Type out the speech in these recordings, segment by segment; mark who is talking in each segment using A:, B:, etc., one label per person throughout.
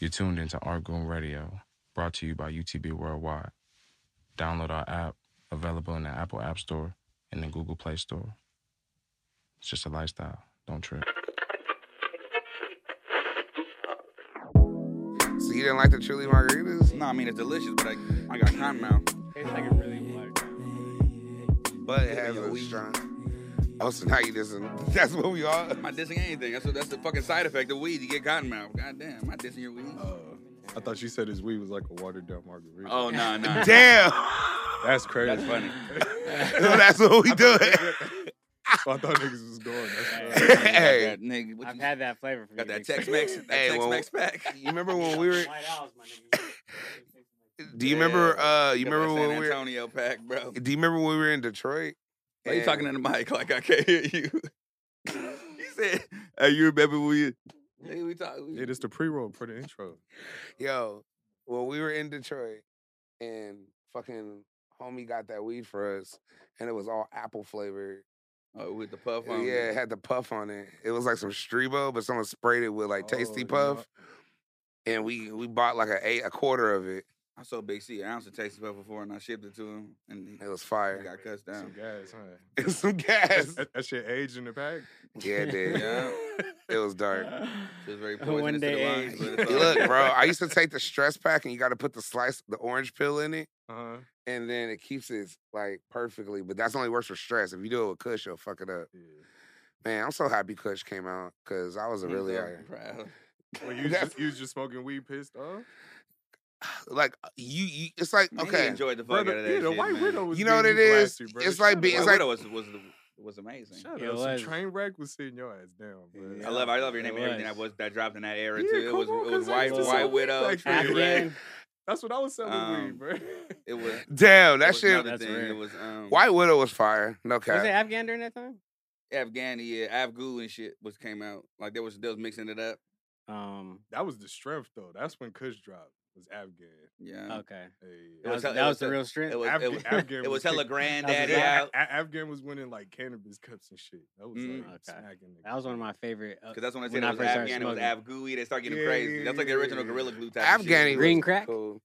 A: You tuned into Art Goon Radio, brought to you by UTB Worldwide. Download our app, available in the Apple App Store and the Google Play Store. It's just a lifestyle. Don't trip. So you didn't like the chili margaritas?
B: No, I mean it's delicious, but I, I got cotton mouth.
C: Tastes like it really black.
B: But
A: It has a
B: weed.
A: strong. Oh, so now you didn't. That's what we are.
B: I'm not dissing anything. That's what, that's the fucking side effect of weed. You get cotton mouth. God damn, am I dissing your weed?
D: Uh, I thought you said his weed was like a watered down margarita.
B: oh no, no.
A: Damn.
D: that's crazy.
B: That's funny.
A: that's what we do.
D: I thought niggas was going. That's
B: Hey,
D: crazy.
A: Hey.
B: got that, nigga, what
C: I've
B: you-
C: had that flavor for
B: got
C: years.
B: that Tex-Mex, that
A: Hey, well-
B: Tex-Mex pack.
A: You remember when we were?
C: White Owls, my nigga.
A: Do you remember?
B: Yeah.
A: Uh, you
B: Got
A: remember
B: that San
A: when we were?
B: Antonio pack, bro?
A: Do you remember when we were in Detroit?
B: Why you
A: And-
B: talking in the mic like I can't hear you? he said, "Hey, you remember we? Hey, we talk. We,
D: It is the pre roll for the intro.
A: Yo, well, we were in Detroit and fucking homie got that weed for us and it was all apple flavored.
B: oh, with the puff
A: Yeah,
B: on.
A: it had the puff on it. It was like some Strebo, but someone sprayed it with like
D: Oh,
A: Tasty
D: yeah.
A: Puff. And we we bought like a eight, a quarter of it.
B: I sold Big C an ounce of Texas pepper before, and I shipped it to him, and he,
A: It was
B: he
A: fire.
B: got cussed
D: Some
B: down.
D: gas, huh?
A: And some gas.
D: That, that shit aged in the pack.
A: Yeah, it did.
B: Yeah,
A: It was dark.
B: she was very
C: One
B: poisonous to
C: day
B: the lungs,
C: age.
B: but it's all
A: Look,
B: good.
A: bro, I used to take the stress pack and you gotta put the slice, the orange peel in it,
D: Uh-huh.
A: and then it keeps it like perfectly. But that's only works for stress. If you do it with Kush, you'll fuck it up.
D: Yeah.
A: Man, I'm so happy Kush came out because I was a
B: I'm
A: really
B: so
A: like,
B: proud.
D: Well, you, was
A: That's-
D: just, you was just smoking weed pissed off?
A: like uh, you, you. It's like
B: Man, he
A: okay,
B: enjoyed the fuck out
D: Brother,
B: of that
D: yeah, the
B: shit,
D: White
B: man.
D: Widow was
A: You know what
D: getting
A: it
D: you
A: is?
D: blasted, bro.
A: It's like
D: Shut
A: being-
B: White
A: it's
D: up.
A: like-
B: Widow was was the- was amazing.
D: Shut
C: It
D: up. Some
C: was.
D: train wreck was sitting your ass down, bro.
C: Yeah.
B: I love I love your name
C: It
B: and everything that
C: was.
B: was that dropped in that era
D: Yeah,
B: too. It
D: come
B: was
D: on,
B: it was
D: 'cause I
B: White
D: used
C: to
B: White
C: sell
B: Widow.
D: weed back
B: Train
D: then.
B: Wreck.
C: Afghan.
D: That's what I was selling
B: Um,
D: weed, bro.
B: It was it
A: damn, that
B: was
A: shit.
B: another
C: That's
B: thing.
C: rare.
B: It was um
A: White Widow was fire. No
C: Was it
A: cap.
C: Afghan during that time?
B: Afghani, yeah, Afghu and shit was came out. Like there was they was mixing it up.
C: Um.
D: that was the strength, though. That's when Kush dropped. Was Afghan.
B: Yeah.
C: Okay.
D: Hey.
C: That was,
B: was- mm, it was
C: that was
B: a-
C: the real strength.
B: It was it
D: Afghan-
B: was
D: Afghan
B: it was
D: kick-
B: hella granddaddy
C: Yeah.
B: out.
D: A- A- Afghan was winning like cannabis cups and shit. That was
B: Mm.
D: like
C: Okay.
D: smacking. niggas.
C: that was one of my favorite. uh,
B: Cause that's when I
C: when
B: said it
C: I
B: was
C: first started
B: Afghan, it was Afghui, they start getting crazy. That's like the original
D: Yeah.
B: Gorilla Glue type of
A: Afghani
B: shit.
C: Green
A: was
C: crack?
A: Cool.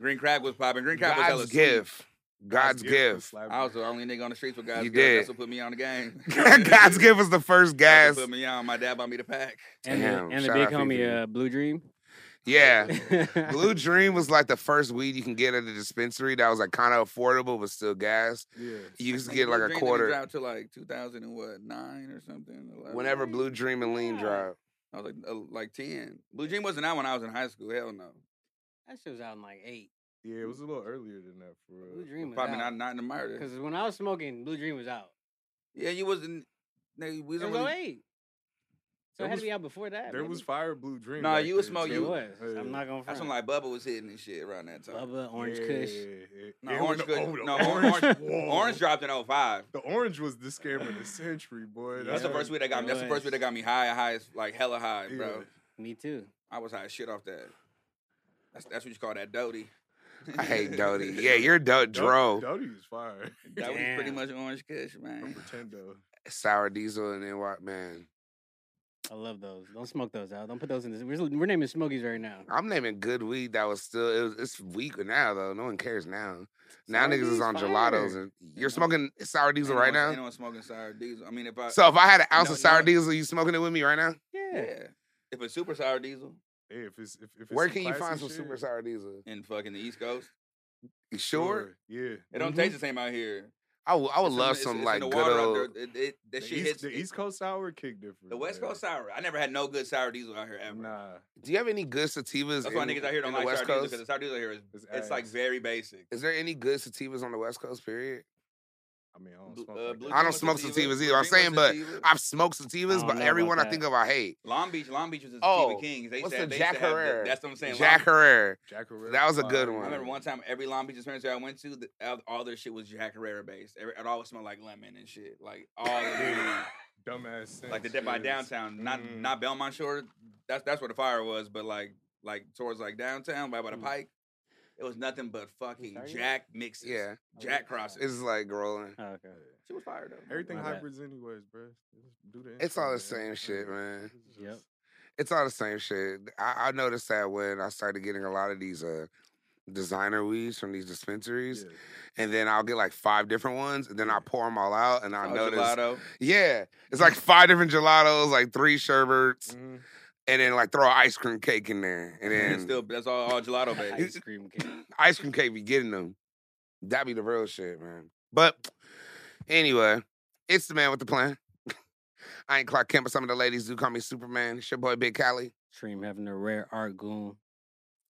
B: Green Crab was popping. Green Crab was hella
A: God's
B: sweet.
A: gift. God's gift.
D: was slapping.
B: I was the only nigga on the streets with guys.
A: You did.
B: That's what put me on the game.
A: God's gift was the first
B: That's
A: gas.
B: what put me on. My dad bought me the pack.
C: and
A: Damn,
C: the, and the
A: shout
C: big
A: out Future.
C: homie uh, Blue Dream.
A: Yeah. Blue
C: Blue.
A: Dream was like the first weed you can get at a dispensary that was like kind of affordable but still gas.
D: Yeah.
A: You used to
B: Like,
A: get
B: Blue
A: like a
B: Dream didn't
A: quarter
B: Drop to like 2000 and what nine or something. 11.
A: whenever Blue Dream and Lean
C: Yeah.
A: dropped.
B: I was like uh, like 10. Blue Dream wasn't out when I was in high school. Hell no.
C: That shit was out in like eight.
D: Yeah, it was a little earlier than that for real.
C: Blue Dream was
B: Probably
C: out.
B: not not in the murder.
C: Because when I was smoking, Blue Dream was out.
B: Yeah, you wasn't. Nigga, we
C: It was
D: oh
B: wasn't
C: 08. So
D: There
C: it had
D: was-
C: to be out before that.
D: There
C: maybe.
D: was fire blue dream.
B: Nah,
D: back
B: you was
D: then,
B: smoke-
D: too.
C: It
B: you-
C: was.
D: Hey.
C: I'm not gonna
B: That's
C: front.
B: when like Bubba was hitting and shit around that time.
C: Bubba, Orange
D: yeah,
C: Kush.
D: yeah,
B: No,
D: yeah.
B: Orange
D: Oh,
B: Kush-
D: oh, the
B: no, Orange- Orange
D: Whoa.
B: dropped in 05.
D: The orange was the scam of the century, boy.
C: Yeah.
B: That's the first week that got me. That's the first week that got me high, high as like hella high, bro.
D: Yeah.
C: Me too.
B: I was high as shit off that. That's that's what you call that doty.
A: I hate Dodie. Yeah, you're do- Dro.
D: Dodie was fire.
B: that was pretty
C: Damn.
B: much Orange Kush,
D: Don't
B: man.
D: pretend though.
A: Sour Diesel and then what, man.
C: I love those. Don't smoke those out. Don't put those in this. We're, we're naming Smokies right now.
A: I'm naming good weed that was still it was, it's weak now though. No one cares now. Now
C: Sour
A: niggas is
C: D's
A: on
C: fire.
A: gelatos and you're
B: Yeah.
A: smoking sour diesel
B: Ain't no
A: right
B: one- Ain't
A: now.
B: no one smoking sour diesel. I mean, if I
A: So if I had an ounce
B: No,
A: of sour
B: no.
A: diesel, you smoking it with me right now?
C: Yeah.
B: yeah, if it's super sour diesel
D: Hey, if it's if, if it's
A: Where
D: some
A: can you find
D: classy
A: some
D: shit,
A: super sour diesel?
B: in fucking the East Coast,
A: You sure?
D: Yeah.
B: it don't
C: Mhm.
B: taste the same out here.
A: I would, Mm-hmm. I would
B: It's in
A: love
B: the- it's-
A: some
B: it's in
A: like
B: the
A: good
B: water out
A: old.
B: there. It- it- that
D: the
B: shit
D: East,
B: hits
D: the
B: it-
D: East Coast sour kick different.
B: The West
D: man.
B: Coast sour. I never had no good sour diesel out here ever.
D: Nah,
A: Do you have any good sativas?
B: That's why
A: in-
B: niggas out here
A: in
B: don't
A: the
B: like
A: West
B: sour diesel
A: Coast.
B: because the sour diesel out here is
D: It's
B: it's like
D: ass.
B: very basic.
A: Is there any good sativas on the West Coast? Period.
D: I mean, I don't
B: Bl-
D: smoke.
B: uh,
D: like
B: Blue
D: that.
A: I don't
B: Dream was
A: smoke
B: sativa,
A: sativas either.
B: Blue
A: I'm
B: Dream was
A: saying, but
B: sativa.
A: I've smoked
C: I
A: sativas,
C: don't
A: but
C: know
A: everyone
C: about
A: I think
C: that.
A: of, I hate.
B: Long Beach, Long Beach was the
A: Oh,
B: Sativa Kings. They
A: what's
B: said
A: the
B: they
A: Jack
B: used to have the-
A: Herrera?
B: that's what I'm saying.
A: Jack
B: Long-
A: Herrera.
D: Jack Herrera
A: That was a good
D: fire.
A: one.
B: I remember one time every Long Beach dispensary I went to, the, all- all their shit was Jack Herrera based. Every- It always smelled like lemon and shit. Like all of it.
D: dumbass. Sense,
B: like the dip by
D: yes.
B: downtown, not
D: Mm.
B: not Belmont Shore. That's that's where the fire was, but like like towards like downtown, by by the
C: Mm.
B: Pike, it was nothing but fucking
C: Sorry?
B: Jack mixes,
A: Yeah,
B: Jack crosses.
A: it's like rolling.
C: Oh, okay.
B: She was fired though.
D: Everything
C: My bad.
D: hybrids, anyways, bro. Just do the
A: It's
D: intro,
A: all the
D: man.
A: same shit,
D: Yeah.
A: man.
D: It's
C: Yep.
D: just-
A: it's all the same shit. I, I noticed that when I started getting a lot of these uh designer weeds from these dispensaries,
D: Yeah.
A: and then I'll get like five different ones, and then I pour them all out, and I
B: Oh,
A: notice,
B: gelato.
A: yeah, it's like five different gelatos, like three sherbets,
D: Mhm.
A: and then like throw an ice cream cake in there, and then
B: It's still that's all, all gelato based.
C: Ice cream cake.
A: ice cream cake be getting them. That be the real shit, man. But anyway, it's the man with the plan. I ain't Clark Kent, but some of the ladies do call me Superman. It's your boy Big Cali.
C: Stream having a rare art goon.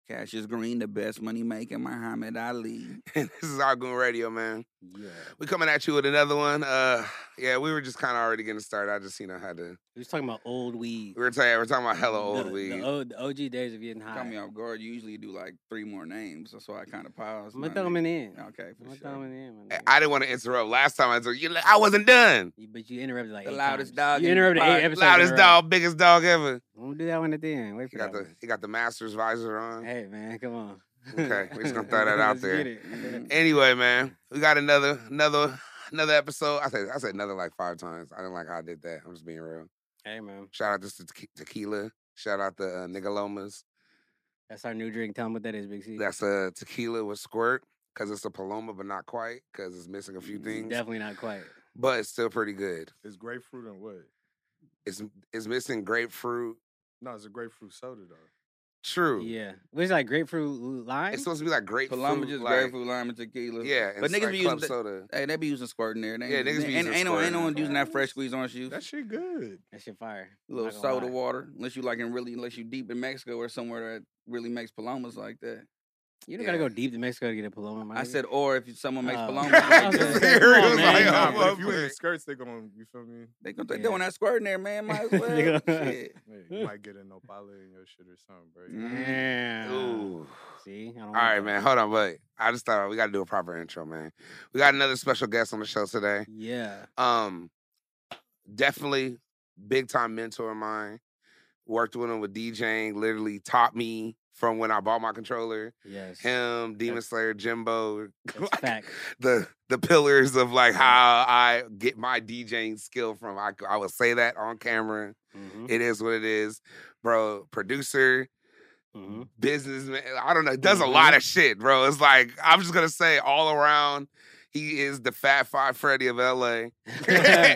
B: Cash is green, the best money making Muhammad Ali.
A: And this is our Goon Radio, man.
D: Yeah.
A: We coming at you with another one. Uh yeah, we were just kinda already getting started. I just, you know, had to
C: We was talking about old weed.
A: we were talking we're talking about hella old
C: the,
A: weed.
C: The, old, the OG days of getting high.
B: Caught me off guard. You usually do like three more names. That's why I kind of paused.
C: I'ma
B: my
C: throw 'em
B: nigga.
C: in.
B: Okay, for
C: I'ma
B: sure.
C: throw 'em in, my
A: I-
C: nigga.
A: I didn't want to interrupt. Last time I was like, you- I wasn't done.
C: You- But you interrupted like
B: The
C: eight
B: loudest
C: times.
B: dog
C: You
B: in the
C: interrupted
B: park.
C: eight episodes. in a
A: Loudest
C: row.
A: dog, biggest dog ever.
C: Don't do that one at the end. Wait
A: He
C: for
A: got
C: that.
A: the
C: one.
A: he got the master's visor on.
C: Hey man, come on.
A: Okay, we just gonna throw that out
C: Let's
A: there.
C: get it.
B: Mhm.
A: Anyway, man, we got another, another, another episode. I said, I said another like five times. I didn't like how I did that. I'm just being real.
C: Hey man,
A: Shout out to Tequi- tequila. Shout out to uh, Nigalomas.
C: that's our new drink. Tell them what that is, Big C.
A: That's a uh, tequila with squirt because it's a paloma, but not quite because it's missing a few
C: Mm,
A: things.
C: Definitely not quite.
A: But it's still pretty good.
D: It's grapefruit and what?
A: It's it's missing grapefruit.
D: No, it's a grapefruit soda though.
A: True.
C: Yeah, was like grapefruit lime.
A: It's supposed to be like grapefruit.
B: Paloma just
A: like,
B: grapefruit, lime, and tequila.
A: Yeah,
B: but
A: it's
B: niggas
A: like
B: be
A: club
B: using. That,
A: soda.
B: hey, they be using squirt in there. They
A: Yeah,
B: ain't-
A: niggas be
B: ain't-
A: using
B: ain't no
A: squirt
B: ain't
A: in
B: no one
A: there.
B: using that fresh squeeze orange juice.
D: That shit good.
C: that shit fire. I'm
B: little
C: not gonna
B: soda
C: lie.
B: water, unless you like in really, unless you deep in Mexico or somewhere that really makes palomas like that.
C: You don't gotta go
A: Yeah.
C: deep to Mexico to get a paloma. my
B: I
C: nigga.
B: said, or if someone makes
C: Oh.
B: palomas,
C: I
B: like
C: was gonna
B: that,
C: say,
A: He
C: come
A: was
C: on,
A: like,
C: man.
A: "Oh,
D: Nah,
A: I'm
D: but if
A: up
D: you in
A: for
D: the
A: it."
D: skirts, they gonna you feel me?
B: they gonna
C: Yeah.
B: they're throwing that squirt in there, man. Might as well.
C: Nigga.
B: Shit.
D: Man, you might get an opala in your shit or something, bro. You
A: Mm-hmm.
B: Mm.
C: Yeah.
A: Ooh.
C: See, I don't
A: All
C: want
A: right,
C: that.
A: man. Hold on, but I just thought we got to do a proper intro, man. We got another special guest on the show today.
C: Yeah.
A: Um, definitely big time mentor of mine. Worked with him with DJing. Literally taught me from when I bought my controller.
C: Yes.
A: Him, Demon
C: That's-
A: Slayer, Jimbo,
C: That's fact.
A: the the pillars of like how I get my DJing skill from. I I will say that on camera.
C: hmm
A: It is what it is, bro. Producer,
C: hmm
A: businessman. I don't know. Does
C: Mm-hmm.
A: a lot of shit, bro. It's like I'm just gonna say all around. He is the Fat Five Freddy of LA.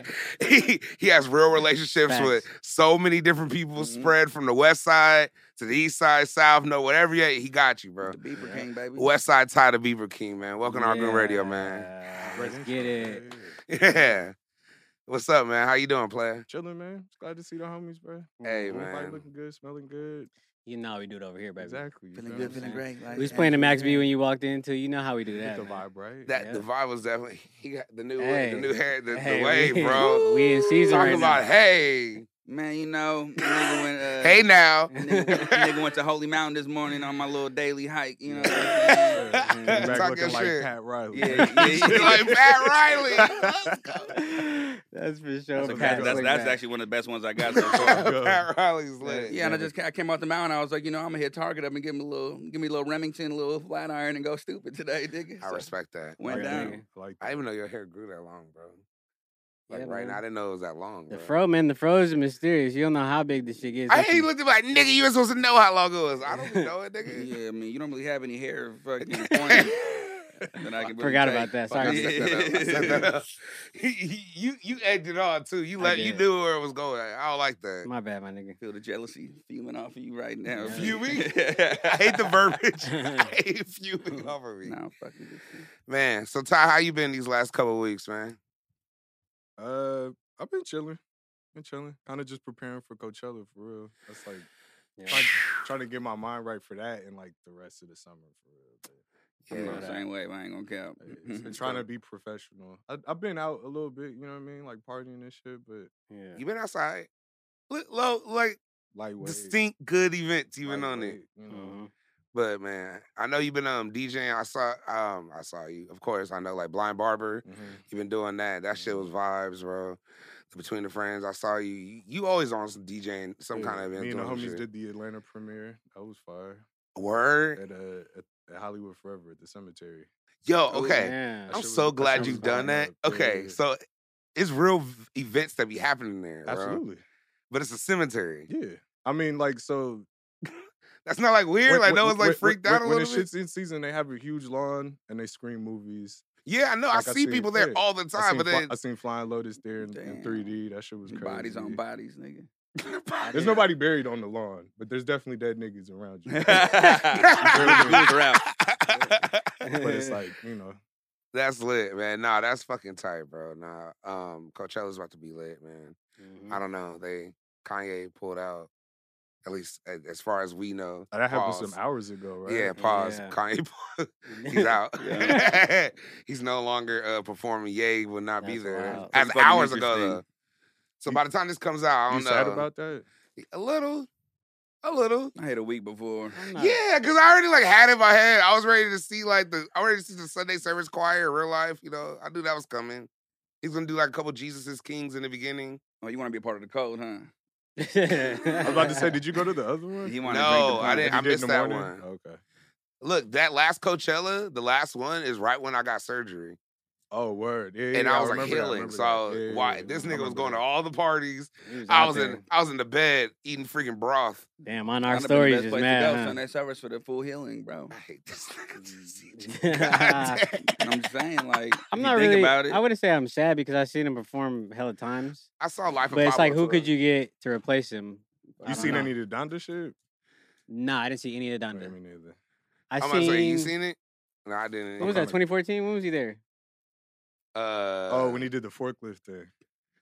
A: he, he has real relationships with so many different people
B: Mhm.
A: spread from the West Side to the East Side, South, no, whatever. Yeah, he got you, bro.
B: The Beaver
C: Yeah.
B: King, baby.
A: West Side tie to Beaver King, man. Welcome to our Goon Radio, man.
C: Yeah,
D: great
C: Let's
D: intro,
C: get it.
D: yeah, yeah.
A: Yeah. What's up, man? How you doing, player?
D: Chilling, man. Just glad to see the homies, bro.
A: Hey,
D: Everybody
A: man.
D: looking good, smelling good.
C: You know how we do it over here, baby.
D: Exactly. you
B: Feeling
D: feel
B: good,
D: me?
B: feeling great. Like,
C: We was playing the Max B
B: absolutely.
C: when you walked in too. You know how we do
D: Get the
C: that. man.
D: vibe, right?
A: That
C: Yeah.
A: the vibe was definitely he got the new the
C: Hey.
A: new hair the,
C: Hey,
A: the way,
C: we-
A: bro.
C: We in season
A: Talking
C: right
A: about hey,
B: Man, you know, nigga went, uh,
A: hey now.
B: nigga, nigga went to Holy Mountain this morning on my little daily hike. You know, what I'm saying?
D: Yeah, man, you back
A: Talking
D: looking like
A: shit.
D: Pat Riley.
B: Yeah,
D: man.
B: yeah, yeah.
A: like Pat Riley. Let's go.
C: now. that's for sure.
B: that's, a-
D: Pat
B: that's, that's,
D: Riley.
B: that's actually one of the best ones I got so far.
D: go.
A: Pat Riley's lit.
B: Yeah, and I just ca- I came out the mountain. I was like, you know, I'm gonna hit Target up and give me a little, give me a little Remington, a little flat iron, and go stupid today, nigga.
A: I
B: So,
A: respect that.
B: Went
C: Right,
B: down.
C: nigga.
D: I like
A: I didn't even know your hair grew that long, bro. Like
C: Yeah,
A: right
C: man.
A: now, I didn't know it was that long.
C: The
A: bro.
C: fro man, the fro is mysterious. You don't know how big this shit is.
A: I
C: That's
A: hate he
C: the-
A: looked at me like, nigga, you were supposed to know how long it was. I don't know it, nigga.
B: Yeah, I mean, you don't really have any hair fucking pointy that I can. Really
C: Forgot
B: take.
C: about that.
A: Fuck, I
C: Sorry.
A: set that up. I set that up. you you acted on too. You
C: I
A: let you
C: did.
A: knew where it was going. I don't like that.
C: My bad, my nigga.
B: Feel the jealousy fuming off of you right now.
C: Yeah.
A: Fuming? I hate the verbiage. I hate fuming over me,
B: Nah, fucking. good shit.
A: man. So Ty, how you been these last couple weeks, man?
D: Uh, I've been chilling. Been chilling. Kind of just preparing for Coachella for real. That's like
C: Yeah.
D: trying, trying to get my mind right for that and like the rest of the summer for real. But,
B: I'm
C: Yeah.
B: on the same way, but I ain't gonna count.
D: hey, it's- it's trying to be professional. I, I've been out a little bit, you know what I mean, like partying and shit, but
C: Yeah.
A: You been outside? Look, low, like
D: lightweight.
A: distinct good events even on it.
D: lightweight, You know,
C: Mhm.
A: But man, I know you've been um DJing. I saw um I saw you. Of course, I know like Blind Barber.
D: mhm.
A: You've been doing that. That shit was
D: Mm-hmm.
A: vibes, bro. Between the friends, I saw you. You, you always on some DJing, some kind
D: Yeah,
A: of event.
D: Me and the
A: doing some
D: homies
A: shit.
D: did the Atlanta premiere. That was fire.
A: Word,
D: At, uh, at, at Hollywood Forever at the cemetery.
A: yo.
B: Ooh,
A: Okay,
C: Yeah.
A: I'm
D: shit was-
A: so
D: that shit
A: glad
D: was
A: you've
D: fire,
A: done that.
D: bro. Yeah,
A: Okay,
D: yeah.
A: so it's real v- events that be happening there, bro.
D: Absolutely.
A: But it's a cemetery.
D: Yeah. I mean, like, so
A: That's not like weird.
D: when-
A: like
D: when-
A: that was
D: when-
A: like freaked
D: when-
A: out a
D: When
A: little
D: the
A: bit.
D: shit's in season, they have a huge lawn and they screen movies.
A: Yeah, I know.
D: Like
A: I
D: I
A: see
D: said,
A: people there
D: yeah.
A: all the
D: I
A: time,
D: seen,
A: but
D: Fly-
A: then
D: I seen Flying Lotus there in, in
B: Damn.
D: 3D. That shit was crazy.
B: Bodies on bodies, nigga.
D: There's
C: Yeah.
D: nobody buried on the lawn, but there's definitely dead niggas around you. but it's like, you know,
A: that's lit, man. Nah, that's fucking tight, bro. Nah, um, Coachella's about to be lit, man.
B: Mm-hmm.
C: Mhm.
A: I don't know. They Kanye pulled out, at least a- as far as we know.
D: Oh, that happened some
A: Pause.
D: hours ago, right?
A: Yeah, pause.
C: Yeah.
A: Kanye, pulled- he's out. he's no longer uh, performing. Ye will not be
C: That's
A: there.
C: wild.
A: As
B: That's fucking
A: hours ago, though.
B: interesting.
A: So by the time this comes out, I don't
D: You
A: know.
D: sad about that?
A: a little, a little.
B: I had a week before.
C: I'm not-
A: Yeah, because I already like had it in my head. I was ready to see like the I already see the Sunday service choir in real life. You know, I knew that was coming. He's gonna do like a couple Jesus is Kings in the beginning.
B: Oh, you want to be a part of the code, huh?
D: I was about to say, did you go to the other one?
B: He
D: That
B: wanted
A: No,
B: to drink the
A: I
B: Kool-Aid.
A: didn't-
D: you
A: I
D: did in
A: missed
D: the
A: that
D: morning? Okay.
A: Look, that last Coachella, the last one is right when I got surgery,
D: Oh, word. Yeah,
A: and I
D: yeah,
A: was like
D: remember that, I
A: healing.
D: remember
A: so
D: that.
A: I was-
D: Yeah, yeah,
A: why
D: yeah,
A: this
D: I
A: nigga was
D: remember
A: going
D: that.
A: to all the parties.
C: He was
A: I
C: out
A: was
C: there.
A: in I was in the bed eating freaking broth.
C: Damn, on
B: Might
C: our
B: have been the
C: story,
B: best
C: just
B: place to
C: mad.
B: go,
C: huh?
B: Sunday service for the full healing, bro.
A: I hate this nigga. CJ. God
C: I'm
A: damn.
B: And I'm just saying, like, if you
C: not
B: think
C: really.
B: about it.
C: I wouldn't say I'm sad because I've seen him perform hella times.
A: I saw life. of
C: But it's like,
A: Pablo
C: who could
A: tour.
C: you get to replace him? I
D: You
C: don't
D: seen
C: know.
D: any of the Donda shit?
C: Nah, I didn't see any of the
D: Or
C: Donda.
D: Me neither.
C: I
A: I'm
C: seen.
A: about to say, you seen it? No, I didn't.
C: When was that? 2014. When was he there?
A: Uh,
D: Oh, when he did the forklift thing.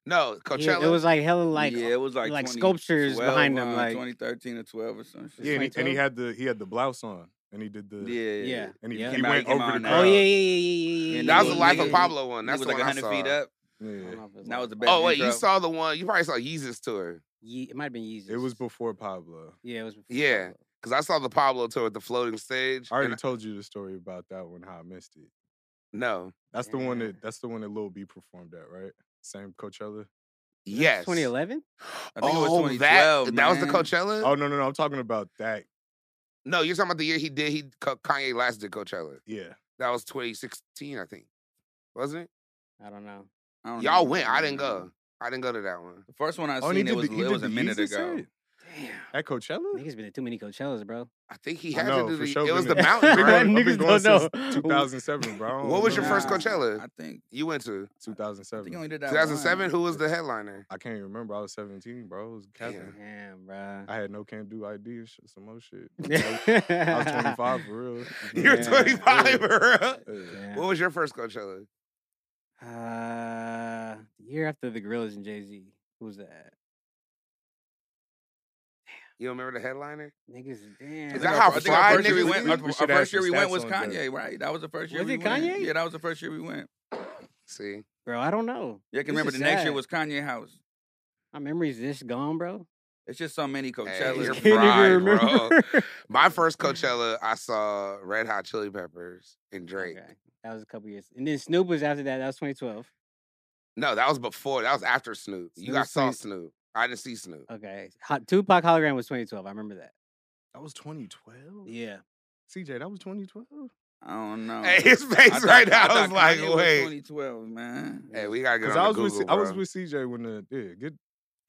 A: no
C: He-
A: Coachella.
C: It was like hella like.
B: yeah, it was like
C: like
B: 20
C: sculptures
B: 12,
C: behind him,
B: uh,
C: like-
B: 2013 or 12 or some shit.
D: Yeah, and he, and he
C: 2012?
D: had the he had the blouse on, and he did the
B: yeah,
C: yeah.
D: and he,
C: yeah.
D: he
B: Came out,
D: went
B: he came
D: over the
B: out now.
D: crowd.
C: Oh yeah, yeah, yeah, yeah, yeah.
B: And
C: yeah,
A: that was
C: yeah,
A: the
B: Nigga,
A: life
C: yeah,
A: of
B: nigga,
A: Pablo one.
B: He
A: That's
B: was
A: the
B: like
A: one I
B: 100
A: saw.
B: feet up.
C: yeah. I
D: Yeah.
C: don't know if it was
B: That
C: like-
B: was the best.
A: Oh wait, you
B: intro.
A: saw the one? You probably saw Yeezus tour
C: Ye- it might have been Yeezus.
D: It was before Pablo.
C: Yeah, it was. Before
A: Yeah. because I saw the Pablo tour with the floating stage.
D: I already
A: and-
D: told you the story about that one, how I missed it.
A: no.
D: That's the one
C: Yeah.
D: that that's the one that Lil B performed at, right? Same Coachella.
A: Yes.
C: 2011.
B: I think it was
A: oh,
B: 2012,
A: that that was the
B: man.
A: Coachella.
D: Oh no, no, no! I'm talking about that.
A: No, you're talking about the year he did. He Ka- Kanye last did Coachella.
D: Yeah,
A: That was 2016, I think. Wasn't
C: I don't know.
B: I don't
A: it? Y'all
B: know.
A: went. I didn't go. I didn't go to that one.
B: The first one I
D: Oh, and
B: seen, it
D: did
B: was,
D: the- he
B: it
D: did
B: was a
D: the
B: minute
D: Yeezus
B: ago.
D: set?
C: Damn.
D: at Coachella.
C: Niggas been to too many Coachellas, bro.
A: I think he
D: I
A: had
D: know,
A: to do
D: for
A: the.
D: sure
A: it was the
D: been there.
A: mountain.
D: I've
A: right?
D: been
C: Niggas
D: going
C: don't know.
D: since 2007, bro. I don't
A: What was your
D: know.
A: first
B: Nah,
A: Coachella?
B: I think.
A: You went to
B: I think
D: 2007.
B: he only did um, that
A: 2007.
B: one.
A: Who was the headliner?
D: I can't even remember. I was 17, bro. It was Kevin.
C: Damn, bro.
D: I had no can do ID and shit, some more shit. I was- I was 25 for real.
A: You're
C: Yeah.
A: 25, bro.
D: Yeah.
A: What was your first Coachella?
C: Uh, the year after the Gorillas and Jay Z. Who was that?
A: You remember the headliner?
C: Niggas,
A: Is
C: damn.
B: I
A: that
B: think
A: how
B: our- I think our
A: fly
B: first year we
A: niggas
B: went-
A: be?
B: Our,
D: We
B: our
D: should ask
B: first year
D: the
B: we went
D: stats
B: was
D: on that.
B: Kanye, right? That was the first year.
C: Was
B: we
C: it
B: went.
C: Kanye?
B: Yeah, that was the first year we went.
A: See,
C: bro? I don't know.
B: Yeah, I can
C: This
B: remember
C: is
B: the next year
C: sad.
B: was Kanye House.
C: my memory's this gone, bro.
B: It's just so many
A: you're
B: Coachellas.
C: Can't even
A: fried,
C: remember.
A: my first Coachella, I saw Red Hot Chili Peppers and Drake.
C: Okay, That was a couple years, and then Snoop was after that. That was 2012.
A: No, that was before. That was after Snoop. You
C: Snoop
A: got saw
C: Snoop.
A: Snoop. I didn't see Snoop.
B: Oh,
C: Okay, Hot, Tupac hologram was 2012. I remember that.
D: That was 2012.
C: Yeah,
D: CJ, that was 2012.
B: I don't know.
A: Hey, his
B: I
A: face
B: thought-
A: right now
B: I
A: I was
B: thought
A: like,
B: Kanye was
A: wait.
B: 2012, man.
A: Hey, we gotta get
D: Because
A: on
D: I
A: the
D: was
A: Google,
D: with I was
A: bro.
D: with CJ when the yeah good.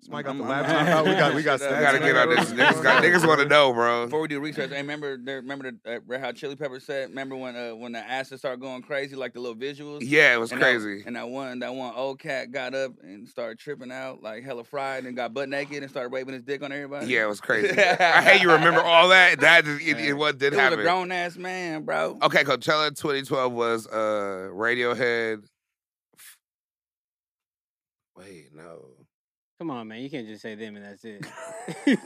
D: Somebody got
B: I'm-
D: the
B: I'm-
D: laptop
C: I'm-
D: out. We got we got
B: We
D: stats.
A: We gotta get on this. Niggas, got, niggas want to know, bro.
B: Before we do research, I remember there, remember the uh, Red Hot Chili Pepper said. Remember when uh, when the asses started going crazy, like the little visuals.
A: Yeah, it was
B: And
A: crazy.
B: That, and that one, that one old cat got up and started tripping out like hella fried and got butt naked and started waving his dick on everybody.
A: Yeah, it was crazy. I hate you remember all that. That is- it, it, what did
B: It was a
A: happen.
B: grown ass man, bro.
A: okay, Coachella 2012 was uh Radiohead. F- Wait, no.
C: come on, man. You can't just say them and that's it.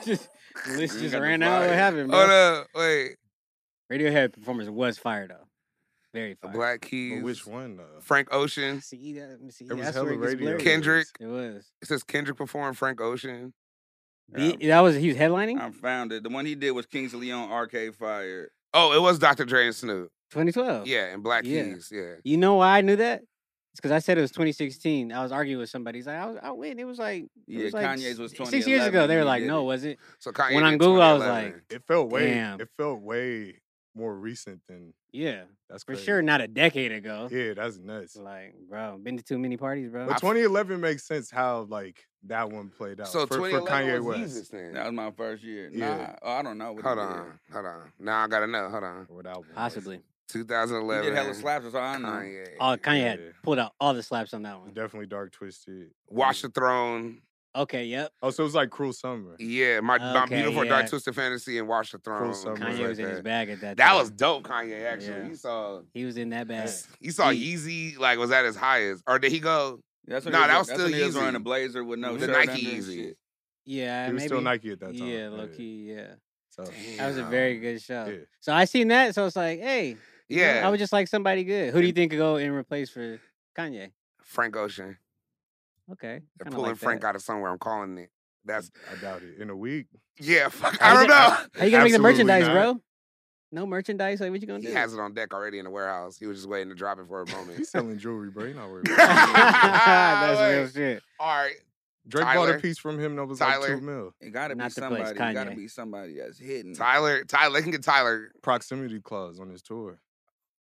C: just the list
B: You
C: just
B: got the
C: ran out. What
B: fire.
C: happened,
D: Oh,
C: bro?
A: Hold up, Oh, wait.
C: Radiohead performance was fire though. Very fire.
A: Black Keys.
D: But which one though?
A: Frank Ocean.
C: See that? See,
D: It was
C: that's
D: hella
C: where it gets
D: radio.
C: blurry.
A: Kendrick.
C: It was.
A: It says Kendrick performed Frank Ocean.
B: Yeah.
C: The- that was he was headlining.
B: I found it. The one he did was Kings of Leon Arcade Fire.
A: Oh, it was Dr. Dre and Snoop.
C: 2012.
A: Yeah, and Black
C: Oh, Yeah.
A: Keys. Yeah.
C: You know why I knew that? It's because I said it was 2016. I was arguing with somebody. He's like, I, was, I win. It was like, it
B: Yeah,
C: was like
B: Kanye's
C: s-
B: was
C: six years ago.
B: 2011
C: They were
B: he
C: like,
B: did
C: no,
B: it.
C: was it?
A: So Kanye
C: When on
A: did
C: Google, I was
A: 2011.
D: It felt way
C: Damn.
D: it felt way more recent than
C: Yeah,
D: that's
C: for
D: crazy.
C: sure, not a decade ago.
D: Yeah, that's nuts.
C: Like, bro, been to too many parties, bro.
D: But 2011 makes sense how like that one played out
A: So
D: for, for
A: 2011
D: Kanye
A: was
D: West
A: Jesus then.
B: That was my first year.
D: Yeah.
B: Nah, oh, I don't know. What
A: Hold
B: the
A: on,
B: year.
A: hold on. Now I gotta know. Hold on.
D: or that one was.
C: Possibly.
B: He
A: 2011.
B: did hella slaps, that's all I know.
A: Kanye.
C: Oh, Kanye had
D: Yeah.
C: pulled out all the slaps on that one.
D: Definitely dark twisted.
A: Watch the Throne.
C: Okay, yep.
D: Oh, so it was like Cruel Summer.
A: Yeah, my, my
C: Okay,
A: beautiful
C: yeah.
A: dark twisted fantasy and Watch the Throne.
D: Summer.
A: was
D: Something
C: Kanye
A: like
C: was in his
A: that.
C: bag at that.
A: That
C: time.
A: was dope, Kanye. Actually,
C: Yeah.
A: you saw
C: He was in that bag.
A: you saw
C: He-
A: Yeezy like was at his highest, or did he go?
B: That's when
A: Nah,
B: he
A: that was
B: was, that's when
A: still
B: he was wearing a
A: Yeezy.
B: blazer with no
A: The
B: shirt
A: Nike
B: under and
A: Yeezy.
B: shit.
C: Yeah,
D: He was
C: maybe.
D: still Nike at that time.
C: Yeah, low key. Yeah,
D: So,
C: that was a
A: Damn.
C: very good show.
D: yeah.
C: So I seen that. So it's like, hey, you know,
A: Yeah,
C: I would just like somebody good. Who do you think could go and replace for Kanye?
A: Frank Ocean.
C: Okay,
A: They're
C: kinda
A: pulling
C: like
A: Frank
C: that.
A: out of somewhere. I'm calling it. That's
D: I doubt it. In a week,
A: yeah. Fuck,
C: How
A: I don't
C: you
A: know.
C: gonna- How you gonna make the
D: Absolutely
C: merchandise,
D: not.
C: bro? No merchandise. Like, what you gonna
A: He
C: do?
A: has it on deck already in the warehouse. He was just waiting to drop it for a moment.
D: he's selling jewelry, bro. You not worried. About it.
C: That's
A: Wait.
C: real shit.
A: All right,
D: Drake bought
A: Tyler.
D: a piece from him that was like
A: Tyler.
D: two mil.
B: It gotta be
C: Not to place
B: somebody. It gotta
C: Kanye.
B: be somebody that's hidden.
A: Tyler. Tyler. They can get Tyler.
D: Proximity clause on his tour.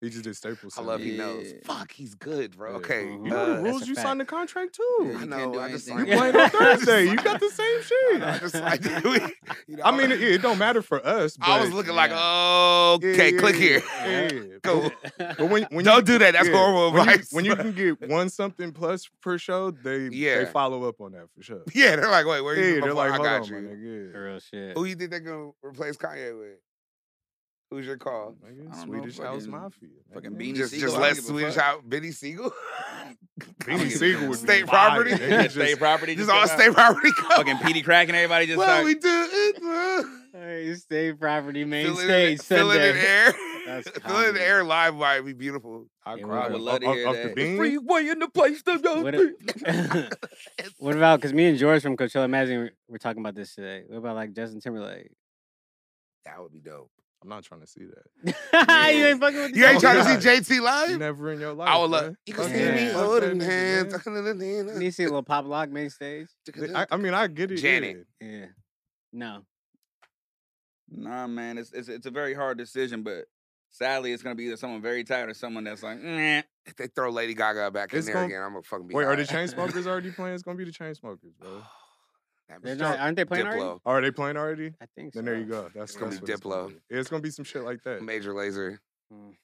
D: He just did Staples.
A: I
D: Center.
A: love he
B: Yeah.
A: knows. Fuck, he's good, bro.
D: Yeah.
A: Okay.
C: Mhm.
D: You know
A: uh,
D: the
C: that's a
D: rules. You
C: fact.
D: signed the contract too.
B: Yeah,
A: I
B: you
A: know.
B: can't do
A: I just
B: anything.
A: like-
D: Played on
A: I just
D: Thursday. You
A: like-
D: got the same
A: I
D: shit.
A: know, I just like you know,
D: I mean, it, it don't matter for us. But
A: I was looking like, oh,
C: yeah.
D: Yeah,
A: okay,
D: yeah,
A: click
D: yeah,
A: here.
D: yeah, yeah.
A: Go.
D: But when, when you
A: Don't do that. That's
D: yeah,
A: horrible
D: when you-
A: advice.
D: when you can get one something plus per show, they they
A: Yeah.
D: follow up on that for sure.
A: yeah, they're like, wait, where you?
D: Yeah,
A: before
D: they're like,
A: I
D: hold
A: got
D: on, my
A: you.
D: nigga. yeah.
C: Real shit.
A: Who you think they're gonna replace Kanye with? Who's your call?
D: Nigga,
B: I don't know,
D: Swedish House
B: fucking-
D: Mafia.
B: fucking
D: nigga.
B: Beanie
A: just
B: Siegel,
A: just
B: I
A: let
B: don't give a
A: Swedish
B: fuck.
A: out Benny Siegel.
D: Beanie Siegel would be
A: State
D: fire,
A: property? State
D: nigga. Just-
B: property.
A: just all state property. Come.
B: Fucking Petey Crack and everybody just
A: Well,
B: like.
A: we do it. bro.
C: Hey, stay property main
A: Fill it in-
C: stage
A: fill it in
C: Sunday.
A: air.
C: That's
A: Fill it in
C: comedy.
A: air live might be beautiful.
D: I
C: Yeah,
D: cried
C: we
B: would
D: off-
B: love to
D: off-
B: hear
D: off
B: that.
D: the bean.
B: Freeway in the place. Them young
C: What,
B: people.
C: a- what about? Because me and George from Coachella Magazine were, were talking about this today. What about like Justin Timberlake?
A: That would be dope.
D: I'm not trying to see that.
C: you ain't fucking with
A: You ain't
D: Oh,
A: trying
D: God.
A: to see JT live?
D: Never in your life.
A: I would
D: bruh.
A: love. You can
D: Fuck
A: see
D: that.
A: me
C: Yeah.
D: Fuck
A: holding
D: that nigga,
A: hands.
D: man.
C: You need to see a little pop lock main stage.
D: I, I mean, I get it.
A: Janet.
D: yeah.
C: Yeah. No.
B: Nah, man, it's, it's it's a very hard decision, but sadly, it's gonna be either someone very tired or someone that's like, nah.
A: If they throw Lady Gaga back in
D: It's
A: there
D: gon-
A: again, I'm gonna fucking be.
D: Wait, are the
A: hot.
D: Chainsmokers already playing? It's gonna be the Chainsmokers, bro.
A: That'd be
C: They're not,
A: dope.
C: aren't they playing already?
A: Diplo,
D: Are they playing already?
C: I think so.
D: Then there you go. That's
A: gonna
D: that's
A: be
D: what it's gonna
A: Diplo.
D: be. It's gonna be some shit like that.
A: Major Laser.
C: Mm.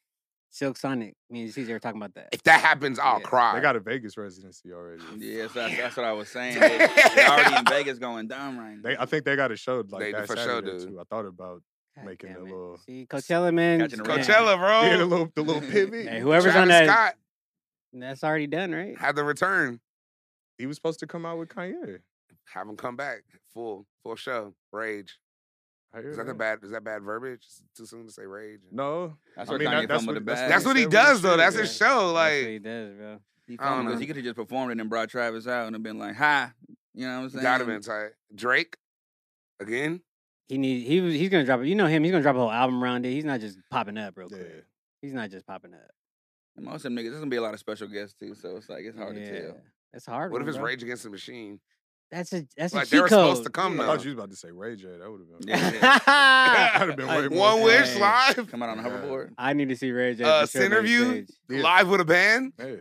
C: Silk Sonic. Me and Caesar were talking about that.
A: If that happens, I'll
C: Yeah.
A: cry.
D: They got a Vegas residency already.
B: Yeah, so that's, that's what I was saying. They, they already in Vegas going dumb right now.
D: They, I think they got a show like
A: They
D: that
A: for sure
D: Saturday
A: do.
D: too. I thought about
C: God
D: making
C: damn
D: a
C: it.
D: little-
C: See, Coachella, man.
B: Catching a
C: man,
B: red.
A: Coachella, bro.
D: yeah, the little the little pivot.
C: Hey, whoever's on
A: Travis
C: that,
A: Scott
C: that's already done, right?
A: had the return.
D: He was supposed to come out with Kanye.
A: Have him come back full full show. Rage.
D: I hear
A: Is that the
D: that.
A: bad? Is that bad verbiage? It's too soon to say rage.
D: No,
B: That's
D: I
B: what
D: mean,
B: Kanye
D: that- that's
B: filmed with the
D: what- that's
B: bag.
A: That's
D: he
A: what he
D: said when he
A: does though.
D: said
A: That's
D: that.
A: his show.
C: That's what he
A: Like
C: does, bro.
B: He
A: I don't
B: because
D: um
A: know.
B: he could have just performed it and brought Travis out and been like, "Hi," you know what I'm saying?
A: gotta been tight. Drake again.
C: He need he was he's gonna drop it. You know him. He's gonna drop a whole album around it. He's not just popping up real quick.
D: Yeah.
C: He's not just popping up.
B: And most of them niggas, there's gonna be a lot of special guests too, so it's like it's hard to tell.
C: That's a hard.
A: What if
C: one,
A: it's
C: bro.
A: Rage Against the Machine?
C: That's a that's
A: Like,
C: a
A: they
C: cheat
A: were supposed
C: code.
A: to come,
D: I
A: though.
D: thought you was about to say Ray J. That would have been.
B: Yeah.
D: That'd have been way more.
A: One Wish
C: Hey.
A: live,
B: Come out on a
D: Yeah.
B: hoverboard.
C: I need to see Ray J.
A: Uh,
C: for sure main
A: Centerview?
C: stage.
D: Yeah.
A: live with a band.
D: Hey,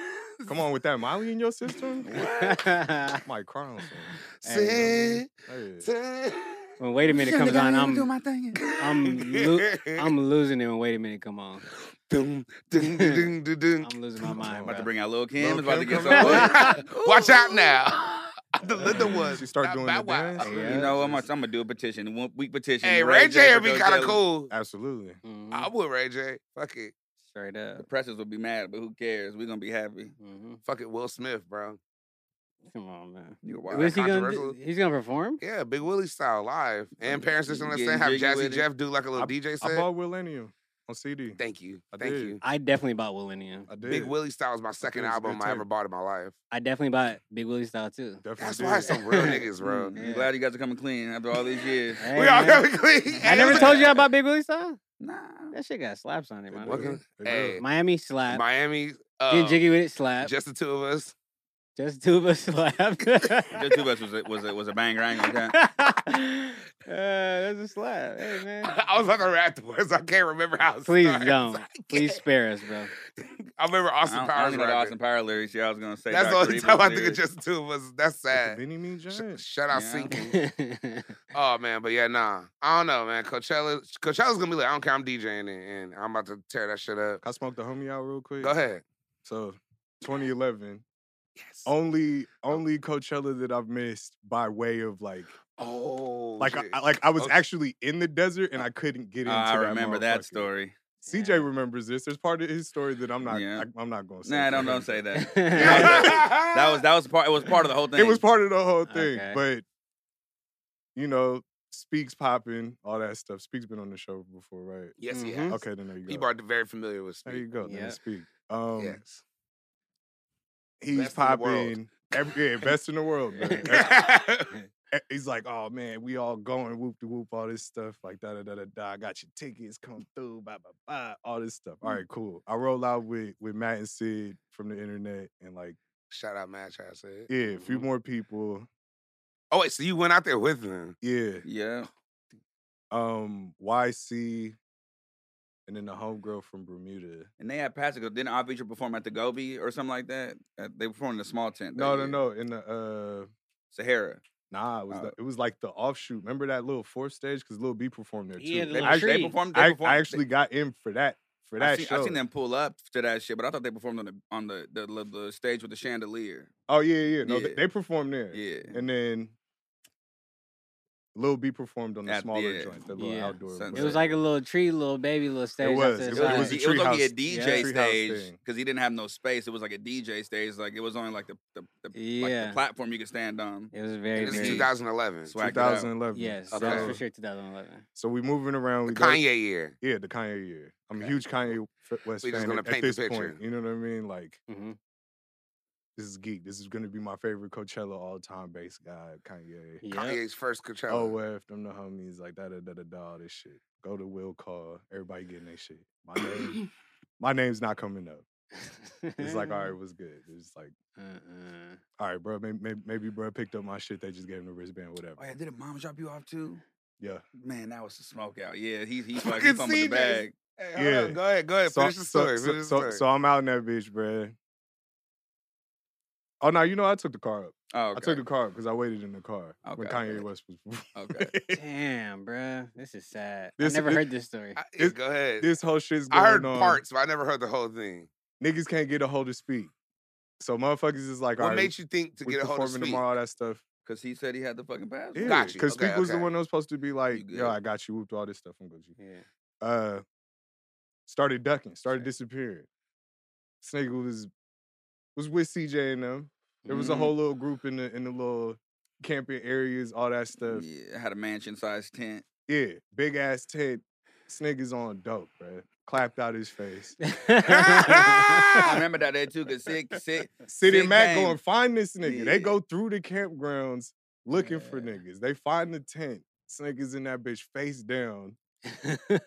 D: come on with that Molly in your system. Mike Crown.
A: Sit.
D: Hey.
A: Sit.
C: when wait a minute comes on, I'm I'm lo-
A: I'm
C: I'm losing it. When wait a minute come on,
A: dun, dun, dun, dun, dun.
C: I'm losing my
D: Come
C: mind.
D: on,
B: About to
C: bro.
B: bring out Lil Kim.
D: Lil'
B: it's about to get
D: Kim
B: so
D: coming out.
B: lit.
A: Watch out now. I'm uh, the little one.
D: She start
A: Bow,
D: doing
A: bow,
D: the
A: wow.
D: dance.
C: Yeah.
B: You know, I'm, gonna- I'm gonna do a petition, a one week petition.
A: Hey, Ray J would
B: for
A: be kind of
B: Coachella.
A: cool.
D: Mm-hmm. Absolutely.
C: Mhm.
A: I would Ray J. Fuck it.
C: Straight
B: The
C: up.
B: pressers would be mad, but who cares? We're gonna be happy.
C: Mhm.
A: Fuck it, Will Smith, bro.
C: Come on, man.
B: You
A: Wow,
C: What is he gonna? Do?
A: controversial.
C: He's gonna perform.
A: Yeah, Big Willie style live. And Parents Just
B: You
A: Understand have
B: getting jiggy
A: Jazzy
B: with it?
A: Jeff do like a little
D: I-
A: DJ set.
D: I bought Millennium on CD.
A: Thank you.
D: I
A: Thank
D: did.
A: you.
C: I definitely bought Willennium.
D: I did.
A: Big Willie style is my second
D: it was a
A: album
D: good
A: I ever
D: tape.
A: bought in my life.
C: I definitely bought Big Willie style too.
D: Definitely
A: That's
D: did.
A: why it's some real niggas, bro.
B: Mm,
C: Yeah.
B: I'm glad you guys are coming clean after all these years.
C: Hey,
A: we all
C: man.
A: gotta be clean.
C: I never told you I bought Big Willie style.
B: Nah.
C: That shit got slaps on it,
D: They
C: man.
D: do.
A: Okay.
D: They do.
A: Hey.
C: Miami slap.
A: Miami. Uh,
C: Getting jiggy with it slap.
A: Just the two of us.
C: Just two of us left.
B: Just two of us was a, was a, was a banger. I ain't gonna count.
C: uh, that's a slap. Hey man.
A: I was on the rap afterwards. I can't remember how. it
C: Please
A: starts.
C: don't.
A: I
C: Please
A: can't.
C: spare us, bro.
A: I remember
B: I
A: Austin
B: don't, I
A: Powers.
B: don't know the
A: rapping.
B: Austin Power lyrics. Yeah, I was gonna say
A: That's the
B: Dr.
A: only
B: Evil
A: time I think
B: lyrics.
A: it just two was. That's
D: With the
A: sad.
D: Benny Me
A: Sh-
D: Giant.
A: Shout out
B: Yeah.
A: Sinking. Oh man, but yeah, nah. I don't know, man. Coachella, Coachella's gonna be like, I don't care. I'm DJing and, and I'm about to tear that shit up.
D: Can I smoke the homie out real quick.
A: Go ahead.
D: So, 2011,
A: Yes.
D: only only Coachella that I've missed by way of like
A: Oh,
D: like I,
A: shit.
D: I- like I was
A: Okay.
D: actually in the desert and I couldn't get
B: Uh,
D: into.
B: I remember that
D: motherfucker.
B: story.
D: CJ
C: Yeah.
D: remembers this. There's part of his story that I'm not.
B: Yeah.
D: I, am not going to say.
B: Nah,
D: for
B: don't
D: him.
B: don't say that. That
A: that
B: was that was part. It was part of the whole thing.
D: It was part of the whole thing,
C: Okay.
D: but you know, Speaks popping, all that stuff. Speaks been on the show before, right? Mm-hmm.
A: Yes, he
C: Mhm.
A: has.
D: Okay, then there you go.
A: People are very familiar with
D: there you
A: Speak.
D: go. Then
C: Yeah.
D: it's Speak. Um,
A: Yes.
D: he's
A: Best in the world.
D: popping. Every, yeah, best in the world. Man. E- he's like, oh man, we all going whoop de whoop, all this stuff, like da da da da da. I got your tickets, come through, blah blah blah, all this stuff. All right, cool. I roll out with with Matt and Sid from the internet, and like,
A: Shout out Matt I said.
D: yeah, a few
A: Mhm.
D: more people.
A: Oh wait, so you went out there with them?
D: Yeah,
B: Yeah.
D: um, YC, and then the homegirl from Bermuda.
B: And they had Pasco. Didn't our feature perform at the Gobi or something like that? Uh, they performed in a small tent.
D: No,
B: that
D: no,
B: year.
D: no. In the uh,
B: Sahara.
D: nah, it was
B: Oh.
D: the, it was like the offshoot. Remember that little fourth stage? Because Lil B performed there too.
C: Yeah, the
B: They,
C: little
D: I,
B: actually, they
C: tree.
B: performed. They
D: I,
B: performed
D: I actually got in for that for
B: I
D: that
B: seen,
D: show.
B: I seen them pull up to that shit, but I thought they performed on the on the the, the, the stage with the chandelier.
D: Oh yeah, yeah. No,
B: Yeah.
D: They, they performed there.
B: Yeah.
D: And then Lil B performed on the
B: At-
D: smaller
B: yeah.
D: joint, the little
C: Yeah.
D: outdoor.
B: Sunset.
D: but-
C: It was like a little tree, little baby, little stage. off
D: was,
C: to the
D: it
B: It was,
D: it
B: a
D: was
C: side.
B: D-
D: a
B: it was only a
D: treehouse-
B: DJ
C: yeah.
D: treehouse
B: stage
D: thing.
B: because he didn't have no space. It was like a DJ stage. Like it was only like the the, the, like
C: Yeah.
B: the platform you could stand on.
C: It was
A: And
C: very,
A: this is
C: very.
B: two thousand-
A: 2011.
B: Swag. whacked it out.
D: 2011.
C: Yes,
A: Okay.
C: that was
D: So,
C: for sure 2011.
D: so we moving around.
A: The
D: We
A: Kanye
D: Kanye.
A: year.
D: yeah, the Kanye year. I'm a
A: Okay.
D: huge Kanye f- West
A: We just
D: fan
A: gonna
D: at,
A: paint
D: at
A: the
D: this
A: picture.
D: point. You know what I mean? Like
C: hmm
D: this is geek. This is gonna be my favorite Coachella all time bass guy, Kanye.
C: Yeah.
A: Kanye's first
D: Oh,
A: Coachella.
D: OF, them the homies, like da da da da da. All this shit. Go to Will Call. Everybody getting their shit. My name, my name's not coming up. It's like, all right,
C: Mm.
D: was good. It's like,
C: Uh-uh.
D: all right, bro, maybe, maybe, maybe bro picked up my shit. They just gave him the wristband, whatever.
B: Oh yeah, did mom drop you off too?
D: Yeah.
B: Man, that was the smoke out. Yeah, he he
A: Fucking
B: fucking fumbled the
A: CJ's.
B: bag.
A: Hey, hold on.
D: Yeah.
A: Go ahead. Go ahead.
D: So,
A: Finish the story.
D: so,
A: Finish the
D: so,
A: story.
D: so I'm out in that bitch, bruh. Oh no, you know I took the car up.
B: Oh,
D: I took
B: okay.
D: the car up because I waited in the car when
B: Okay,
D: Kanye
B: okay.
D: West was.
B: Okay.
C: Damn, bruh. This is sad.
D: This-
C: I never
D: this-
C: heard this story.
A: I- yeah,
D: this-
A: go ahead.
D: this whole shit's going
A: I heard
D: on.
A: parts, but I never heard the whole thing.
D: Niggas can't get a hold of speak. So motherfuckers is like,
A: What
D: all right,
A: made you think to
D: we
A: get a hold of
D: performing
A: Speak?
D: tomorrow, all that stuff.
B: Because he said he had the fucking
D: Yeah,
B: password.
A: Got you.
D: Because
A: Okay,
D: Speak was the
A: okay.
D: one that was supposed to be like,
B: good.
D: yo, I got you, whooped all this stuff. I'm Gucci.
C: Yeah.
D: uh started ducking, started
B: Shit.
D: disappearing. Snake was was with CJ and them. There was a
B: Mhm.
D: whole little group in the in the little camping areas, all that stuff. Yeah,
B: Mm, Yeah, had a mansion sized tent.
D: big ass tent. Snake is on dope, bruh. Clapped out his face.
B: I remember that day too, cause sick, sick.
D: Sid
B: Sick
D: and Mac
B: game.
D: going find this nigga.
B: Yeah.
D: They go through the campgrounds looking for
B: Yeah.
D: niggas. They find the tent. Snake is in that bitch face down. Feel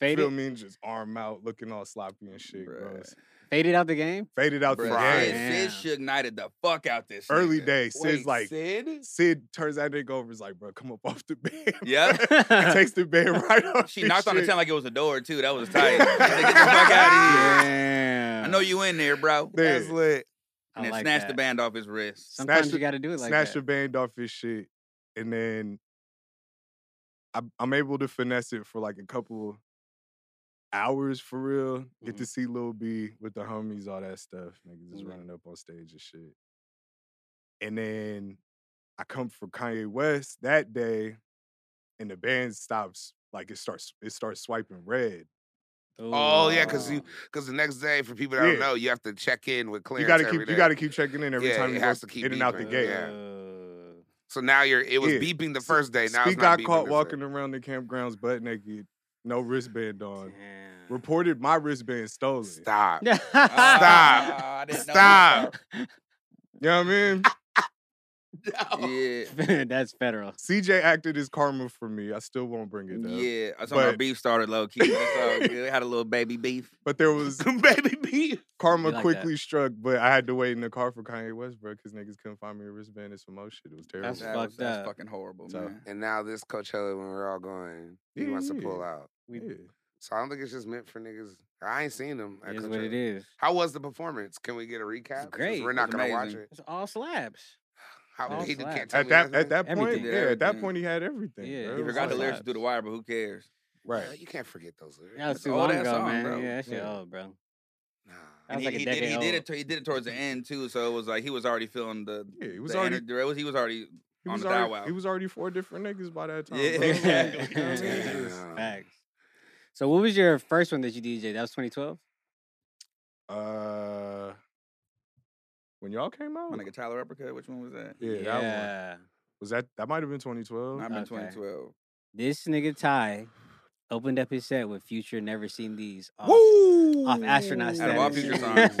C: faded,
D: me? Just arm out, looking all sloppy and shit,
B: Bruh.
D: gross.
C: faded out the game.
D: Faded out the
A: Bruh.
D: game.
B: Sid, Sid Suge
C: Damn.
B: knighted the fuck out this
D: early
B: nigga.
D: day. Sid's
A: Wait,
D: like,
A: Sid?
D: Sid turns that nigga over. Is like, bro, come up off the bed.
B: Yeah.
D: takes the bed right off.
B: She
D: his
B: knocked on the
D: shit.
B: tent like it was a door too. That was tight. She said, Get the fuck out of here.
C: Damn.
B: I know you in there, bro.
D: There.
A: That's lit.
C: I
B: And then
C: like
B: snatched the
C: that.
B: band off his wrist.
C: Sometimes
D: Snatched
C: you
D: it-
C: got to do it like
D: Snatched the
C: that.
D: band off his shit, and then I, I'm able to finesse it for like a couple hours for real.
A: Mm-hmm.
D: Get to see Lil B with the homies, all that stuff. Niggas just
C: Mhm.
D: running up on stage and shit. And then I come for Kanye West that day, and the band stops. Like it starts, it starts swiping red.
A: Oh, yeah,
D: 'cause
A: you- Because the next day, for people that don't
D: Yeah.
A: know, you have to check in with clearance.
D: you gotta keep
A: every
D: you
A: day.
D: gotta keep checking in every
A: Yeah,
D: time
A: it
D: you
A: has
D: go
A: to keep
D: in and out the
A: beeping.
D: gate.
A: Yeah.
C: Uh,
A: So now you're. It was
D: Yeah.
A: beeping the first day. Now
D: Speak
A: it's not
D: got
A: beeping
D: caught
A: this
D: walking
A: day.
D: around the campgrounds butt naked, no wristband on.
C: damn.
D: Reported my wristband stolen.
A: Stop.
B: Ah, Oh, I didn't know that
A: Stop.
B: part.
D: You know what I mean?
B: Yeah.
C: That's federal.
D: CJ acted as karma for me. I still won't bring it up.
B: Yeah, that's when our
D: But-
B: beef started low key. We had a little baby beef.
D: But there was
A: Baby B.
D: karma
C: like that.
D: quickly struck, but I had to wait in the car for Kanye West, bro, because niggas couldn't find me a wristband and some more shit. It was terrible.
C: That's
B: That was,
C: fucked
B: that's
C: up.
B: fucking horrible,
D: So-
B: man.
A: And now this Coachella, when we're all going, he
D: Yeah,
A: wants to
D: yeah.
A: pull out.
D: yeah.
A: So I don't think it's just meant for niggas. I ain't seen them.
C: It is what it is.
A: How was the performance? Can we get a recap? 'Cause
C: great.
A: We're
C: It
A: not
B: was
A: gonna watch
B: amazing.
A: it.
C: It's all slabs.
A: How
C: All
A: he can't
C: slaps.
A: tell
D: At
A: me
D: that
A: nothing?
D: at that point,
C: Everything.
D: yeah,
B: Yeah,
D: at that
B: everything.
D: point he had everything.
C: Yeah,
D: bro.
C: he
D: It
B: He
D: was
B: forgot the
D: like-
B: lyrics through the
C: slaps.
B: wire, but who cares?
A: Uh,
D: Right.
A: You can't forget those lyrics.
C: That was too
B: Oh,
C: long
B: that
C: ago,
B: song,
C: man.
B: bro.
C: Yeah, that shit
D: Yeah.
C: old, bro.
A: Nah.
C: That
B: And
C: was like
B: he,
C: a
B: he did,
C: decade
B: he did
C: old.
B: it. To, he did it towards the end too, so it was like he was already feeling the.
D: Yeah, he was
B: the
D: already
B: ener- it was- he was already.
D: he
B: on
D: was
B: the
D: already
B: Bow Wow.
D: he was already four different niggas by that time.
B: Yeah,
D: bro.
B: exactly.
D: You know what I mean? It was-
A: Damn.
C: Facts. So what was your first one that you DJ? That was 2012?
D: Uh, when y'all came out,
B: My nigga Tyler Uppercut. Which one was that?
D: yeah, that one was that. That might have been 2012.
B: I'm in
C: Okay.
B: 2012.
C: This nigga Ty opened up his set with Future Never Seen These. off-
D: Woo!
C: off astronaut
B: Out of all
C: status.
B: future songs.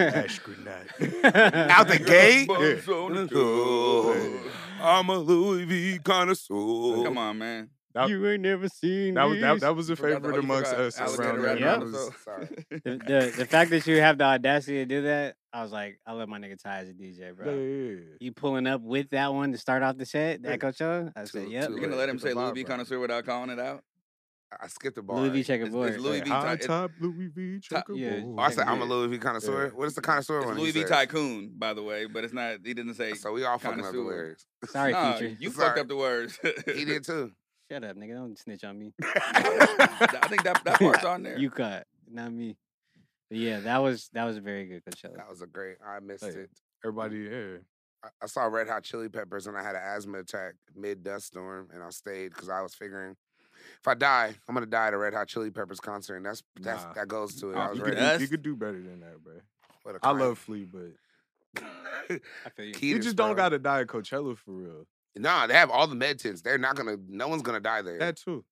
D: astronaut.
A: Out the gate.
B: Bumps on the
A: Oh,
B: door.
A: I'm a Louis V connoisseur.
B: Come on, man.
D: That-
C: you ain't never seen
D: That was that,
C: these.
D: that was a
B: Forgot the- oh,
D: favorite
B: you
D: amongst
B: forgot
D: us
B: Alligator
D: around
B: Rabbit
D: that.
C: Yep.
D: It was-
B: episode.
C: the, the, the fact that you have the audacity to do that, I was like, I love my nigga Ty as a DJ, bro.
D: Yeah, yeah, yeah.
C: You pulling up with that one to start off the set,
D: Yeah.
C: that Coachella? I
A: Too-
C: said, yep.
A: too
B: You're
A: late.
B: gonna let him
D: Get the
B: say Louis
D: vibe
B: B
D: right.
B: connoisseur without calling it out?
A: I skipped the bar.
C: Louis V
B: It's,
C: checkerboard.
B: it's Louis V.
D: High
B: Ty- it's,
D: top Louis V.
B: Top-
D: checkerboard.
C: yeah,
A: Oh, I said I'm a
C: Yeah.
A: Louis V connoisseur.
D: Yeah.
A: What is the connoisseur
B: it's
A: one? he
B: Louis V
A: says?
B: tycoon, by the way, but it's not. He didn't say.
A: So we all fucking up the
B: Connoisseur.
A: lyrics.
C: Sorry,
B: Nah,
C: Future.
B: you fucked
A: Sorry.
B: up the words.
A: He did too.
C: Shut up, nigga. Don't snitch on me.
B: I think that, that part's on there.
C: You cut, not me. But yeah, that was that was a very good Coachella.
A: That was a great. I missed
D: Hey.
A: it.
D: Everybody, yeah.
A: I- I saw Red Hot Chili Peppers and I had an asthma attack mid dust storm, and I stayed because I was figuring if I die, I'm gonna die at a Red Hot Chili Peppers concert, and that's that's
D: Nah.
A: that goes to it.
B: Oh,
A: I was
D: You
B: Right.
A: ready.
D: could, do, you
B: Dust.
D: could do better than that, bro.
A: What a
D: I
A: climb.
D: love Flea, but
C: I feel you.
D: you
A: Keaters,
D: just
A: bro.
D: don't gotta die at Coachella for real.
A: Nah, they have all the med tents. They're not gonna. No one's gonna die there.
D: That too.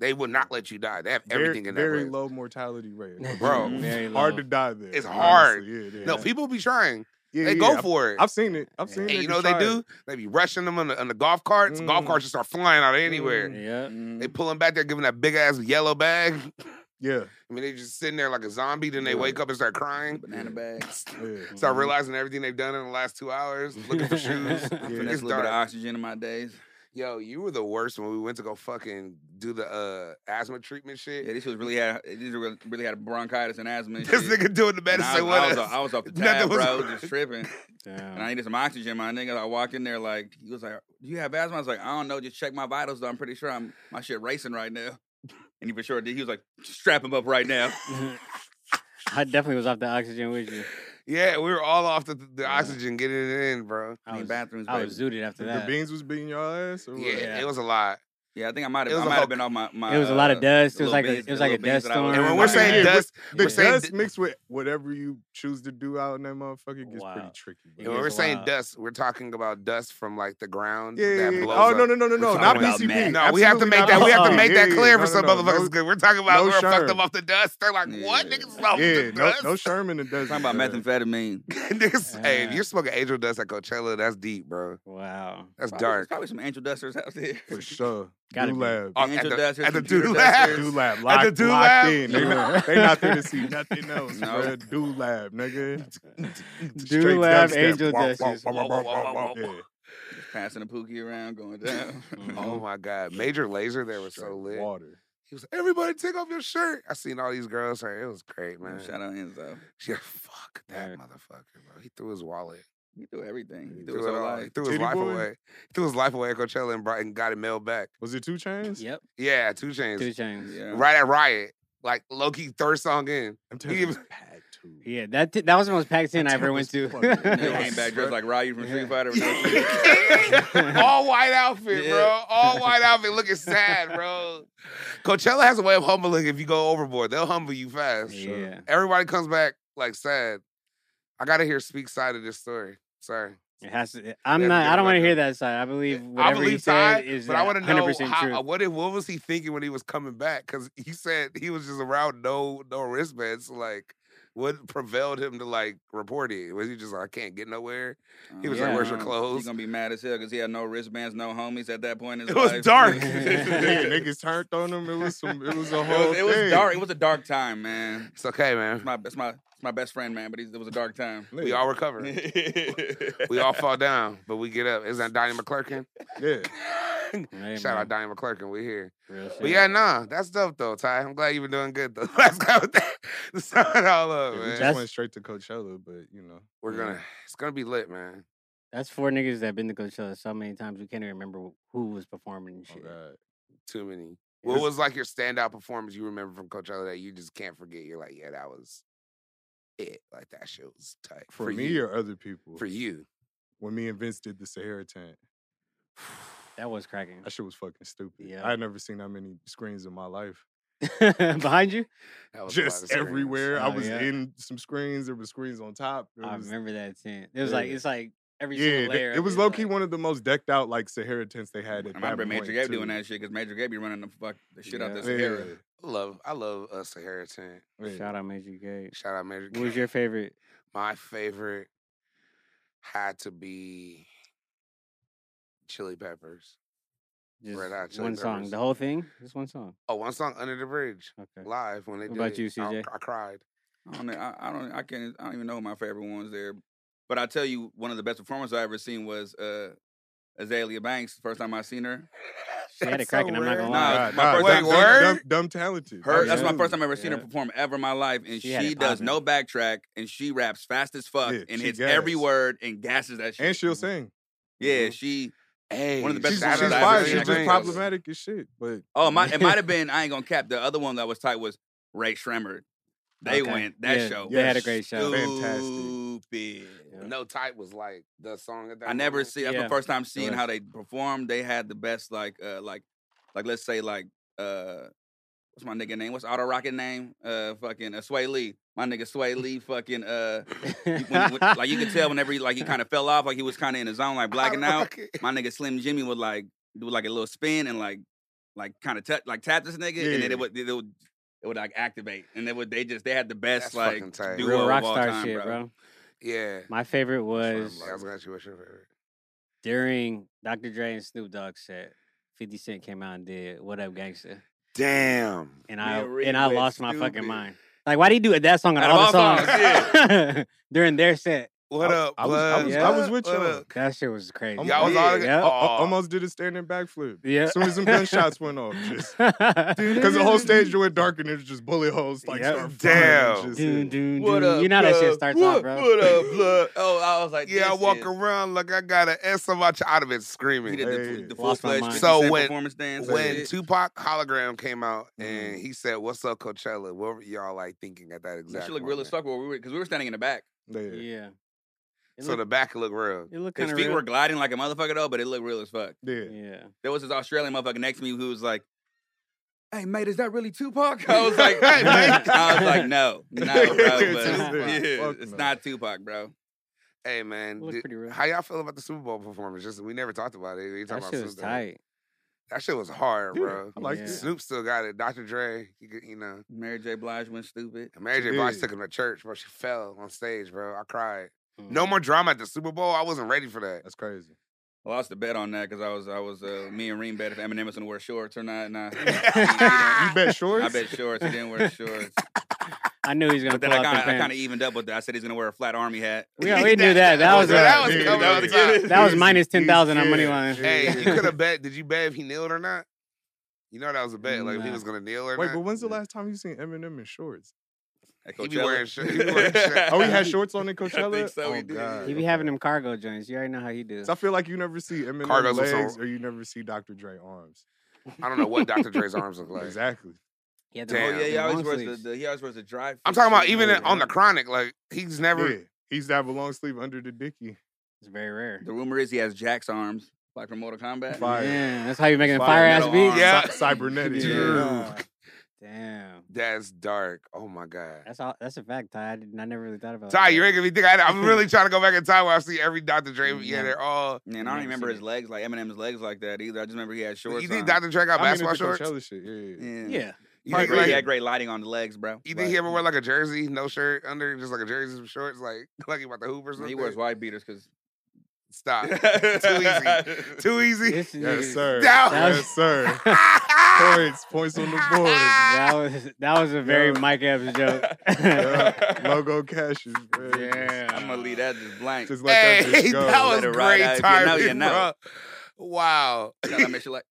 A: they will not let you die. They have
D: Very-
A: everything in that
D: very
A: place.
D: low mortality rate, at
A: Bro,
D: Coachella.
C: Mm-hmm. Very
D: hard
C: low.
D: to die there.
A: It's
D: honestly.
A: hard.
D: Yeah, yeah.
A: No, people be trying.
D: Yeah,
A: They
D: yeah,
A: go
D: I've-
A: for it.
D: I've seen it. I've seen
A: and
D: it.
A: you know what they do? They be rushing them on the, on the golf carts. Golf
D: Mm.
A: carts just start flying out of anywhere.
C: Yeah.
B: Mm.
A: They pull them back there, giving that big ass yellow bag.
D: Yeah,
A: I mean, they just sitting there like a zombie. Then they wake up and start crying.
B: banana bag.
D: yeah.
A: Start
B: Mm-hmm.
C: Mhm.
A: realizing everything they've done in the last two hours, looking for shoes.
D: Yeah.
B: Finesse
A: It's
B: a little bit of
A: dark.
B: oxygen in my days.
A: Yo, you were the worst when we went to go fucking do the uh, asthma treatment shit.
B: Yeah, these was really had these was really had bronchitis and asthma. And
A: this
B: shit.
A: nigga doing the
B: And I,
A: medicine with
B: was- I was, uh,
A: us.
B: I was off the
A: Nothing
B: tab,
A: was
B: bro.
A: right.
B: Just tripping. And I
C: Damn.
B: needed some oxygen, my nigga. I walked in there like he was like, "Do you have asthma?" I was like, "I don't know. Just check my vitals. Though I'm pretty sure I'm my shit racing right now." And he for sure did. He was like, "Strap him up right now."
C: I definitely was off the oxygen with you.
A: Yeah, we were all off the, the
C: Yeah.
A: oxygen getting it in, bro.
C: I
B: Clean
C: was,
B: bathrooms,
C: I was
B: baby.
C: zooted after
D: The,
C: that.
D: beans was beating your ass. Or
A: Yeah,
D: what?
C: Yeah.
A: it was a lot.
B: Yeah, I think I might
A: It
B: have.
A: was
B: I
A: a
B: might
A: whole-
B: have been on my, my.
C: it was a lot
B: uh,
C: of dust. It
B: little
C: was like a,
B: beans-
C: it was
B: the
C: like a
B: little beans
C: dust
B: that I was
C: storm.
A: And when
B: wearing.
A: we're
B: Yeah,
A: saying
D: with-
A: dust,
D: The
A: we're saying
D: dust
A: d-
D: mixed with whatever you choose to do out in that motherfucker it gets pretty
C: Wow.
D: tricky.
A: and
C: It
A: when
D: Bro.
A: we're
C: was
A: saying
C: wild.
A: dust, we're talking about dust from like the ground.
D: Yeah, yeah,
A: that
D: yeah.
A: blows
D: Oh no
A: up.
D: no no no no!
A: We're
D: Not
A: talking
D: BCB.
A: about
B: meth.
A: No, we have to
D: Absolutely
A: make
D: not
A: that. We have to
D: BCB.
A: make
D: Yeah,
A: that
D: yeah,
A: clear
D: yeah.
A: for
D: No,
A: some
D: no, no.
A: motherfuckers. 'cause We're talking about
D: no
A: we were fucked
D: shirt.
A: them off the dust. They're like, what
B: Yeah.
A: niggas is off
D: Yeah,
A: the
D: no,
A: dust?
D: no Sherman and does.
B: Talking about methamphetamine.
A: Niggas, hey, if
C: Yeah.
A: you're smoking angel dust at Coachella, that's deep, bro.
C: Wow.
A: That's
B: Probably-
A: dark.
B: Probably some angel dusters out there.
D: for sure.
C: Gotta
D: do
C: be.
D: lab,
A: Oh,
B: Angel
A: at the,
B: dusters,
A: at the
B: computer
A: dude lab.
D: do
B: dusters.
D: lab,
A: At the
D: locked,
A: do
D: locked
A: lab?
D: in. They,
C: Yeah.
D: they not there to see nothing else,
B: No.
D: bro. Do lab, nigga.
C: Do lab angel dusters.
D: dusters.
B: Passing the pookie around, going down.
A: Oh my god, Major Laser, there was so lit.
D: Water.
A: He was, everybody take off your shirt. I seen all these girls. Like, it was great, man.
B: Shout out Enzo.
A: Yeah, fuck that
C: Word.
A: motherfucker, bro. He threw his wallet.
B: He do everything. He
A: He
B: do his
A: it
B: whole
A: all. He
B: life.
A: threw his
D: Titty
A: life
D: boy?
A: away. He threw his life away at Coachella and, brought, and got it mailed back.
D: Was it two chains?
C: Yep.
A: Yeah, two chains.
C: Two chains. Yeah.
B: Yeah.
A: Right at Riot. Like low key third song in.
D: I'm telling
A: He
D: you, it was
A: was-
D: packed too.
C: that t- that was the most packed in I ever went to.
D: Temple's fucking-
B: They
D: Yeah.
B: came back dressed like Ryu from Street Fighter. with no shoes.
A: all white outfit,
B: Yeah.
A: bro. All white outfit looking sad, bro. Coachella has a way of humbling if you go overboard. They'll humble you fast.
C: Yeah.
A: Everybody comes back like sad. I gotta hear Speak side of this story. Sorry.
C: It has to. I'm
A: Yeah, forget
C: not. I don't
A: about
C: want to hear
A: that.
C: that side. I believe whatever
A: I
C: he
A: believe
C: said
A: Ty,
C: is
A: but I want to know
C: 100%
A: how, uh,
C: true.
A: what it- what was he thinking when he was coming back? Because he said he was just around no no wristbands. Like what prevailed him to like report it? Was he just like, I can't get nowhere? He was
C: like,
B: yeah,
C: "Where's
A: your
B: um,
A: clothes?"
B: He gonna be mad as hell because he had no wristbands, no homies at that point in his
A: It was
B: life.
A: dark.
D: Nigga,
B: it,
D: niggas turned on him. It was some. It was a whole.
B: was, it was
D: thing.
B: dark. It was a dark time, man.
A: It's okay, man.
B: It's my, it's my, it's my best friend, man. But he's, it was a dark time.
A: We all recover. we all fall down, but we get up. Isn't that Donnie McClurkin?
D: Yeah.
C: Hey,
A: Shout out
C: man,
A: Donnie McClurkin. We here.
C: real shit.
A: But yeah, nah, that's dope though, Ty. I'm glad you've been doing good though. Let's go with that. To sum it all up,
D: Yeah, we
A: man.
D: just
C: That's-
D: went straight to Coachella, but you know.
A: We're gonna it's gonna be lit, man.
C: That's four niggas that been to Coachella so many times we can't even remember wh- who was performing and
D: Oh,
C: shit.
D: God.
A: Too many.
C: Yeah.
A: What was like your standout performance you remember from Coachella that you just can't forget? You're like, yeah, that was it. Like that shit was tight.
D: For, me
A: you.
D: or other people?
A: for you.
D: When me and Vince did the Sahara tent,
C: That was cracking.
D: that shit was fucking stupid.
C: Yeah.
D: I had never seen that many screens in my life.
C: Behind you?
A: That was a lot of
D: Just
A: screams.
D: everywhere.
B: uh,
D: I
C: Oh,
D: was
C: yeah.
D: in some screens. There were screens on top. There
C: I
D: was-
C: remember that scene. It was like
D: Yeah.
C: it's like every
D: yeah,
C: single
D: th-
C: layer.
D: it
C: of
D: was
C: is
D: low key
C: like-
D: one of the most decked out like Sahara tents they had. At
B: I
D: that
B: remember Major
D: point,
B: Gabe
D: too.
B: doing that shit because Major Gabe be running the fuck the shit out
C: Yeah.
B: this era.
A: I love I love us a Harrington.
D: Yeah, yeah.
C: Shout out Major Gay.
A: Shout out Major.
C: What was
A: Kay.
C: your favorite?
A: My favorite had to be Chili Peppers.
C: Just
A: Red Hot Chili
C: one song.
A: Peppers.
C: The whole thing? Just one song.
A: Oh, one song Under the Bridge.
C: Okay.
A: Live when they
C: What
A: did
C: about
A: it.
C: you,
A: I-
C: CJ?
A: I cried.
B: I don't, know, I, I don't, I can't, I don't even know who my favorite ones there. But I tell you, one of the best performances I ever seen was uh, Azalea Banks. The first time I seen her,
C: She had
A: That's
C: it cracking, I'm not gonna
B: Nah,
C: lie.
D: God,
B: my
D: nah,
B: first
D: dumb-
A: time-
D: dumb-
A: Wait,
D: dumb, dumb talented.
B: her that's my
D: Absolutely.
B: first time I ever seen her
C: Oh, Yeah.
B: perform ever in my life, and
C: She
B: she,
C: had it
B: does
C: poppin'.
B: no backtrack, and she raps fast as fuck,
D: Yeah,
B: and
D: she
B: hits every
D: gas.
B: word and gasses that shit.
D: And she'll sing.
C: uh-huh.
B: yeah, she.
A: Hey,
B: One of the best
D: She's, she's
B: Shout out
D: fire.
B: Azalea
D: She's just
B: Banks.
D: problematic as shit. But
B: Oh, my, it might have been. I ain't gonna cap. The other one that was tight was Ray Shremmer. They
C: Okay.
B: went that
C: Yeah,
B: show.
C: They had a
D: Yes.
C: great show.
D: Dude. Fantastic.
B: Stupid.
C: Yeah.
A: No Type was like the song at that
B: I never
A: moment.
B: see. That's my
C: Yeah.
B: first time seeing
C: was.
B: how they performed. They had the best, like, uh, like, like let's say, like, uh, what's my nigga name? What's Auto Rocket name? Uh, fucking uh, Sway Lee. My nigga Sway Lee. Fucking uh, he- when, when- like you could tell whenever he like he kind of fell off, like he was kind of in his zone, like blacking out. My nigga Slim Jimmy would like do like a little spin and like, like kind of touch, like tap this nigga, and then
D: Yeah.
B: it would it would it would like activate, and they would they just they had the best
A: That's fucking tight.
B: like duo
C: Real
B: of
C: rock
B: all
C: star
B: time,
C: shit,
B: bro.
C: bro.
A: Yeah.
C: My favorite
A: That's what I'm
C: was
A: like. I was gonna ask you what's your favorite.
C: during Dr. Dre and Snoop Dogg set. 50 Cent came out and did What Up Gangsta.
A: Damn.
C: And
B: Me
C: I
B: and Reed
C: and I
B: went
C: lost my
B: stupid.
C: fucking mind. Like, why do you do that song on
B: Out
C: all the
B: of all
C: songs?
B: songs,
C: during their set.
A: What
D: I-
A: up,
D: I was- I
A: blood?
C: was- I
A: What
D: was
A: up?
D: with
A: What
D: y'all.
A: up?
C: That shit was crazy.
D: I'm-
A: Y'all was all oh,
C: Yeah.
D: I-
A: together.
D: I-
A: Aw.
D: almost did a standing backflip.
C: Yeah.
D: As soon as them gunshots went off, just because the whole stage went dark and it was just bullet holes like
C: Yep.
D: start flying and
A: Damn.
D: just- yeah.
C: Doon, doon, doon. You know that shit
A: blood?
C: starts
A: what,
C: off, bro.
A: What up, blood?
B: Oh, I was like,
A: Yeah, I
B: this
A: walk
B: is-
A: around like I got an S on my ch- I'd have been
B: He
A: screaming.
B: did the,
D: Hey.
B: the full
C: Lost my
B: fledged
C: mind.
A: So when-
B: performance dance. and
A: when
B: shit.
A: Tupac hologram came out and
D: Mhm.
A: he said, "What's up, Coachella?" What were y'all like thinking at Mm. that
B: That
A: exact?
B: shit looked real
A: moment?
B: as fuck where we were because we were standing in the back.
D: Yeah.
C: Yeah. It
A: So the
C: looked-
A: back looked real.
C: it looked
B: His
C: kind of
B: feet
C: real.
B: were gliding like a motherfucker though, but it looked real as fuck.
C: yeah.
B: There was this Australian motherfucker next to me who was like, "Hey mate, is that really Tupac?" I was like,
A: Hey,
C: mate.
B: I was like, "No, no, bro, but,
D: It's
C: just
B: yeah,
D: this. Fuck
B: it's
D: no.
B: not Tupac, bro."
A: Hey man,
C: It looked
A: did-
C: pretty real.
A: how y'all feel about the Super Bowl performance? Just we never talked about it. You
C: That
A: talking
C: shit
A: about
C: was
A: Snoop Dogg.
C: tight.
A: That shit was hard,
D: Yeah,
A: bro.
D: I like
C: Yeah.
D: it.
A: Snoop still got it. Dr. Dre, you, could, you know.
B: Mary J. Blige went stupid.
A: And Mary J. Blige
D: Dude.
A: took him to church, bro. She fell on stage, bro. I cried.
C: Mm.
A: No more drama at the Super Bowl. I wasn't ready for that.
D: That's crazy.
B: I lost a bet on that because I was I was uh, me and Reem bet if Eminem was gonna wear shorts or not. And I,
D: You bet shorts.
B: I bet shorts. He didn't wear shorts.
C: I knew he was gonna
B: But
C: pull
B: then I
C: out
B: kind
C: the
B: of I kind of
C: pants.
B: evened up with that. I said he's gonna wear a flat army hat.
C: We, we knew that. That was
D: a-
A: that was
D: Yeah,
A: coming
D: that
A: up
D: was
A: top.
D: good.
C: That was
D: Easy,
C: minus ten thousand on
D: easy,
C: money
D: yeah,
C: line.
D: yeah.
A: Hey, you could have bet. Did you bet if he kneeled or not? You know that was a bet. Like if he
C: Nah.
A: was gonna kneel or
D: Wait,
A: not.
D: but when's the last time you seen Eminem in shorts?
B: At
A: He be
B: Coachella.
A: wearing shor- he be wearing shorts.
D: Oh, he had shorts on in Coachella.
B: think so,
D: Oh,
B: he did.
D: God,
C: He be
D: okay.
C: having them cargo joints. You already know how he do.
D: So I feel like you never see Eminem
A: Cargos was so-
D: legs, or you never see Dr. Dre arms.
A: I don't know what Dr. Dre's arms look like.
D: Exactly.
C: He had
B: Oh
C: them
A: Damn.
C: long-
B: yeah, he
C: them
B: always
C: long
B: wears
C: sleeves.
B: the, the he always wears the dry.
A: I'm
B: fit
A: talking about
B: shit.
A: even
D: Yeah.
A: on the chronic. Like he's never.
D: Yeah. He used to have a long sleeve under the dicky.
C: It's very rare.
B: The rumor is he has Jack's arms, like from Mortal Kombat.
D: Fire.
C: Yeah, that's how you making a fire
B: Fire
C: ass
B: metal
C: beat.
B: arms.
A: Yeah.
D: Cy- cybernetic.
A: Dude.
C: Damn.
A: That's dark. Oh my god.
C: That's all. That's a fact, Ty. I, didn't, I never really thought about. it
A: Ty,
C: like
A: you're
C: that.
A: making me think. I, I'm really trying to go back in time where I see every Dr.
D: Mm,
A: Dre. Yeah,
C: Yeah.
A: they're all.
B: Man, I
C: Never
B: don't remember
C: seen
B: his
C: it.
B: legs like Eminem's legs like that either. I just remember he had shorts.
A: you think
B: on.
A: Dr. Dre got
D: I mean, it's
A: basketball
D: the
A: shorts?
D: Coachella shit. Yeah. yeah.
B: Yeah.
C: Yeah,
A: You
B: Probably
A: think,
B: great,
A: like,
B: yeah, great lighting on the legs, bro.
A: you think he ever wear like a jersey, no shirt under, just like a jersey, some shorts, like like he about to hoop or
B: Nah,
A: something?
B: He wears white beaters because
A: Stop. Too easy. Too easy.
C: This
D: Yes,
C: nigga-
D: sir.
A: That
D: Yes,
C: was-
D: sir. points, points on the board.
C: That was that was a very
D: Yo.
C: Mike Epps joke.
D: Yeah, Logo cashes. Man.
B: I'm gonna leave that just blank.
D: Just let
A: Hey,
D: that bitch go.
A: that was
B: Let it
A: great
B: ride out. If you know,
A: timing,
B: you know.
A: bro. Wow,
B: Now that makes you like,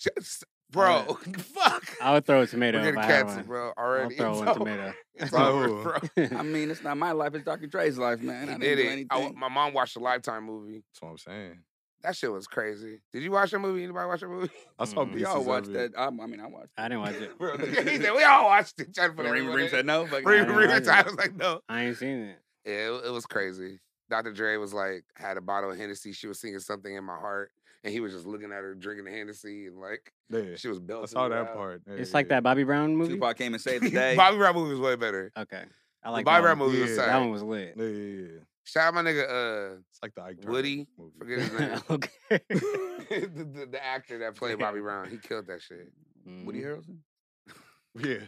A: Just- bro, fuck.
C: I would throw a tomato
A: We're
C: if
A: gonna
C: I had
A: cancel,
C: one.
A: bro.
C: I'll
A: Already,
C: throw
A: it's
C: one
A: over.
C: tomato.
A: It's
D: Bro.
A: over, bro.
B: I mean, it's not my life. It's Dr. Dre's life, man. I
A: It
B: didn't
A: did
B: do
A: it. I,
B: anything.
A: my mom watched a Lifetime movie.
D: That's what I'm saying.
A: That shit was crazy. Did you watch that movie? Anybody watch that movie?
D: I saw
C: Mm.
D: pieces
B: Y'all
D: of
B: watched that.
D: it.
B: I, I mean, I watched.
C: I didn't watch it.
A: Bro, he said, we all watched it. Trying to put
B: Reem,
A: everyone
B: Reem
A: in.
B: said no. Fucking
A: Reem-
C: I
A: Reem
C: watch
A: said-
C: it.
A: I was like, no.
C: I ain't seen it.
A: Yeah, it, it was crazy. Dr. Dre was like had a bottle of Hennessy. She was singing something in my heart, and he was just looking at her drinking the Hennessy, and like
D: Yeah.
A: she was belting.
D: I saw
A: it
D: that
A: out.
D: part. Yeah,
C: It's like
D: yeah.
C: that Bobby Brown movie.
B: Tupac came and saved the day.
A: Bobby Brown movie was way better.
C: Okay, I
A: the
C: like
A: Bobby
C: that
A: Brown
C: one.
A: movie was
D: Yeah.
A: tight.
C: That one was lit.
D: Yeah, yeah, yeah.
A: Shout out my nigga. Uh,
D: It's like the Ike Turner
A: Woody,
D: movie.
A: forget his name.
C: okay.
A: the, the, the actor that played Bobby Brown, he killed that shit.
B: Woody
C: Mhm.
B: Harrelson.
D: Yeah.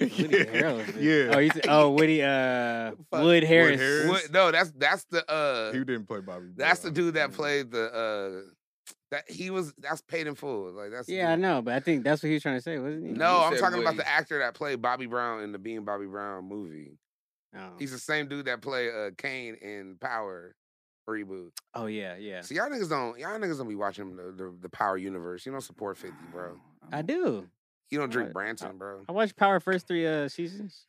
C: Woody Harrelson.
D: Yeah.
C: Oh, you said, oh, Woody. Uh,
A: Fuck.
C: Wood Harris.
D: Harris.
A: What, no, that's that's the uh,
D: He didn't play Bobby.
A: that's the
D: Brown.
A: dude that
D: Yeah.
A: played the uh, that he was that's paid in full. Like that's the
C: Yeah, I
A: dude.
C: know, but I think that's what he was trying to say, wasn't he?
A: No,
B: You
A: I'm
B: said
A: talking about
B: Woody.
A: the actor that played Bobby Brown in the Being Bobby Brown movie.
C: Oh,
A: He's the same dude that played uh, Kane in Power reboot.
C: oh yeah, yeah.
A: So y'all niggas don't y'all niggas don't be watching the, the, the Power universe. You don't support Fifty, bro.
C: I do.
A: You don't drink
C: What? oh.
A: Branson, bro.
C: I watched Power first three uh seasons.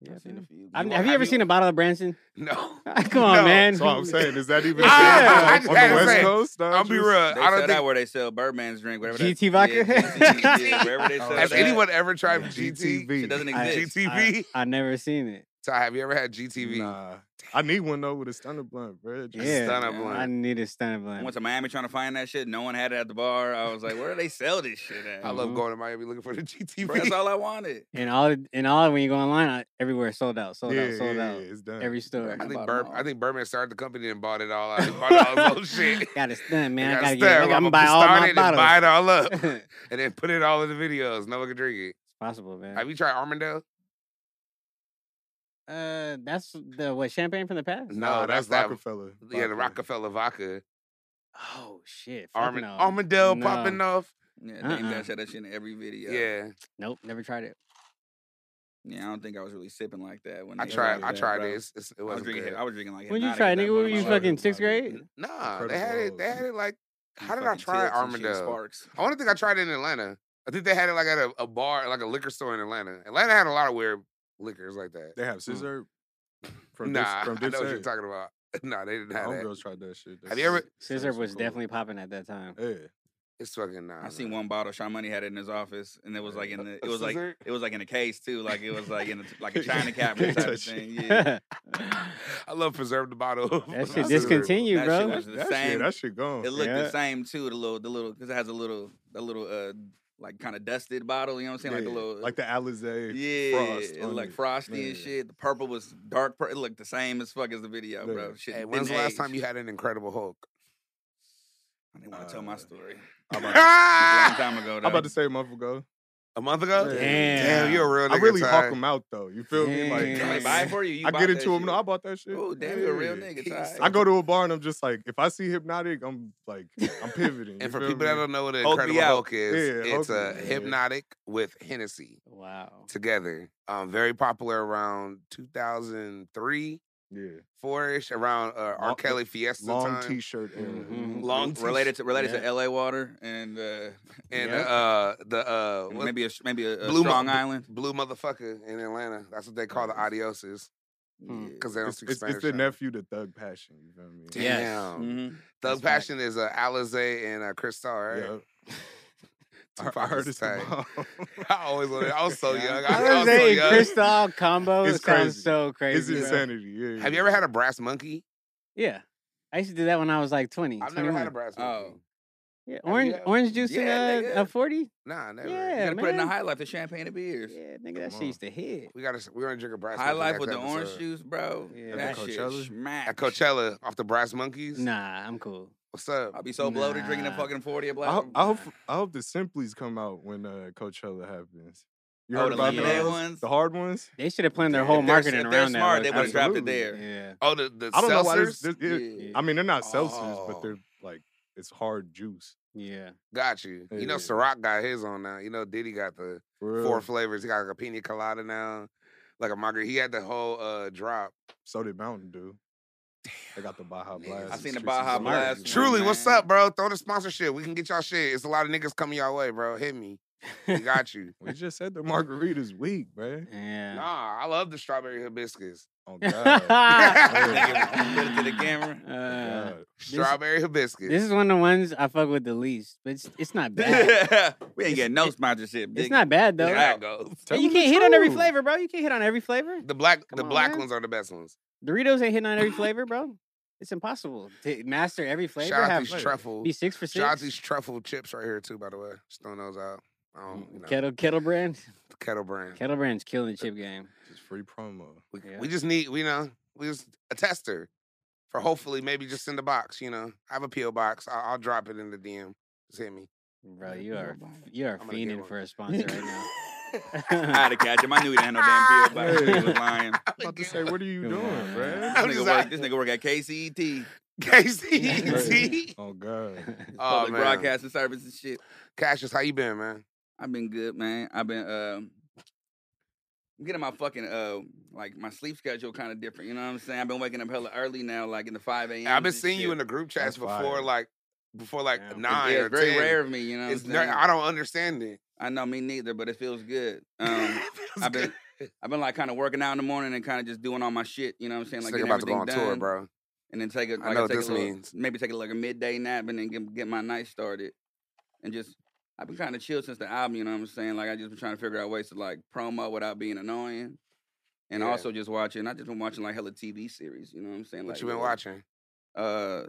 C: Yeah,
B: I've seen
C: man.
B: a few.
C: I've-
A: You
C: have
A: wa-
C: you ever seen a bottle of Branson? Ah,
A: No.
C: Come on,
A: No.
C: man.
D: That's what I'm saying. Is that even
A: Yeah,
D: yeah,
A: I
D: on the
A: just had to
D: West
A: say,
D: Coast? No,
A: I'll be
D: just-
A: real.
B: They
A: I
B: sell
A: don't
B: that
A: think
B: where they sell Birdman's drink, whatever. that-
C: GT vodka?
B: Yeah, GT, yeah, wherever they
D: Oh,
B: sell
A: has
B: that.
A: anyone ever tried
D: Yeah.
A: GT?
B: She doesn't
C: I-
B: exist.
A: GTV?
C: I, I never seen it.
A: So have you ever had GTV?
D: Nah. I need one though with a stunner blunt, bro. Just-
C: Yeah,
A: Stun up
B: yeah.
A: blunt.
C: I need a stunner
B: I
C: blunt.
B: went to Miami trying to find that shit. No one had it at the bar. I was like, where do they sell this shit at?
A: I love
C: Mhm.
A: going to Miami looking for the GTV.
B: Bro, that's all I wanted.
C: And all and all when you go online, I, everywhere sold out, sold
D: yeah,
C: out, sold
D: yeah,
C: out.
D: yeah, it's done.
C: Every store.
A: I
B: I
A: think
B: bought
A: Bur-
B: them
A: I
B: all.
A: think Birdman started the company and bought it all out. He bought all his own shit.
C: Got a stunt, man. I
A: He
C: gotta
A: got
C: get.
A: stuck.
C: I am
A: I'ma
C: gonna buy all
A: start it
C: my
A: and buy
C: bottles.
A: it all up,
C: it's
A: and then put it all in the videos. No one can drink
C: possible,
A: it.
C: man.
A: Have you tried Armandale?
C: uh, that's the what champagne from the past.
D: Nah,
A: No, that's
D: that's,
A: that-
D: Rockefeller.
A: Yeah, the
D: vodka.
A: Rockefeller vodka.
C: Oh shit! fuck
A: Armand-
C: no.
B: uh,
A: Armadale
C: No.
A: popping off.
B: Yeah, Dame
C: Uh-uh.
B: Dash had that shit in every video.
A: Yeah.
C: Nope, never tried it.
B: Yeah, I don't think I was really sipping like that when
A: I
B: they
A: tried.
B: did
A: I
B: that,
A: tried
B: bro.
A: it. It's, it's, it
B: I was
A: wasn't
B: drinking.
A: good.
B: I was drinking like.
C: When you
B: Hypnotic
C: tried,
B: at that
C: nigga, what were you
B: moment.
D: fucking
C: fucking sixth
D: Incredible.
C: grade?
A: Nah, they
D: Incredible
A: had it. They
D: Rolls.
A: had it like.
B: You
A: How did I
B: fucking
A: try
B: tilt some shit,
A: Armadale?
B: Sparks.
A: I don't think I tried it in Atlanta. I think they had it like at a, a bar, like a liquor store in Atlanta. Atlanta had a lot of weird liquors like that.
D: They have scissor from
A: nah,
D: Dips, from
A: I know what
D: Dipset.
A: you're talking about. Nah, they didn't
D: My
A: have that.
D: homegirls tried that shit.
A: Have you ever-
C: Scissor
D: so
C: was
D: cool.
C: definitely popping at that time.
D: Yeah.
A: It's fucking nah.
B: I seen
A: bro.
B: one bottle. Sean Money had it in his office, and it was like in the. It
A: A
B: was like
A: scissor?
B: it was like in a case too. Like it was like in a, like a china cabinet type of
D: Touch it.
B: thing. Yeah.
A: I love preserve the bottle.
C: that
A: Scissor.
C: shit discontinued,
B: That
C: bro.
B: shit was the
D: That
B: same.
D: shit, that shit gone.
B: It looked
C: Yeah.
B: the same too. The little, the little, because it has a little, a little, uh, like kind of dusted bottle. You know what I'm saying? Like the
D: Yeah,
B: little,
D: like the Alizé.
B: yeah,
D: frost
B: it
D: on
B: like
D: it.
B: frosty and
D: Yeah.
B: shit. The purple was dark. Pur- it looked the same as fuck as the video,
D: Yeah.
B: bro. Shit.
A: Hey,
B: didn't
A: when's the last
B: age.
A: time you had an Incredible Hulk?
B: I didn't want to tell my
D: Uh,
B: story.
D: I'm about, to,
B: A long
A: a
B: time ago, though.
D: I'm about to say a month ago.
A: month ago?
D: Yeah.
A: Damn,
C: Damn.
A: you're a real nigga.
D: I really
A: Ty.
D: hawk them out though. You feel me?
C: Damn.
B: Somebody
D: Like,
C: Yes.
B: buy it for you. you
D: I
B: bought
D: get
B: that
D: into them.
B: shit.
D: No, I bought that shit.
B: Oh, damn, you a real
D: Yeah.
B: nigga.
A: He's-
B: Ty.
D: I go to a bar and I'm just like, if I see hypnotic, I'm like, I'm pivoting. you
A: And for
D: feel
A: people
D: me?
A: that don't know what an
B: Hulk me
A: Incredible
B: out.
A: Hulk is,
D: Yeah,
A: it's a
D: Hulk me. Yeah.
A: hypnotic with Hennessy
C: Wow.
A: together. Um, very popular around 2003,
D: yeah,
A: four ish, around uh, R.
D: Long-
A: Kelly Fiesta
D: long
A: time.
D: T-shirt era.
C: Mhm.
A: Long t-
B: related to related
C: Yeah.
B: to L.A. water and uh,
A: and
C: Yep.
A: uh, the uh, what-
B: maybe a maybe a, a
A: Blue
B: Strong
A: Mountain-
B: Island.
A: blue motherfucker in Atlanta. That's what they call the adioses
C: Hmm.
B: Yeah.
A: because they don't
D: It's,
A: speak
D: it's,
A: Spanish.
D: it's the
A: out there.
D: nephew to Thug Passion. You feel me?
C: Yes.
A: Damn.
B: Mhm.
A: Thug
C: That's fact.
A: Passion is uh, Alize and uh, Cristal, right?
D: Yeah.
A: Tupac
D: I, I heard
A: is
D: it's
A: tight.
D: the
A: I always wanted. I was so
B: Yeah.
A: young. I, I was so
C: Alize and
A: young.
C: Crystal combo
D: It's
C: sounds
D: crazy.
C: so crazy.
D: It's
C: bro.
D: insanity. Yeah,
A: Have you ever had a brass monkey?
C: Yeah. I used to do that when I was like 20.
A: I've never had a
C: 21.
A: brass
B: Oh.
A: monkey.
C: Yeah,
A: you
C: orange
A: had-
C: orange juice
B: Yeah,
C: in a, a
B: nigga.
C: 40?
A: Nah, never.
C: Yeah.
B: You gotta put it in the
C: man.
B: high life, the champagne and beers.
C: Yeah, nigga, that
D: Come
C: shit
D: on.
C: used to hit.
A: We gotta. We're gonna drink a brass
B: High
A: monkey
B: life
A: next
B: with the
A: episode.
B: orange juice, bro.
C: Yeah.
B: That
D: At
B: shit
D: Coachella?
B: smack.
A: at Coachella off the brass monkeys.
C: Nah, I'm cool.
A: What's up?
B: I'll be so bloated drinking a
C: Nah.
B: fucking 40 of
D: I
B: black.
D: hope, I hope I hope the Simplies come out when uh, Coachella happens. You
B: Oh,
D: heard
B: the
D: about
B: lemonade
D: those?
B: ones?
D: The hard ones?
C: They should have planned their
B: If
C: whole
B: they're-
C: marketing
B: if they're
C: around
B: smart,
C: that.
B: they
C: like,
B: would've dropped it
D: Absolutely.
B: there.
D: Yeah.
A: Oh, the the
D: I don't know why there's,
A: seltzers?
D: there's- it-
B: Yeah.
D: I mean, they're not seltzers,
A: Oh.
D: but they're like it's hard juice.
C: Yeah.
A: Got you. You know,
D: Yeah.
A: Ciroc got his on now. You know, Diddy got the
D: For real.
A: four flavors. He got like a pina colada now, like a margarita. He had the whole uh drop.
D: So did Mountain Dew. They got the Baja
A: Niggas
D: Blast.
A: I
D: the
A: seen the
D: streets is
B: Baja
D: alive.
B: Blast one.
A: Truly, what's
B: man.
A: up, bro? Throw the sponsorship. We can get y'all shit. It's a lot of niggas coming your way, bro. Hit me. We got you.
D: We just said the margarita's weak, man.
C: Yeah.
A: Nah, I love the strawberry hibiscus.
D: Oh God.
B: Put it to the camera.
C: Uh,
D: God.
A: Strawberry hibiscus.
C: this is one of the ones I fuck with the least, but it's, it's not bad.
B: we ain't getting no sponsorship.
C: it's
B: dig.
C: not bad though.
A: There that goes.
C: And
D: Tell
C: you
D: them the
C: can't hit on every
D: truth.
C: flavor, bro. You can't hit on every flavor.
A: The black,
C: Come
A: the
C: on,
A: black
C: man.
A: ones are the best ones.
C: Doritos ain't hitting on every flavor, bro. It's impossible to master every flavor.
A: Shout out
C: have
A: these truffle.
C: be six for six.
A: Shout out these truffle chips right here too. By the way, just throwing those out. I don't, you know, kettle,
C: Kettle kettle brand.
A: brand.
C: Kettle brand's killing the chip game.
D: Just free promo.
B: Oh,
A: We,
C: Yeah.
A: we just need, we know, we just a tester for hopefully maybe just in the box. You know, I have a PO box. I'll, I'll drop it in the DM. Just hit me.
C: Bro, you are you are
A: I'm gonna get
C: fiending
A: one.
C: for a sponsor right
B: I had
C: now.
B: to catch him. I knew he didn't have no damn pill, but he was lying.
A: I'm
D: I'm about to say, what are you
C: Come
D: doing,
C: on,
D: bruh?
C: man.
A: I'm
B: This nigga,
A: just
B: work,
A: like-
B: this nigga work at E KCET,
A: KCT.
D: Oh God.
A: oh
B: public
A: man,
B: broadcasting service and shit.
A: Cassius, how you been, man?
B: I've been good, man. I've been um I'm getting my fucking uh like my sleep schedule kind of different. You know what I'm saying? I've been waking up hella early now, like in the five a.m.
A: I've been seeing you in the group chats
D: That's
A: before,
D: fire.
A: like before like
C: Yeah.
A: nine
B: Yeah,
A: or
B: it's very
A: 10.
B: rare of me. You know, what
A: It's
B: I'm
A: ner-
B: saying?
A: I don't understand it.
B: I know me neither, but it feels good. Um, I've been I've been like kind of working out in the morning and kind of just doing all my shit. You know what I'm saying? Like
A: thinking
B: getting
A: about to go on
B: everything
A: tour,
B: done,
A: bro.
B: And then take it.
A: I
B: Like,
A: know what
B: take
A: this
B: a little,
A: means.
B: Maybe take a, like a midday nap and then get, get my night started. And just I've been kind of chill since the album. You know what I'm saying? Like I just been trying to figure out ways to like promo without being annoying. And
A: Yeah.
B: also just watching. I just been watching like hella TV series. You know what I'm saying?
A: What
B: like,
A: you been
B: uh,
A: watching?
B: Uh,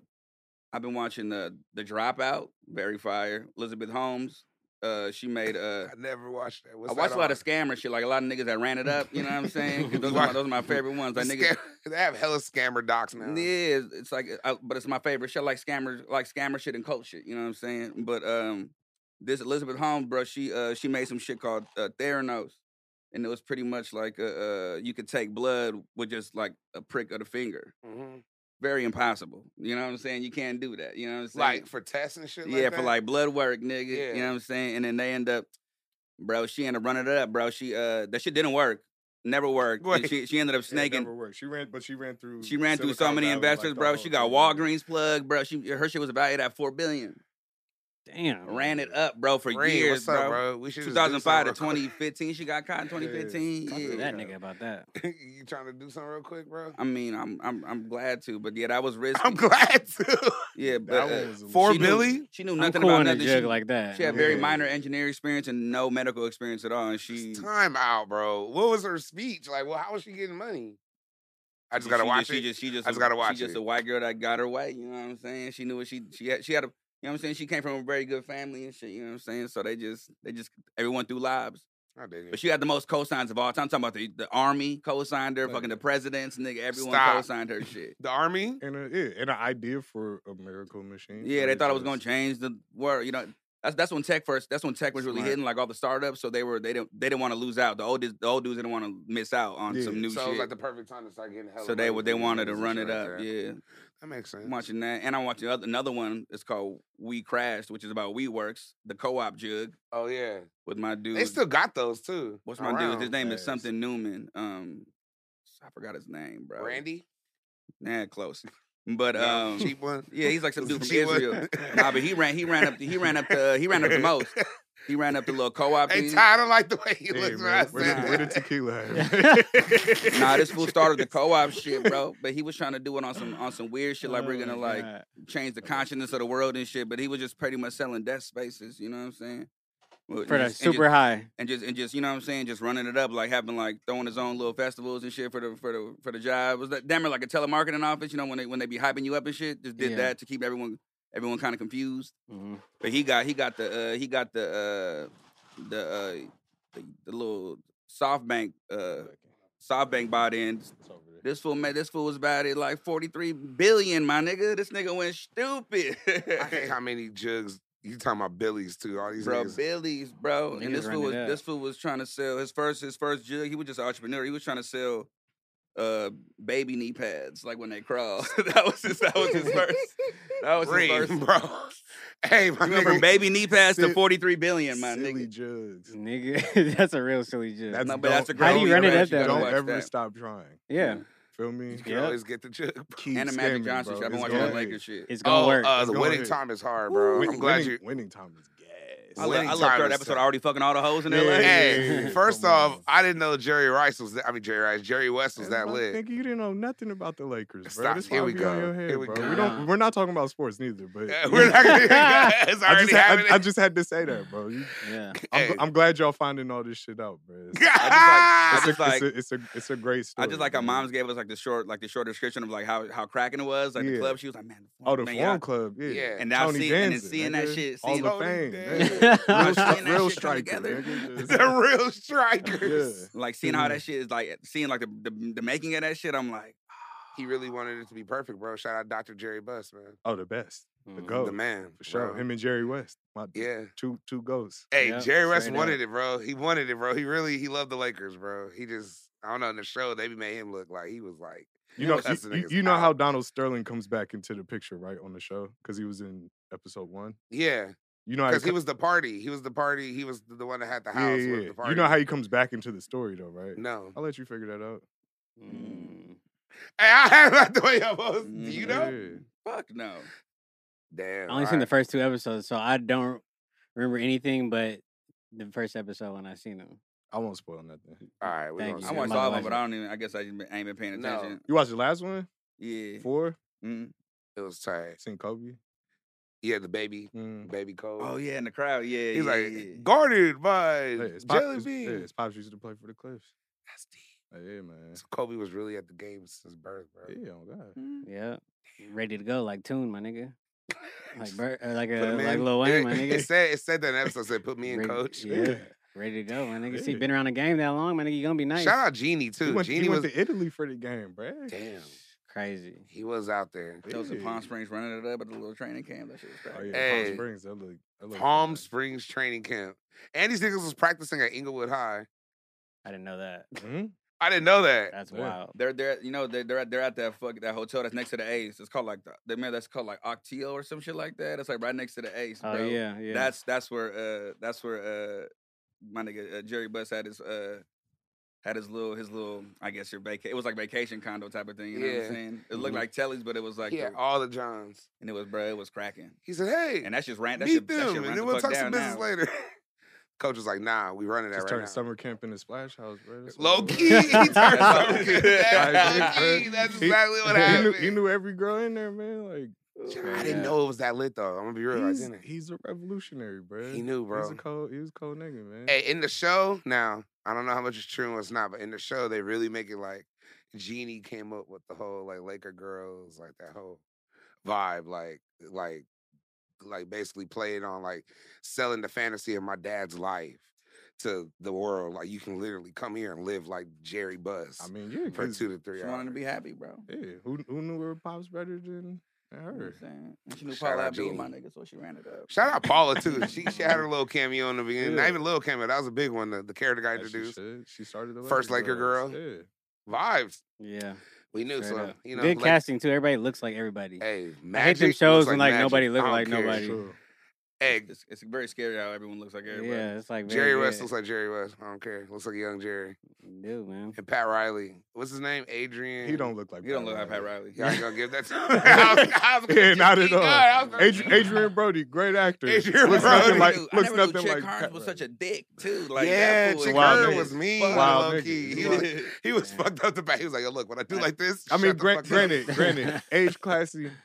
B: I've been watching the the Dropout, very fire. Elizabeth Holmes. Uh, she made uh
A: I never watched that. What's
B: I watched a lot of scammer shit, like a lot of niggas that ran it up. You know what I'm saying? 'Cause Those, are my, those are my favorite ones. Like niggas,
A: they have hella scammer docs now.
B: yeah, it's, it's like, uh, I, but it's my favorite shit, like scammers, like scammer shit and cult shit. You know what I'm saying? But um, this Elizabeth Holmes, bro, she uh she made some shit called uh, Theranos, and it was pretty much like uh, uh you could take blood with just like a prick of the finger.
A: Mhm.
B: Very impossible. You know what I'm saying? You can't do that. You know what I'm saying?
A: Like for tests and shit.
B: Yeah,
A: like
B: for
A: that?
B: like blood work, nigga. You know
A: Yeah.
B: what I'm saying? And then they end up, bro, she ended up running it up, bro. She uh that shit didn't work. Never worked. And
A: Wait.
B: she she ended up
D: Yeah, it
B: snaking.
D: never worked. She ran, but she ran through.
B: she ran through so
D: Silicon
B: many
D: Valley, like,
B: investors,
D: the
B: bro.
D: whole
B: She got
D: thing.
B: Walgreens plug, bro. She her shit was valued at four billion.
C: now. Damn.
B: Ran it up, bro, for
A: Ree,
B: years,
A: what's up,
B: bro.
A: bro? We should just do
B: 2005 to
A: something real
B: 2015, she got caught in
D: Yeah, yeah, yeah.
B: 2015.
D: Talk to
B: Yeah.
C: Talk to that
D: Yeah.
C: nigga about that.
A: quick. you trying to do something real quick, bro?
B: I mean, I'm I'm I'm glad to, but yeah, that was risky.
A: I'm glad to.
B: yeah, but
D: That
B: uh,
D: one was a
A: For
B: she knew-
A: Billy?
B: she knew
C: I'm
B: nothing
C: cool
B: about
C: on a
B: nothing. She,
C: jug like that.
B: she had very
D: Yeah.
B: minor engineering experience and no medical experience at all, and she
A: It's time out, bro. What was her speech? Like, well, how was she getting money? I just gotta
B: she
A: watch
B: just,
A: it.
B: She just, she just,
A: I just gotta watch
B: She just
A: it.
B: a white girl that got her way. You know what I'm saying? She knew what she she had. She had a. You know what I'm saying? She came from a very good family and shit. You know what I'm saying? So they just, they just, everyone threw lives.
A: I didn't.
B: But she had the most cosigns of all time. I'm talking about the, the army co-signed her, fucking the presidents, nigga. Everyone
A: Stop.
B: co-signed her shit.
A: the army?
D: And a, yeah, and an idea for a miracle machine.
B: Yeah, they thought it was gonna
D: because-
B: change the world. You know, that's that's when tech first. That's when tech was really
A: Smart.
B: hitting, like all the startups. So they were, they didn't, they didn't want to lose out. The old, dudes- the old dudes didn't want to miss out on
D: Yeah.
B: some new
A: so it
B: shit.
A: was like the perfect time to start getting hella
B: so they
A: money
B: were,
A: for
B: they
A: these
B: wanted to
A: niggas and
B: run
A: shit
B: it
A: right
B: up.
A: there.
B: Yeah.
A: That makes sense.
B: I'm watching that, and I'm watching other, another one. It's called We Crashed, which is about WeWorks, the co-op jug
A: Oh yeah.
B: with my dude.
A: They still got those too.
B: what's my dude? His
A: around.
B: name is
D: Yes.
B: something Newman. Um, I forgot his name, bro.
A: Randy?
B: Nah, close. But
A: No,
B: um,
A: cheap one.
B: yeah, he's like some dude from
A: Cheap one.
B: Israel. nah, but he ran, he ran up, he ran up the, he ran up the most. He ran up the little co-op.
A: Hey,
B: thing.
A: Ty, I don't like the way you
D: Yeah,
A: look.
D: man,
A: when I
D: where,
A: said
D: the, where the
A: that.
D: tequila at?
A: Nah,
B: Nah, this fool started the co-op shit, bro. But he was trying to do it on some on some weird shit,
A: Oh
B: like we're
C: Oh,
B: gonna like change the consciousness of the world and shit. But he was just pretty much selling death spaces. You know what I'm saying? Well,
C: for the
B: just- and
C: super high.
B: just, and just and just you know what I'm saying, just running it up, like having like throwing his own little festivals and shit for the for the for the job. Was that damn near like a telemarketing office? You know when they when they be hyping you up and shit, just did
C: Yeah.
B: that to keep everyone everyone kind of confused.
C: Mhm.
B: But he got he got the uh, he got the uh, the, uh, the the little SoftBank uh, SoftBank bought in. This fool made this fool was about it like 43 billion, my nigga. This nigga went stupid.
A: I hate how many jugs You talking about Billy's too? All these
B: bro,
A: niggas.
B: Billy's, bro.
C: Niggas
B: And this fool
C: running
B: was
C: up.
B: this fool was trying to sell his first his first jug. He was just an entrepreneur. He was trying to sell uh baby knee pads, like when they crawl. that was his that was his first. That was
A: Dream,
B: his first.
A: bro. hey, my
B: You went from
A: nigga,
B: baby knee pads to
D: Silly-
B: forty three billion, my
D: Silly
B: nigga.
D: jugs.
C: Nigga, that's a real silly joke.
D: That's-
B: No, but that's a
D: Don't-
B: great.
C: How do you run it
B: movie,
C: up
B: you gotta
C: that
D: Don't
C: way?
B: watch
D: ever
B: that.
D: stop trying.
C: yeah,
D: Feel me?
A: you can
C: Yeah.
A: always get the jug.
D: Keep
B: And the
D: scamming,
B: Magic Johnson shit.
D: bro.
B: I've been
D: It's
B: watching that
D: gonna-
B: Lakers shit.
C: it's gonna
A: Oh,
C: work.
A: uh, the
D: Go
A: winning
D: ahead.
A: time is hard, bro.
D: Winning-
A: I'm glad
D: winning,
A: you.
D: winning time is gas.
B: I, lo-
A: Winning
B: I love
A: time
B: third
A: is
B: episode.
A: tough.
B: Already fucking all the hoes in L.A.
A: Hey,
D: Yeah,
A: first
D: come
A: off,
D: on.
A: I didn't know Jerry Rice was. I mean, Jerry Rice, Jerry West was that lit.
D: Think you didn't know nothing about the Lakers, bro.
A: Stop.
D: This
A: Here
D: why
A: we
D: I be on
A: go.
D: your head,
A: Here we
D: bro.
A: go.
D: We don't. We're not talking about sports neither, but
A: Yeah, Uh, We're not gonna. it's already
D: I just, had,
A: happening.
D: I, I just had to say that, bro. You-
C: yeah,
D: I'm,
A: Hey.
D: gl- I'm glad y'all finding all this shit out, bro. It's,
B: I
D: it's,
B: just
D: a,
B: like-
D: it's, a, it's a it's a great story.
B: I just like our
D: bro.
B: moms gave us like the short, like the short description of like how how cracking it was, like the
D: Yeah.
B: club. She was like, man,
D: Oh, the
B: man, y'all-
D: Forum Club, yeah.
A: Yeah.
B: And now
D: Tony
B: seeing and then
D: Danza,
B: seeing that
D: nigga.
B: shit,
D: All
B: seeing
D: the
A: Tony
D: fame,
A: Danza.
D: nigga.
B: Now
D: real, stri-
B: seeing that shit
D: real
B: come
D: striker,
B: together.
D: nigga.
A: the
D: Just-
A: real strikers.
D: yeah.
B: like seeing how
D: Yeah.
B: that shit is like seeing like the, the the making of that shit. I'm like,
A: He really wanted it to be perfect, bro. Shout out Dr. Jerry Buss, man.
D: Oh, the best
C: Mhm.
D: goat.
A: The man.
D: Oh, for sure.
A: bro.
D: Him and Jerry West, my
A: Yeah.
D: two two ghosts.
A: Hey,
C: Yeah,
A: Jerry West
C: straight
A: wanted it, bro. He wanted it, bro. He really he loved the Lakers, bro. He just I don't know in the show they made him look like he was like
D: You know,
A: That's
D: you,
A: the
D: you-
A: niggas
D: you know how
A: out.
D: Donald Sterling comes back into the picture, right, on the show because he was in episode one.
A: yeah
D: You know how
A: because he
D: co-
A: was the party. He was the party. He was the one that had the
D: yeah,
A: house.
D: yeah,
A: with
D: yeah.
A: the party.
D: You know how he comes back into the story though, right?
A: no.
D: I'll let you Oh. figure that out.
C: Mm.
A: Hey, I have that the way I was. Do you
B: Mhm.
A: know?
D: Mm, Yeah.
B: fuck no.
A: Damn.
C: I only seen the first two episodes, so I don't remember anything but the first episode when I seen them.
D: I won't spoil nothing.
A: All right, we
C: Thank
A: gonna
C: you.
B: I
A: see.
C: watch-
B: watched
C: might
B: all of
C: watch
B: them, but
C: it.
B: I don't even. I guess I just been- ain't been paying
A: No.
B: attention.
D: You watched the last one,
B: Yeah.
D: four,
B: Mhm.
A: It was tight.
D: seen Kobe.
A: Yeah, the baby,
D: Mm.
A: baby Cole.
B: Oh yeah, in the crowd. Yeah.
A: He's
B: yeah,
A: like
B: yeah.
A: guarded by
D: Hey, it's Pop,
A: Jelly
D: it's-
A: Bean.
D: yeah, it's Pops used to play for the Cliffs.
A: That's deep.
D: Hey, yeah, man.
A: So Kobe was really at the game since birth, bro.
D: Yeah, oh God.
A: Mm.
B: Mhm.
C: Yeah, ready to go like Tune, my nigga, like Bur- or like
A: Put
C: a,
A: him
C: like
A: in.
C: Lil Wayne, my
A: It- It
C: nigga.
A: said, it said that in the episode. said, put me in,
C: Ready-
A: coach.
C: Yeah, ready to go, my nigga. See,
D: Yeah.
C: been around the game that long, my nigga. You gonna be nice.
A: Shout out Genie,
D: He
A: too.
D: went, he
A: Genie was.
D: went to Italy for the game, bro.
A: Damn.
C: Crazy.
A: He was out there.
B: That was in
D: Yeah.
B: Palm Springs running it up at the little training camp. That shit was crazy.
D: Oh yeah,
A: Hey,
D: Palm Springs. That look. That look
A: Palm
D: fine.
A: Springs training camp. And these niggas was practicing at Inglewood High.
C: I didn't know that.
D: Mhm.
A: I didn't know that.
C: That's
D: Yeah.
C: wild.
B: They're there, you know. They're they're at, they're at that fuck that hotel that's next to the Ace. It's called like the, they man that's called like Octio or some shit like that. It's like right next to the Ace.
C: Oh
B: bro.
C: yeah, yeah.
B: That's that's where uh that's where uh my nigga uh, Jerry Buss had his uh had his little his little I guess your vaca it was like vacation condo type of thing. You know what
A: Yeah. Mm-hmm.
B: I'm saying? It looked
C: Mhm.
B: like Telly's, but it was like
A: yeah,
B: the-
A: all the Johns.
B: and it was bro, it was cracking.
A: He said, hey,
B: And that's just ran that
A: meet
B: shit, that
A: them.
B: shit ran
A: and
B: the
A: then we'll
B: fuck
A: talk some
B: down
A: business
B: now.
A: later. coach was like, nah, we running that
D: Just
A: right
D: turned
A: now.
D: summer camp into splash house, bro. That's what
A: Low
D: it was.
A: key, he turned
C: Low
A: summer
B: key.
A: camp. That's
D: Like,
A: low key.
D: bro,
A: That's
D: he-
A: exactly what
D: he knew,
A: happened.
D: he knew every girl in there, man. Like
A: I didn't
C: Yeah.
A: know it was that lit though. I'm gonna be real. I
D: he's,
A: didn't.
D: he's a revolutionary, bro.
A: He knew,
D: He's
A: bro.
D: a cold. He was a cold nigga, man.
A: Hey, in the show now, I don't know how much is true and what's not, but in the show they really make it like Jeannie came up with the whole like Laker girls, like that whole vibe, like like like basically playing on like selling the fantasy of my dad's life to the world. Like you can literally come here and live like Jerry Buzz
D: I mean, yeah,
A: for
D: 'cause-
A: two to three
B: She
A: hours.
B: wanted to be happy, bro.
D: yeah. Who who knew her pops better than than
B: You know what
D: her?
B: I'm saying? And she knew
A: Shout
B: Paul
A: out
B: Abdul, my
A: Jeannie.
B: nigga, so she ran it up.
A: Shout out Paula too. She, she had her little cameo in the beginning. Not
D: Yeah.
A: even little cameo. That was a big one. The, the character guy
D: As she
A: introduced.
D: should. She started the
A: First Laker
D: Girls.
A: Vibes.
C: yeah.
A: We knew
C: straight
A: so.
C: up.
A: You know,
C: Good
A: like-
C: casting too. Everybody looks like everybody.
A: Hey,
C: I hate
A: magic.
C: them
A: looks
C: shows when, like,
A: magic.
C: nobody
A: I
C: look
A: don't
C: like
A: care.
D: Yeah,
C: nobody.
D: true.
A: Hey,
B: It's, it's very scary how everyone looks like everybody.
C: yeah, it's like very
A: Jerry West
C: good.
A: looks like Jerry West. I don't care. Looks like young Jerry.
C: dude, man.
A: And Pat Riley. What's his name? Adrian.
D: He don't look like.
B: You don't
D: Pat
B: look like Pat
D: Riley.
B: Riley.
A: Y'all gonna give that to I was- I was gonna
D: Yeah,
A: just
D: not
A: keep
D: at all.
A: going. I was gonna-
D: Adri- Adrian Brody, great actor.
A: Adrian
D: looks
A: Brody.
D: nothing like
B: I
D: looks
B: never knew
D: nothing
B: Chet
D: like
B: Carnes
D: Pat
B: was
D: Riley.
B: such a dick too. Like
A: yeah,
B: that fool
A: Chick
B: is
D: wild
A: Hearn
D: nigga.
A: was mean.
D: Wild
A: low
D: nigga.
A: key. He
D: Yeah.
A: was, he was
C: Yeah.
A: fucked up the back. He was like, "Yo, look, when I do like this,
D: I
A: shut
D: mean,
A: the
D: gran-
A: fuck up."
D: granted, granted, age classy,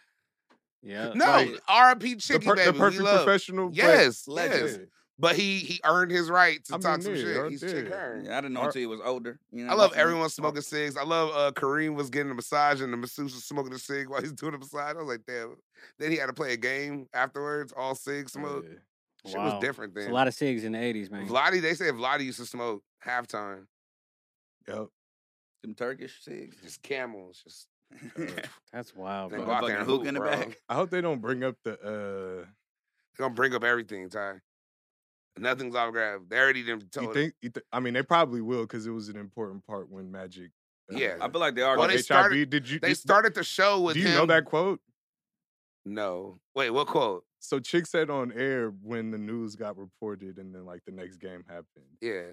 C: Yeah.
A: No,
D: Like,
A: R.I.P.
D: the,
A: Chicky
D: per-
A: baby.
D: the
A: We
D: perfect
A: love-
D: professional. but-
A: Yes,
B: Legend.
A: yes. But he he earned his right to
D: I mean,
A: talk some
D: yeah,
A: shit.
D: right
A: He's
D: there.
A: Chick Hearn.
B: Yeah, I didn't know
D: Or-
B: until he was older. You know,
A: I love
B: once he-
A: everyone smoking cigs. I love uh, Kareem was getting a massage and the masseuse was smoking a cig while he's doing the massage. I was like, damn. Then he had to play a game afterwards, all cig smoke.
D: Yeah.
A: Shit
C: Wow.
A: was different
C: It's
A: then.
C: a lot of cigs in the '80s, man.
A: Vladdy, they said Vladdy used to smoke halftime.
D: Yep.
B: Them Turkish cigs.
A: Just camels, just uh,
B: Put
C: That's wild,
A: Then
B: a
A: go out
C: bro.
A: there
B: fucking
A: and
B: hook
A: hoop,
B: in the
A: bro.
B: back.
D: I hope they don't bring up the uh
A: They're gonna bring up everything, Ty. Nothing's autographed. They already didn't tell
D: You
A: it.
D: think? You th- I mean, they probably will because it was an important part when Magic. uh,
A: Yeah.
B: I feel like they are.
A: Well,
D: Well,
A: they
D: HIV.
A: started-
D: did you?
A: They
D: did-
A: started the show with
D: Do you
A: him.
D: know that quote?
A: No. Wait, what quote?
D: So Chick said on air when the news got reported, and then like the next game happened.
A: Yeah.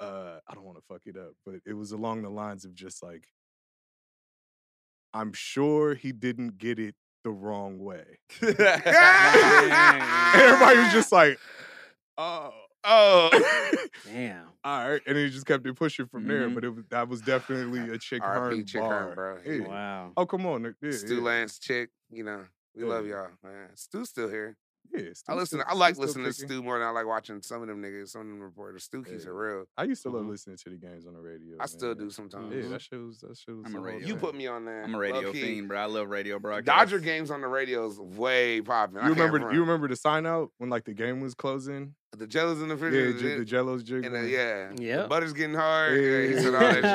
D: uh I don't want to fuck it up, but it was along the lines of just like I'm sure he didn't get it the wrong way. Everybody was just like, "Oh,
A: oh.
C: Damn.
D: all right," and he just kept it pushing from there.
A: Mm-hmm.
B: Mhm.
D: But it was, that was definitely a chick
A: R.I.P.
D: Hearn
A: Chick
D: bar.
A: Hearn, bro.
D: Yeah.
C: Wow.
D: Oh, come on, there- yeah,
A: Stu
D: yeah,
A: Lance Chick, you know, we love
D: Yeah.
A: y'all, man. Stu's still here.
D: yeah,
A: I
D: Stu's
A: listen.
D: still-
A: I like
D: Stu's still
A: listening to
D: kicking.
A: Stu more than I like watching some of them niggas, some of them reporters. Stu keeps
D: Yeah.
A: it real.
D: I used to love
C: Mhm.
D: listening to the games on the radio.
A: Mm-hmm. I still
D: man.
A: do sometimes.
D: Yeah,
C: Mhm.
D: that shit was that shit was.
B: I'm a
D: the whole
B: radio
A: Mm-hmm. You
D: thing.
A: put me on that.
B: I'm a radio
A: low-key.
B: fiend, bro. I love radio broadcasts.
A: Dodger games on the radio is way popping. I
D: You
A: can't
D: remember?
A: front.
D: You remember the sign out when like the game was closing?
A: the jellos in the
D: Yeah,
A: fridge?
D: j-
A: and the-
D: the Jello's jig.
A: and the, yeah, the
C: Yep.
A: butter's getting hard.
D: Yeah,
A: Yeah, he
D: yeah,
A: said all that shit.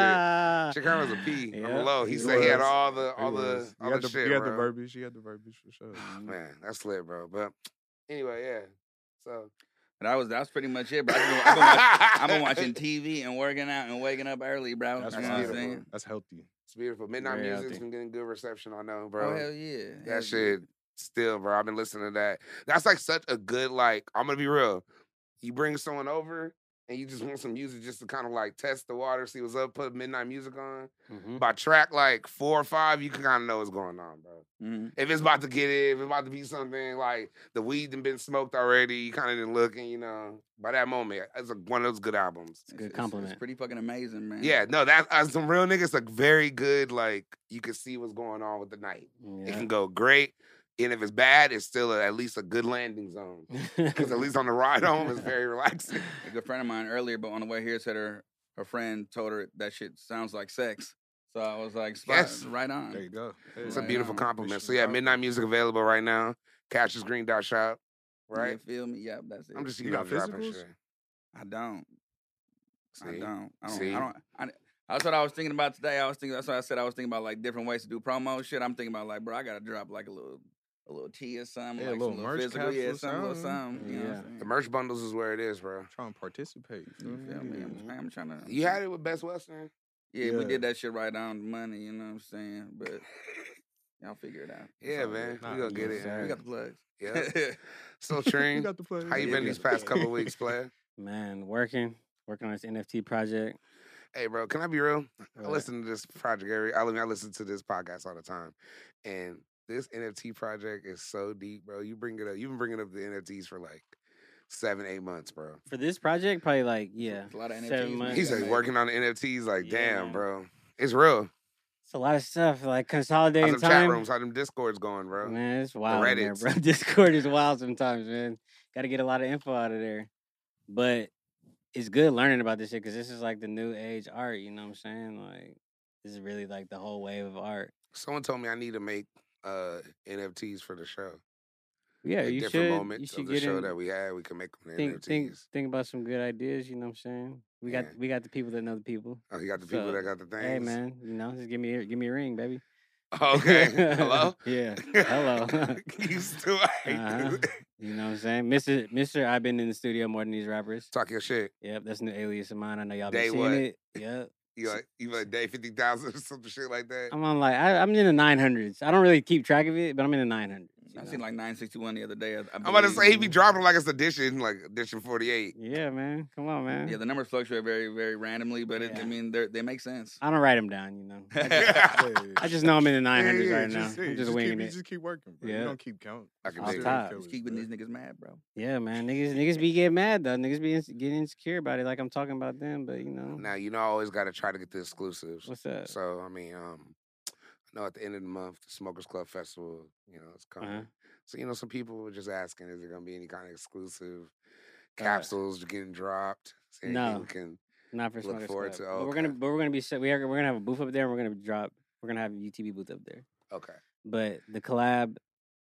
A: Chick Hearn was a P on the
C: Yep,
A: low. He,
C: he
A: said he had
D: was.
A: all the all
D: He
A: the
D: was.
A: all
D: he had
A: the,
D: the,
A: shit.
D: He had
A: bro.
D: the verbiage. He had the verbiage for sure.
B: Mm-hmm.
A: Man, that's lit, bro. But anyway, yeah. So
B: That was that's pretty much it, bro. I've been, I've been watching, I've been watching TV and working out and waking up early, bro.
D: That's
B: you know
A: what
B: what
A: I'm
B: I'm saying? Oh,
D: That's healthy.
A: It's beautiful. Midnight
C: Very
A: music's
C: healthy.
A: been getting good reception. I know,
B: Oh
A: bro.
B: hell yeah,
A: that
B: hell
A: shit still, bro. I've been listening to that. That's like such a good like. I'm gonna be real. You bring someone over and you just want some music just to kind of like test the water, see what's up. Put midnight music on.
C: Mhm.
A: By track like four or five, you can kind of know what's going on, bro.
B: Yeah. Mhm.
A: If it's about to get it, if it's about to be something like the weed done been smoked already, you kind of didn't look, and you know, by that moment, it's like one of those good albums.
C: a good compliment.
B: It's pretty fucking amazing, man.
A: Yeah, no, that uh, some real niggas like very good. Like you can see what's going on with the night.
C: Mm-hmm.
A: It can go great, and if it's bad, it's still a, at least a good landing zone.
C: Yeah.
A: Because at least on the ride home, it's very relaxing.
B: A good friend of mine earlier, but on the way here, said her her friend told her that shit sounds like sex. So I was like, spot,
A: Yes.
B: right on.
D: There you go.
A: It's a
B: Right
A: beautiful
B: on.
A: compliment. So yeah, midnight music available right now. Catches Green Dot Shop.
B: You
A: Right,
B: feel me? Yep, that's it.
A: I'm just
D: You
A: you know
D: got
A: dropping
D: physicals?
A: shit.
B: I don't. I
A: See?
B: don't. I don't.
A: See?
B: I don't. I, that's what I was thinking about today. I was thinking. That's what I said. I was thinking about like different ways to do promo shit. I'm thinking about like, bro, I gotta drop like a little, a little tea or something,
D: Yeah, a
B: like
D: little
B: some
D: merch
B: physical, yeah,
D: capsule,
B: something, little
D: something.
B: something. You know what I'm
A: The
B: saying?
A: merch bundles is where it is, bro.
D: Trying to participate.
B: You feel me? I'm, trying- I'm trying to.
A: Mm. You had it with Best Western.
B: Yeah, we
D: Yeah.
B: did that shit right on the money. You know what I'm saying? But y'all figure it out. It's
A: Yeah,
B: all good.
A: man.
D: Nah,
A: we gonna get
D: yes,
A: it.
D: sir.
A: man.
B: We got the plugs.
A: yeah. So,
D: You
A: Treen,
D: got the play.
A: how you
B: Yeah,
A: been
B: we
A: these
B: got the
A: past couple weeks, player?
C: Man, working, working on this NFT project.
A: Hey, bro, can I be real? I
C: Right.
A: listen to this project every. I mean, I listen to this podcast all the time, and this NFT project is so deep, bro. You bring it up. You've been bringing up the NFTs for like seven, eight months, bro.
C: For this project, probably like yeah,
B: a lot of NFTs
C: seven
B: we
C: months.
A: He's
B: Yeah,
A: like
B: man.
A: working on the NFTs. Like, damn,
C: Yeah.
A: bro, it's real.
C: It's a lot of stuff like
A: How's
C: consolidating
A: them
C: time.
A: chat rooms? How them discords going, bro?
C: Man, it's wild. in there,
A: Reddits.
C: bro. Discord is wild sometimes, man. Got to get a lot of info out of there. But it's good learning about this shit because this is like the new age art. You know what I'm saying? Like this is really like the whole wave of art.
A: Someone told me I need to make uh NFTs for the show.
C: Yeah,
A: At
C: you
A: different
C: should.
A: moments
C: you should
A: of the
C: get
A: show
C: in.
A: that we had, we can make them
C: think,
A: NFTs.
C: think, think about some good ideas. You know what I'm saying? We got
A: Yeah.
C: we got the people that know the people.
A: Oh, you got the people
C: So,
A: that got the things.
C: Hey man, you know, just give me a- give me a ring, baby.
A: Okay. Hello.
C: yeah. Hello.
A: you still
C: Uh-huh. You know what I'm saying? Mr. Mr. I've been in the studio more than these rappers.
A: talk your shit.
C: Yep, that's a new alias of mine. I know y'all
A: Day
C: been seeing
A: what?
C: it. Yep.
A: You like you like day fifty thousand or some shit like that.
C: I'm on like I, I'm in the 900s. I don't really keep track of it, but I'm in the 900s. you
B: I
C: know?
B: seen like 961 the other day. I, I
A: I'm about to
B: believe.
A: say he be dropping like it's edition, like edition forty eight.
C: yeah, man. Come on, man.
B: Yeah, the numbers fluctuate very, very randomly, but it, I
C: Yeah.
B: mean, they they make sense.
C: I don't write them down, you know. I just,
A: I
C: I just know I'm in the 900s
D: yeah,
C: right
D: just,
C: now.
D: yeah,
C: I'm just
D: keep,
C: winging
D: you
C: it.
D: Just keep working, bro.
C: Yeah.
D: You don't keep counting.
A: I can
D: You
A: dig
D: serial
C: it. Off top.
D: killers,
B: Just keeping
D: bro.
B: these niggas mad, bro.
C: Yeah, man. Niggas, niggas be getting mad though. Niggas be ins- getting insecure about it, like I'm talking about them. But you know,
A: Now you know I always gotta try to get the exclusives.
C: what's up?
A: So I mean, um, I know at the end of the month the Smokers Club Festival, you know, it's coming.
C: Uh-huh.
A: So you know, some people were just asking, is there gonna be any kind of exclusive capsules getting dropped? Is there anything
C: Uh-huh. no.
A: we can
C: Not for
A: Look
C: Smokers
A: forward
C: Club.
A: to-
C: but we're gonna,
A: okay.
C: but we're gonna be set. We are, we're gonna have a booth up there, and we're gonna drop. We're gonna have a UTB booth up there.
A: okay.
C: But the collab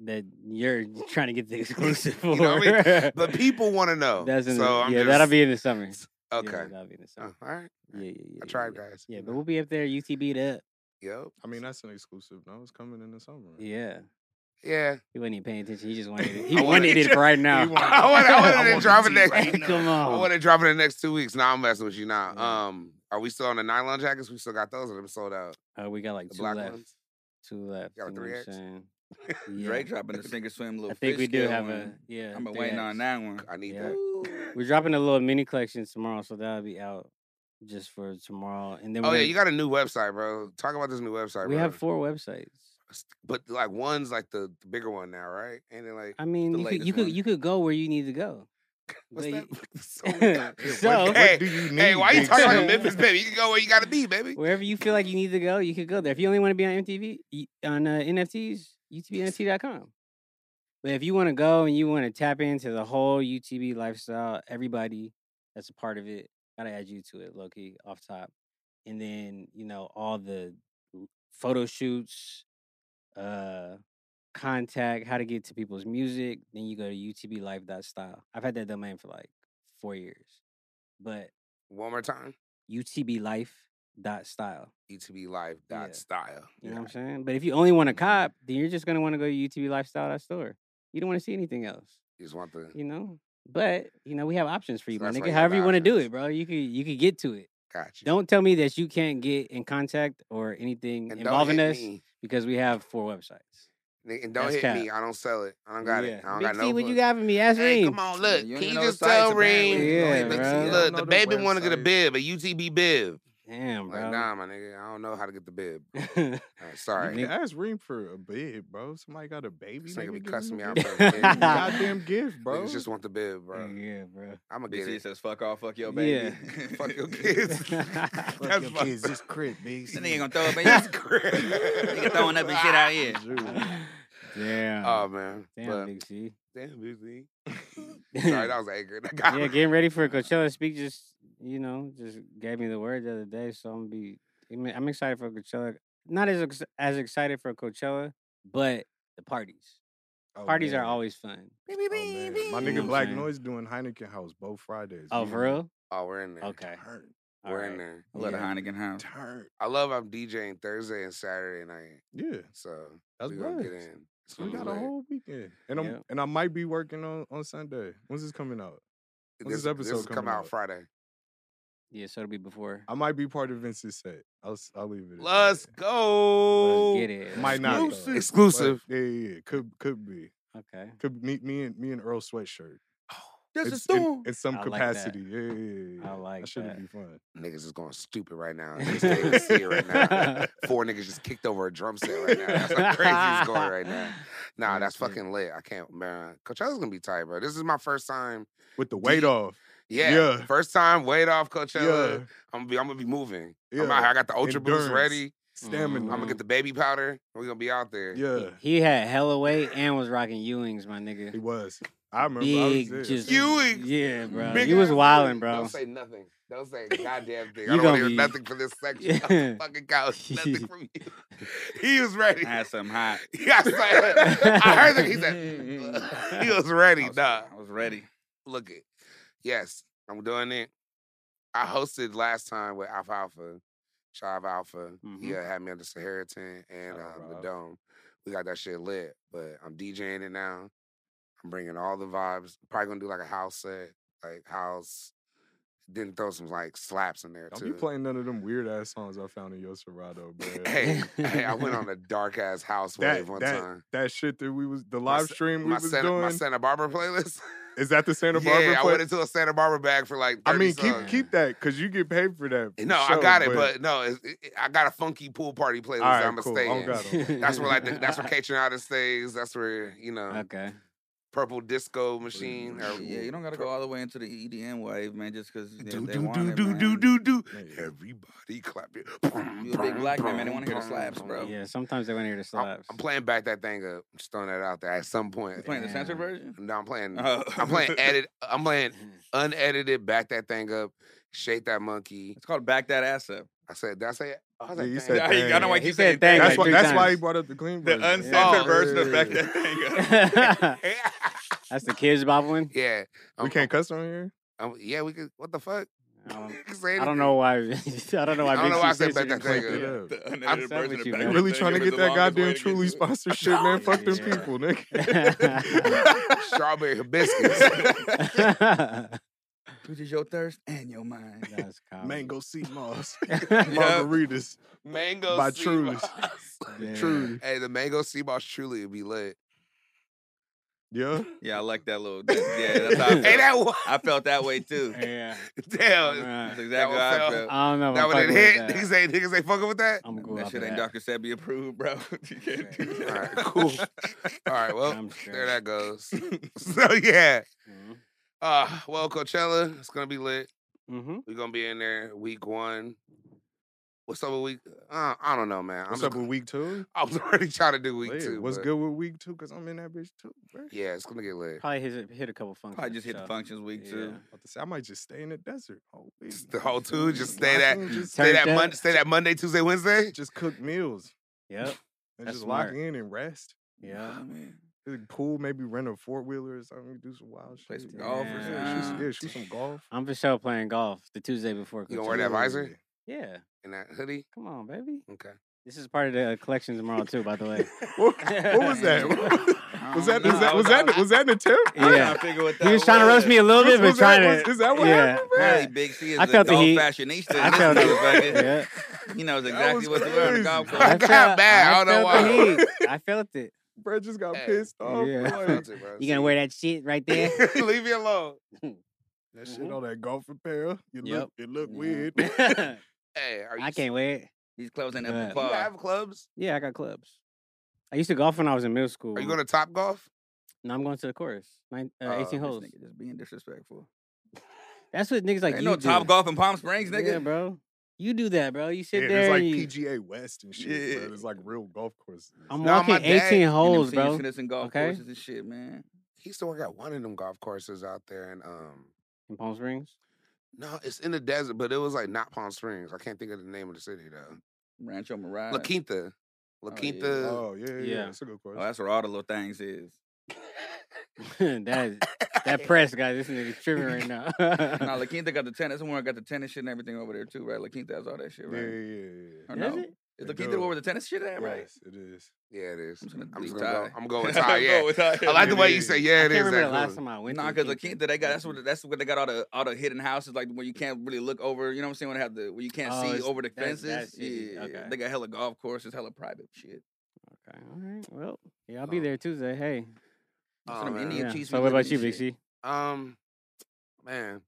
C: that you're trying to get the exclusive for,
A: know what I But people want to know.
C: that's in
A: so
C: the,
A: I'm
C: yeah,
A: just,
C: that'll be in the summer. Yeah,
A: okay.
C: that'll be in the summer.
A: Oh, all right.
C: Yeah, yeah, yeah.
A: I tried,
C: yeah.
A: guys.
C: Yeah,
A: you
C: but
A: know.
C: we'll be up there UTB'd up.
A: Yep.
D: I mean, that's an exclusive. No, it's coming in the summer.
C: Yeah,
A: Yeah.
C: He wasn't even paying attention. He just wanted it. He
A: I wanted-
C: wanted it right
D: He
C: now.
D: wanted-
A: I wanted- I wanted to
D: want
A: drop it
D: see
A: next-
D: right now.
C: Come
A: I
C: on.
A: want to drop it in the next two weeks. Now I'm messing with you now.
C: Yeah.
A: Um, are we still on the nylon jackets? We still got those, or them sold out?
C: Uh, we got like
A: The
C: two
A: black
C: left.
A: ones.
C: Two left.
A: Got a
C: you know what I'm
A: 3X?
C: saying? Yeah.
B: Drake dropping the sinker swim little
C: I think
B: fish
C: we do
B: scale
C: have a
B: one.
C: yeah.
B: I've been
C: 3X.
B: waiting on that one.
A: I need
C: Yeah.
A: that.
C: We're dropping a little mini collection tomorrow, so that'll be out just for tomorrow. And then
A: Oh
C: we're
A: yeah,
C: gonna-
A: you got a new website, bro. Talk about this new website.
C: we
A: bro.
C: have four websites.
A: but like one's like the, the bigger one now, right? And then like
C: I mean,
B: the
C: you could,
B: latest
C: you
B: one.
C: could you could go where you need to go.
A: what's
C: But
A: that?
C: you-
A: So we got-
C: So-
A: what-
C: What
A: hey,
D: do you
A: hey,
D: need,
A: why you
D: big
A: talking like
D: sis?
A: a Memphis baby? You can go where you gotta be, baby.
C: Wherever you feel like you need to go, you could go there. If you only want to be on MTV you- on uh, NFTs, UTBNFT.com. But if you want to go and you want to tap into the whole UTB lifestyle, everybody that's a part of it, gotta add you to it, low key, off top. And then you know all the l- photo shoots, uh, contact, how to get to people's music. Then you go to UTBLife.style. I've had that domain for like four years, but
A: One more time. E
C: UTBLife.style.
A: UTB Live
C: Yeah.
A: dot style.
C: You know what I'm saying? But if you only want a cop, then you're just gonna want to go to UTB Lifestyle that store. You don't want to see anything else,
A: You just want the
C: you know. But you know, we have options for you,
A: So
C: my
A: that's why
C: nigga.
A: you got
C: However you want to do
A: options.
C: it, bro. You could you could get to it.
A: gotcha.
C: Don't tell me that you can't get in contact or anything
A: and
C: involving
A: don't hit
C: us
A: me.
C: because we have four websites.
A: Nigga, And don't
C: That's
A: hit me. I don't sell it. I don't got it. I don't
C: Big
A: got
C: T,
A: no.
C: what you
A: book.
C: got for me? Ask
A: Hey,
C: me.
A: come on, look.
B: you
A: Can you
B: ain't know
A: just
B: the sites,
A: tell Reem?
B: apparently.
A: Look,
C: Yeah, bro.
A: see,
C: You
A: Look,
D: don't know
A: the
D: the
A: baby want to get a
D: website.
A: bib, a UTB bib.
C: Damn,
A: Like,
C: bro.
A: nah, my nigga, I don't know how to get the bib. Uh,
D: You
A: sorry.
D: can ask Reem for a bib, bro. Somebody got a baby.
A: This
D: nigga,
A: nigga be
D: give
A: cussing
D: him
A: me
D: a
A: out
D: gift.
A: for a bib.
D: Goddamn gift, bro.
A: Niggas just want the bib, bro.
C: Yeah, bro.
A: I'm gonna
B: Big
A: get
B: C
A: it.
B: says, "Fuck off, fuck your baby,
A: Fuck your kids.
D: Fuck
A: That's
D: your
A: my-
D: kids, this crib, big.
B: This nigga gonna throw up in
A: That's
B: his
A: great.
B: nigga throwing up and shit out here.
C: Damn.
A: Oh man.
C: Damn,
A: But-
C: Big C.
A: Damn, Big Z. Sorry, that was angry. That guy.
C: yeah, getting ready for Coachella speak just you know just gave me the word the other day, so I'm be I'm I'm excited for Coachella. Not as ex- as excited for Coachella, but the parties.
D: Oh,
C: Parties are
D: man.
C: always fun.
D: Oh, man. My
C: You know what
D: nigga
C: I'm
D: Black
C: saying?
D: Noise doing Heineken House both Fridays.
C: Oh,
D: We
C: for
D: in-
C: real?
A: Oh, we're in there.
C: Okay,
D: Turn,
C: all
A: We're in
C: right.
A: there.
B: Let a
C: Yeah.
B: Heineken house.
D: turn.
A: I love I'm DJing Thursday and Saturday night.
D: Yeah,
A: So
D: that's
A: we gonna get
D: right.
A: in. It's
D: We
A: gonna be
D: got a
A: lit.
D: whole weekend, and I'm
C: Yep.
D: and I might be working on on Sunday. When's this coming out? when's
A: This,
D: this episode
A: this is come
D: coming
A: out
D: out?
A: Friday.
C: Yeah, so it'll be before.
D: I might be part of Vince's set. I'll s- I'll leave it. at that.
A: Let's go.
C: Let's get it.
D: Might
C: let's
D: not
C: get
D: though,
C: it.
D: but
A: Exclusive.
D: Yeah, yeah, yeah. Could could be.
C: Okay.
D: Could meet me and me and Earl sweatshirt.
B: That's
D: It's- in- in, some
C: I like that.
D: capacity. yeah, yeah, yeah, yeah.
C: I like
D: That should
C: that.
D: be fun.
A: Niggas is going stupid right now. Niggas can't even see it right now. Four niggas just kicked over a drum set right now. That's how crazy it's going right now. Nah,
D: Yeah,
A: that's
D: yeah.
A: fucking lit. I can't, man. Coachella's gonna be tight, bro. This is my first time.
D: With the weight off.
A: Yeah,
D: Yeah.
A: first time. Wait off
D: Yeah.
A: Coachella. I'm gonna be. I'm gonna be moving. I'm out
D: Yeah.
A: here. I got the Ultra Boost
D: Endurance. Mm-hmm.
A: ready.
D: Stamina.
A: I'm gonna get the baby powder. We're gonna be out there.
D: Yeah.
C: He, he had hella weight and was rocking Ewings, my
D: He
C: nigga.
D: was. I remember. I
C: Big,
D: was
C: just
D: there.
A: Ewing.
C: Yeah, bro.
A: Big
C: he was
A: ass
C: wilding,
A: food.
C: bro.
A: Don't say nothing. Don't say a goddamn thing.
C: You
A: I don't want
C: gonna
A: to hear
C: be-
A: nothing from this section. of the fucking couch. Nothing from you. He was ready.
B: I had something hot.
A: Yeah, I saw it. I heard that he said he was ready.
B: I was,
A: Nah,
B: I was ready.
A: look it. Yes, I'm doing it. I hosted last time with Alpha Alpha, Shive Alpha.
D: Mm-hmm.
A: He uh, had me on the Saharitan and
D: Shout out
A: um, the
D: Rob.
A: Dome. We got that shit lit, but I'm DJing it now. I'm bringing all the vibes. Probably gonna do like a house set, like house. Then throw some like slaps in there
D: Don't
A: too.
D: be playing none of them weird ass songs I found in your Serato, bro.
A: hey, hey, I went on a dark ass house wave
D: That-
A: one
D: that-
A: time.
D: That shit that we was the live
A: Sa-
D: stream we
A: My
D: was
A: Santa, my
D: doing.
A: Santa Barbara playlist.
D: Is that the Santa Barbara?
A: yeah, I
D: play-
A: went into a Santa Barbara bag for like. 30
D: I mean, keep
A: songs.
D: keep that because you get paid for that. for
A: No, I
D: sure,
A: got it, but no, it's, it, it- I got a funky pool party playlist.
D: all right,
A: I'm gonna
D: cool.
A: stay
D: I
A: in.
D: got 'em.
A: That's where like the, that's where Catering Out stays. That's where you know
C: Okay.
A: purple disco machine. Or,
B: Oh, Yeah, you don't gotta go all the way into the EDM wave, man, just because they,
A: Do
B: they
A: do
B: want
A: do
B: it,
A: do
B: man.
A: do do do.
D: Nigga.
A: Everybody clap it.
B: You a big black man, man, they wanna hear the slaps, bro.
C: Yeah, sometimes they want to hear the
A: I'm,
C: slaps.
A: I'm playing back that thing up. Just throwing that out there at some
B: You
A: point.
B: playing the censored
C: Yeah.
B: version?
A: No, I'm playing.
B: Oh.
A: I'm playing edit. I'm playing unedited. Back that thing up. Shake that monkey.
B: It's called back that ass up.
A: I said. Did I say? it? Oh, I was
D: Yeah,
A: like,
D: you
A: dang.
D: said
B: I don't know why
C: He
B: you
C: said
B: said
C: dang
D: That's
C: like
D: why.
C: three
D: That's why he
C: times.
D: brought up the clean
B: The
D: version.
B: uncensored
A: Oh,
B: version of
A: yeah.
B: back that thing up.
C: That's the kids bob one.
A: yeah. Um,
D: We
A: I'm-
D: can't cuss on here.
A: I'm- yeah, we could. What the fuck?
C: I don't,
A: Say
C: Um, I
A: anything.
C: don't know why. I don't know why.
A: I don't know
C: Big
A: why I
C: Sis
A: said
C: is in
A: that
C: the
A: thing
C: clique.
A: up.
D: Yeah.
B: The
C: I'm
B: unaided
C: stuck
B: version
C: with
B: of
C: you,
B: Back
C: man.
B: in the
D: Really
B: Day
D: trying to
B: was
D: get
B: the
D: that
B: longest way
D: goddamn
B: to get
D: truly
B: to it.
D: sponsorship, man. Fuck them
C: Yeah.
D: people, nigga.
A: Strawberry hibiscus.
B: Twitches your thirst and your mind.
C: That's comedy.
D: Mango sea moss,
B: Yeah.
D: margaritas,
A: mango
D: By
A: sea
D: Truly's.
A: moss.
C: Yeah.
D: truly.
A: Hey, the mango sea moss truly would be lit.
D: Yeah,
B: Yeah, I like that little. Yeah, that's how I
A: hey,
B: felt.
A: that one.
B: I felt that way too.
C: Yeah.
A: Damn.
B: That's
C: Alright.
B: exactly
A: That one
B: how I
A: felt.
B: felt.
C: I don't know. If
A: That
C: I'm
A: one
C: fucking
A: didn't
C: with
A: hit. Niggas ain't, niggas ain't fucking with that?
C: I'm cool.
B: That
C: off
B: shit
C: of
B: ain't
C: that.
B: Dr. Sebi approved, bro. you can't do
A: All right,
B: that.
A: cool. All right, well,
C: I'm
A: Oh, there
C: sure.
A: that goes. so, yeah.
C: Mhm.
A: Uh, well, Coachella, it's going to be lit.
C: Mhm.
A: We're going to be in there week one. What's up with week? Uh, I don't know, man.
D: what's
A: I'm
D: up with week two?
A: I was already trying to do week
D: Lit.
A: two.
D: What's
A: but
D: good with week two? Cause I'm in that bitch too, bro.
A: Yeah, it's going to get lit.
C: Probably hit, hit a couple functions.
B: Probably just hit the
C: so,
B: functions week too.
C: yeah.
D: About to say, I might just stay in the desert. whole week.
A: Just the whole two, just
D: Lock
A: stay that-
D: in, just,
A: Stay that,
C: Turned
A: Mon-
C: up.
A: stay that Monday, Tuesday, Wednesday.
D: just cook meals
C: Yep.
D: and
C: That's
D: just lock
C: smart.
D: in and rest.
C: Yeah.
B: Oh, man.
D: Like, Pool, maybe rent a four wheeler or something. Do some wild shit.
B: Play some
D: Yeah,
B: golf or
C: Yeah.
B: something.
D: Yeah, shoot, some- yeah, shoot some golf.
C: I'm for sure playing golf the Tuesday before.
A: You gonna wear that
C: Coachella.
A: visor?
C: Yeah.
A: in that hoodie.
C: Come on, baby.
A: Okay.
C: This is part of the uh, collection tomorrow too. By the way.
D: What, what was that?
B: I
D: was
B: don't
D: that was
B: know.
D: that was that, was that an attempt?
B: I was
C: Yeah.
B: trying to figure what
C: He was
B: that
C: trying to roast me a little bit,
D: Was-
C: but
D: was that-
C: trying
D: was-
C: to.
D: is that what
C: yeah.
D: happened, bro?
B: Apparently, Big C is
C: I
B: a
C: felt the
B: golf
C: heat.
B: fashionista. in
C: I
B: this
C: felt it.
B: motherfucker.
C: Yeah.
B: He knows
D: That
B: exactly
D: was
B: what to wear on the
D: crazy.
B: golf
A: I
B: course.
A: got mad. I don't know
C: felt the
A: why.
C: heat. I felt it.
D: Bro just got
A: Hey.
D: pissed off.
C: Yeah.
A: I
D: bro, like,
A: felt it, bro.
C: You gonna wear that shit right there?
A: that? Leave me alone.
D: that shit on that golf apparel. You
C: Yep.
D: look it look
C: Mm-hmm. Yeah.
D: weird.
A: Hey, are you?
C: I can't wear it.
B: He's closing
C: Yeah.
B: up the
A: Do you
B: par.
A: have clubs?
C: Yeah, I got clubs. I used to golf when I was in middle school.
A: Are you going to top golf?
C: No, I'm going to the chorus. Nine, uh,
A: Oh, this
C: 18 holes.
B: This nigga just being disrespectful.
C: That's what niggas like
B: Ain't
C: you
B: no
C: do.
B: top golf in Palm Springs,
C: Yeah,
B: nigga.
C: bro. You do that, bro. You sit
D: Yeah,
C: there
D: it's like
C: and you.
D: PGA West and shit.
B: Yeah.
D: Bro. It's like real golf courses.
C: I'm
A: Nah, my
C: walking 18
A: dad-
C: holes,
B: And them
C: bro.
B: seniors in golf
C: Okay.
B: courses and shit, man.
A: He used to work at one of them golf courses out there, and um,
C: In Palm Springs.
A: no, it's in the desert, but it was like not Palm Springs. I can't think of the name of the city though.
B: Rancho Mirage.
A: La Quinta, La
B: Oh, yeah.
A: Quinta.
D: oh yeah, yeah, yeah.
C: yeah.
D: That's a good
B: Oh,
D: question.
B: that's where all the little things is.
C: that is, that press guy, this nigga's tripping right now.
B: Now, La Quinta got the tennis. Somewhere got the tennis shit and everything over there too, right? La Quinta has all that shit,
D: yeah,
B: right?
D: oh, yeah,
B: Or
C: Does
B: no?
C: it?
B: Is La
D: They
B: Quinta
D: do.
B: where the tennis shit
D: yeah.
B: at, right?
D: Yes, it is.
A: Yeah, it is.
B: I'm just gonna
A: I'm
B: leave
A: just gonna go.
B: Ty.
A: I'm going with Ty. Yeah,
B: with Ty,
A: I like
B: yeah.
A: the way you say yeah.
C: I
A: It
C: can't
A: is.
C: remember
A: that
C: the last
A: cool.
C: time I went.
B: Nah,
C: to
B: because La
C: Quinta.
B: Quinta, they got that's what that's where they got all the all the hidden houses, like where you can't really look over. You know what I'm saying? Where they have the where you can't
C: Oh,
B: see
C: it's-
B: over the
C: that's-
B: fences.
C: that's shitty.
B: yeah,
C: Okay.
B: they got hella golf courses, hella private shit.
C: Okay, all right. Well, yeah, I'll be
A: Um,
C: there Tuesday. Hey.
A: Oh,
B: Some
A: man.
B: Indian
C: Yeah.
B: cheese
C: So
B: we
C: what
B: live in
C: about you,
B: and
C: Big
B: shit.
C: C?
A: Um, man,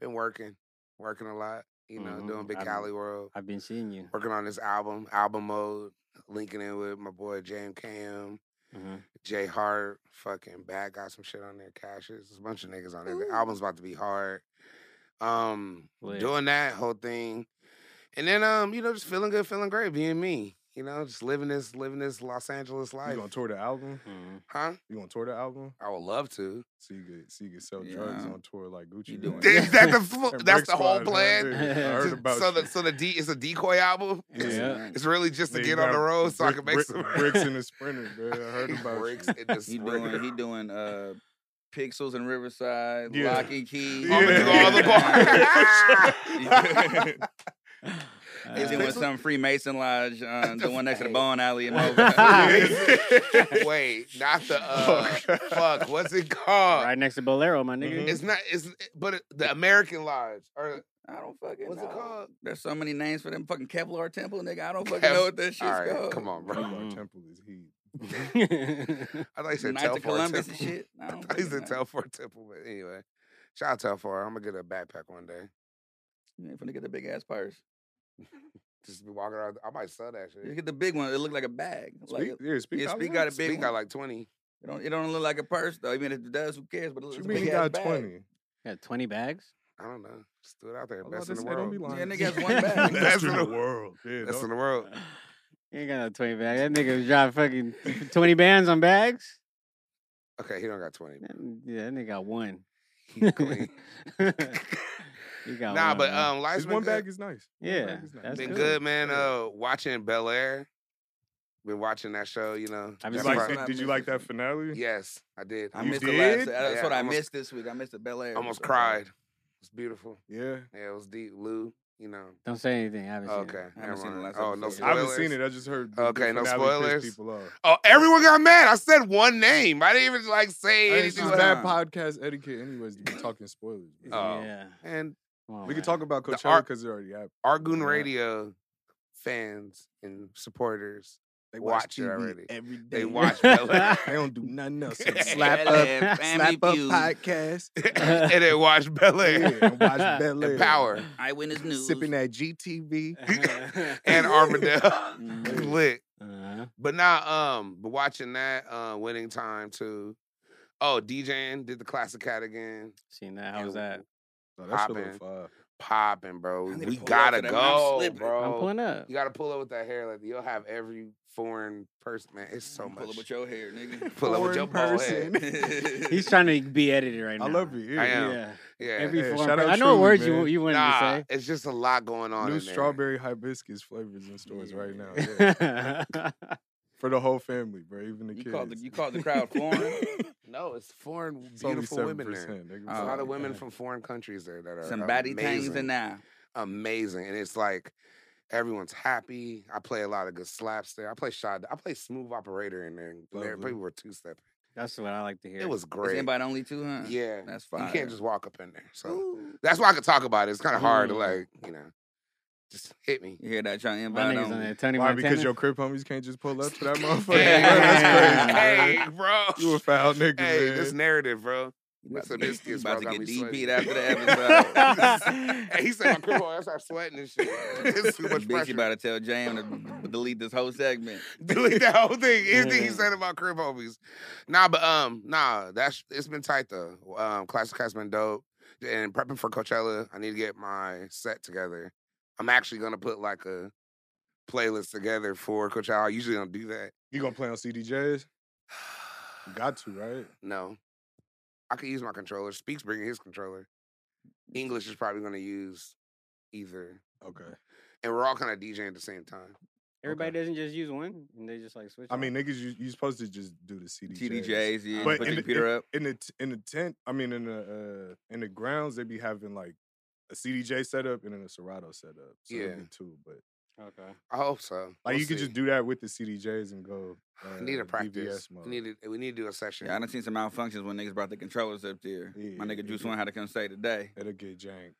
A: been working, working a lot. You know,
C: Mhm.
A: doing Big
C: I'm-
A: Cali World,
C: I've been seeing you.
A: working on this album, album mode, linking in with my boy Jam Cam,
C: Uh-huh.
A: Jay Hart, fucking Bad got some shit on there, Cashes, there's a bunch of niggas on there. The album's about to be hard. Um,
C: Lit.
A: doing that whole thing, and then um, you know, just feeling good, feeling great, being me. You know, just living this, living this Los Angeles
D: You
A: life,
D: gonna tour the album?
C: Mhm.
A: huh?
D: You gonna tour the album?
A: I would love to.
D: So you could so you could sell drugs
B: Yeah.
D: on tour like Gucci.
B: You
D: Mane.
B: doing
A: Is that the fu-
D: And
A: that's
D: Brick
A: the whole
D: Squad, huh?
A: plan?
D: Yeah, I heard
A: So-
D: about
A: so the
D: you.
A: so the D it's a decoy album.
C: Yeah.
A: It's really just to
D: Nigga
A: get on
D: got
A: the road so I
D: brick-
A: can make
D: brick-
A: some
D: bricks in the sprinter, bro. I heard about
A: bricks
D: you.
A: in the
B: He
A: sprinter.
B: doing he doing uh pixels in Riverside,
D: Yeah.
B: lock and key.
A: I'm gonna do all the bars.
B: He's
C: Uh,
A: Is
B: doing
A: Pixel-
B: some Freemason Lodge, uh, the one next to the
A: Hey.
B: Bone Alley in
C: Yeah.
B: Mobile.
A: Wait, not the uh,
D: Fuck.
A: fuck. What's it called?
C: right next to Bolero, my nigga.
D: Mhm.
A: It's not. It's but it- the American Lodge or
B: I don't fucking
A: what's
B: know.
A: it called?
B: There's so many names for them fucking Kevlar temple, nigga. I don't fucking
A: Kev-
B: know what that shit's
A: All right,
B: called.
A: come on, bro.
D: Bro, my
C: Mhm.
D: temple is heat.
A: I thought you said
B: Knights
A: Telfar
B: of Columbus
A: Temple.
B: and shit. I
A: I
B: don't
A: thought you
B: fucking
A: said
B: know.
A: Telfar Temple, but anyway. Shout out Telfar. I'm gonna get a backpack one day.
B: You ain't finna get the big ass purse.
A: Just be walking around. I might sell that
B: You
A: shit.
B: get the big one. It look like a bag. Like
D: Speak,
B: it,
D: yeah, speak.
B: yeah,
D: out
B: speak
D: loud.
B: out a
A: Speak
B: big one.
A: got like twenty.
B: It don't, it don't look like a purse though. Even if it does, who cares? But it
D: What
B: looks
D: you
B: like a big
D: mean he
B: ass
D: got
B: bag.
D: twenty?
C: Got 20 bags?
A: I don't know. Just do it out there.
D: I was
A: Best in
D: about to
A: the
D: say, don't
A: world.
D: be
B: Yeah,
D: lying.
B: nigga has one
A: That's
B: bag.
D: Best in
A: what
D: the
A: I-
D: world. Yeah,
A: Best in
D: don't-
A: the world.
C: Uh, You ain't got no 20 bags. That nigga was driving fucking 20 bands on bags?
A: Okay, he don't got twenty.
C: That- Yeah, that nigga got one.
A: He clean.
C: You got
A: nah,
C: one,
A: but
C: man.
A: um, life's
D: His
A: been
D: one
A: good.
D: bag is nice. One
C: Yeah,
D: bag is nice.
C: that's
A: been
C: good.
A: good, man. Uh, watching Bel Air. Been watching that show. You know.
C: I've
D: You
C: been
A: Jeff
C: seeing
D: like-
A: Ross-
B: some-
D: did, did you like that finale?
A: Yes, I did.
B: I
D: You
B: missed
D: did?
B: the last. That's
A: Yeah,
B: what I
A: almost-
B: missed this week. I missed the Bel Air.
A: Almost
B: episode.
A: cried. It's beautiful.
D: Yeah.
A: Yeah, it was deep. Lou, you know.
C: Don't say anything. I haven't seen it.
A: Okay.
B: I haven't
A: never
B: seen the
A: mind.
B: last
A: Oh, no
B: episode
A: spoilers.
B: yet.
D: I haven't seen it. I just heard. the
A: Okay, no
D: finale pissed
A: spoilers.
D: People off.
A: Oh, everyone got mad. I said one name. I didn't even like say
D: Hey, It's
A: anything.
D: just
A: about-
D: bad
B: on.
D: podcast etiquette, anyways. To be talking spoilers. bro.
A: Oh.
C: Yeah.
A: And
C: Come on,
D: we can
C: man.
D: talk about
A: Oh, The
D: Coachella
A: art-
D: because it already happened.
A: Argoon
C: Yeah.
A: Radio fans and supporters,
D: They
A: Watch it already.
D: every day.
A: they watch Bel
D: They don't do nothing else. but slap
B: Hell
D: up,
B: yeah,
D: slap
B: Family
D: up
B: Feud.
D: podcast.
A: and they watch Bel
D: Yeah,
A: Air.
D: and watch Bel Air.
A: And Power.
B: Eyewitness News.
D: Sipping that GTV.
A: and Armadale.
C: Mhm.
A: Lit.
C: Uh-huh.
A: But now, um, but watching that, uh, winning time too. Oh, DJing did the classic cat again.
C: Seen that? How
A: And
C: was that?
D: Oh, that shit
A: Poppin'.
D: look fire.
A: Popping, bro.
B: I need to
A: We
B: pull up
A: gotta
B: to that, man. I'm
A: go,
B: slipping.
A: bro.
C: I'm pulling up.
A: You gotta pull up with that hair. Like you'll have every foreign person. Man, it's so
B: Pull
A: much.
B: up with your hair, nigga.
A: Pull up with your
D: Foreign
A: bald head.
C: He's trying to be edited right now.
D: I love you. Yeah.
A: I am.
C: Yeah.
A: Yeah.
C: Every
D: Yeah,
C: form.
D: shout out
C: I know what
D: Truly,
C: words
D: man.
C: you you wanted
A: nah,
C: to
A: it's just a lot going on.
D: New
A: in there.
D: strawberry hibiscus flavors in stores right now.
C: say.
D: yeah. For the whole family, bro. Even the
B: you
D: kids.
B: called the you called the crowd foreign.
A: No, it's foreign,
D: It's only
A: beautiful women there.
D: 7%, nigga.
A: There's a
B: Oh,
A: lot of women
D: okay.
A: from foreign countries there that are
B: Some baddie things
A: amazing.
B: in there.
A: amazing, and it's like everyone's happy. I play a lot of good slaps there. I play shot. I play smooth operator in there. and there-
D: Lovely.
A: People were two stepping.
C: That's what I like to hear.
A: It was
B: Is
A: great.
B: anybody only two, huh?
A: Yeah,
B: That's
A: you
B: fine.
A: can't just walk up in there. So that's why I could talk about it. It's kind of hard to like you know, just hit me.
B: You hear that? Trying to
C: my
B: invite
C: niggas
B: on.
C: on there. Tony
D: Why?
C: Montana.
D: Because your crib homies can't just pull up to that motherfucker. bro,
A: Hey,
D: That's crazy.
A: hey,
D: bro.
A: bro.
D: You a foul nigga,
A: hey,
D: man.
A: this narrative, bro.
B: You about
A: That's a
B: to get,
A: biscuit,
B: you
A: bro.
B: about to
A: Got
B: get
A: me
B: DP'd
A: sweating.
B: after the episode.
A: hey, he said my crib I start sweating and shit. It's too much
B: Bitch, you
A: pressure.
B: about to tell Jam to d- delete this whole segment.
A: Delete that whole thing. Anything he
C: Yeah.
A: said about crib homies. Nah, but um, nah, that's it's been tight though. Um, classic has been dope. And prepping for Coachella, I need to get my set together. I'm actually gonna put like a playlist together for Coachella. I usually don't do that.
D: You gonna play on CDJs? You got to, right?
A: No. I could use my controller. Speaks bringing his controller. English is probably gonna use either.
D: Okay.
A: And we're all kind of DJing at the same time.
C: Everybody doesn't just use one, and they just like switch.
D: I
C: off?
D: mean, niggas, you you supposed to just do the CDJs.
B: TDJs, yeah.
D: But
B: put
D: in
B: your
D: the-
B: computer up.
D: In the t- in the tent, I mean, in the uh, in the grounds, they be having like a CDJ setup and then a Serato setup. So yeah,
A: Yeah.
D: two. But
C: okay.
A: I hope so.
D: like,
A: We'll
D: you could
A: see.
D: just do that with the CDJs and go. Uh,
A: I need to
D: DVS
A: practice.
D: mode.
A: We need to, we need to do a session.
B: Yeah, I done seen some malfunctions when niggas brought the controllers up there.
D: Yeah,
B: My
D: yeah,
B: nigga Juice
D: yeah.
B: One had to come say today.
D: It'll get jank.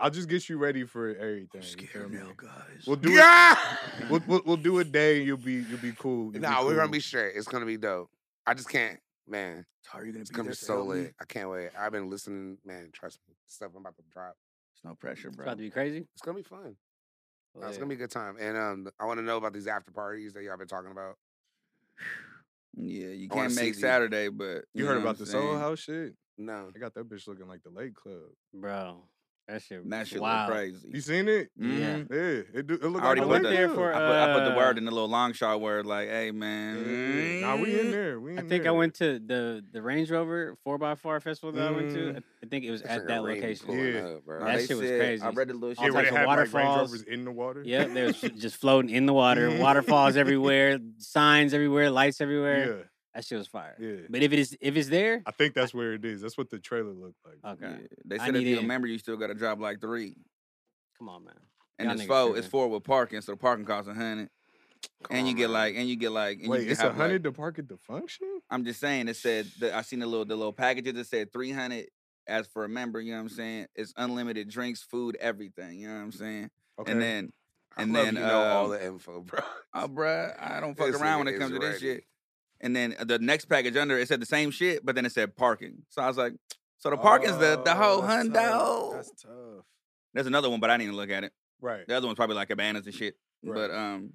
D: I'll just get you ready for everything. you feel me?
B: guys.
D: We'll do it.
A: yeah.
D: We'll, we'll, we'll do a day and you'll be you'll be cool. You'll
A: nah,
D: cool.
A: we're gonna be straight. It's gonna be dope. I just can't, man.
B: How are you gonna
A: It's gonna be so lit. I can't wait. I've been listening, man. Trust me, stuff I'm about to drop.
B: It's no pressure,
C: It's
B: bro.
C: about to be crazy.
A: It's gonna be fun.
B: Oh,
A: Nah,
C: Well,
A: it's
C: yeah.
A: gonna be a good time. And um, I want to know about these after parties that y'all been talking about.
B: Yeah, you
A: I wanna
B: can't
A: see
B: make
A: these.
B: Saturday, but
D: You
B: know
D: heard
B: what
D: about
B: I'm
D: the Soul
B: saying?
D: House shit?
A: No,
D: They got that bitch looking like the Late Club.
C: bro. That shit.
B: That shit
C: wow.
B: look crazy.
D: You seen it?
B: Mhm.
D: Yeah, it do. It look
B: I already
D: like
B: put the
D: the Late
C: there
D: Club.
C: for,
B: I, put, I put the
C: uh,
B: word in the little long shot word like, hey man.
D: Mm-hmm. Yeah. Nah, we in there. We in
C: I think I
D: there.
C: went to the the Range Rover four x four festival that I went to.
D: Mm.
C: I- I think it was
A: It's like
C: at
A: a
C: that
A: rain
C: location.
A: pulling
D: Yeah.
A: up, bro.
B: Nah,
C: That
B: they
C: shit was
B: said-
C: crazy.
B: I read the little
C: All
D: Yeah,
B: shit.
D: where
C: types
D: they
C: of
D: had like Range
C: waterfalls.
D: Rovers in the water.
C: Yeah, there's just floating in the water,
D: Mhm.
C: waterfalls everywhere, signs everywhere, lights everywhere.
D: yeah,
C: That shit was fire.
D: yeah.
C: But if it is if it's there,
D: I think that's where it is. That's what the trailer looked like.
C: okay.
B: Yeah, They
C: I
B: said if
C: need
B: you
C: it.
B: remember, you still got to drop like three.
C: Come on, man.
B: And
C: Y'all
B: it's
C: niggas
B: four. It's
C: tripping.
B: four with parking, so the parking costs a hundred.
A: Come
B: And you
A: on,
B: get
A: man.
B: like, and you get like, and you
D: Wait,
B: can
D: it's a
B: have, like-
D: hundred to park at the function?
B: I'm just saying. It said that I seen the little the little packages that said 300 as for a member. You know what I'm saying? It's unlimited drinks, food, everything. You know what I'm saying?
D: Okay.
B: And then,
A: I
B: and
A: love
B: then,
A: you know all
B: um,
A: the info, bro.
B: oh, bruh, I don't fuck
A: This
B: around when
A: nigga
B: it comes
A: is
B: to this
A: ready.
B: shit. And then uh, the next package under it said the same shit, but then it said parking. So I was like, so the parking's the the whole
D: Oh, that's tough.
B: hundo.
D: That's tough.
B: There's another one, but I didn't even look at it.
D: Right.
B: The other one's probably like cabanas and shit.
D: Right.
B: But um,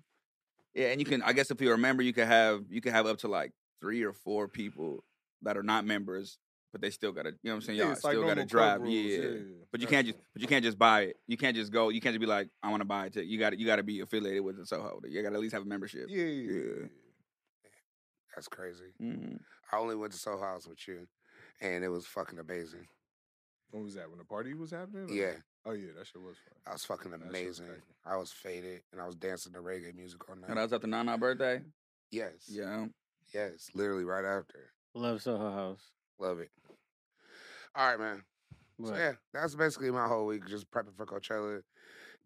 B: yeah, and you can I guess if you remember, you can have you can have up to like three or four people that are not members, but they still gotta you know what I'm saying. Y'all
D: like
B: still gotta
D: normal club
B: drive,
D: rules,
B: yeah. But you can't just
D: Gotcha.
B: but you can't just buy it. You can't just go. You can't just be like I want to buy it. Too. You got to you got to be affiliated with the Soho. You got to at least have a membership.
D: Yeah, yeah, yeah.
B: Yeah.
A: That's crazy.
B: Mhm.
A: I only went to Soul House with you, and it was fucking amazing.
D: When was that? When the party was happening? or-
A: Yeah.
D: Oh yeah, that shit was fun.
A: I was fucking
D: That shit was
A: amazing.
D: crazy.
A: I was faded and I was dancing to reggae music all night.
B: And I was at the Nana birthday.
A: yes.
B: Yeah,
A: Yes. Literally right after.
C: Love Soho House.
A: Love it. All right, man. So
C: But-
A: yeah, that's basically my whole week, just prepping for Coachella,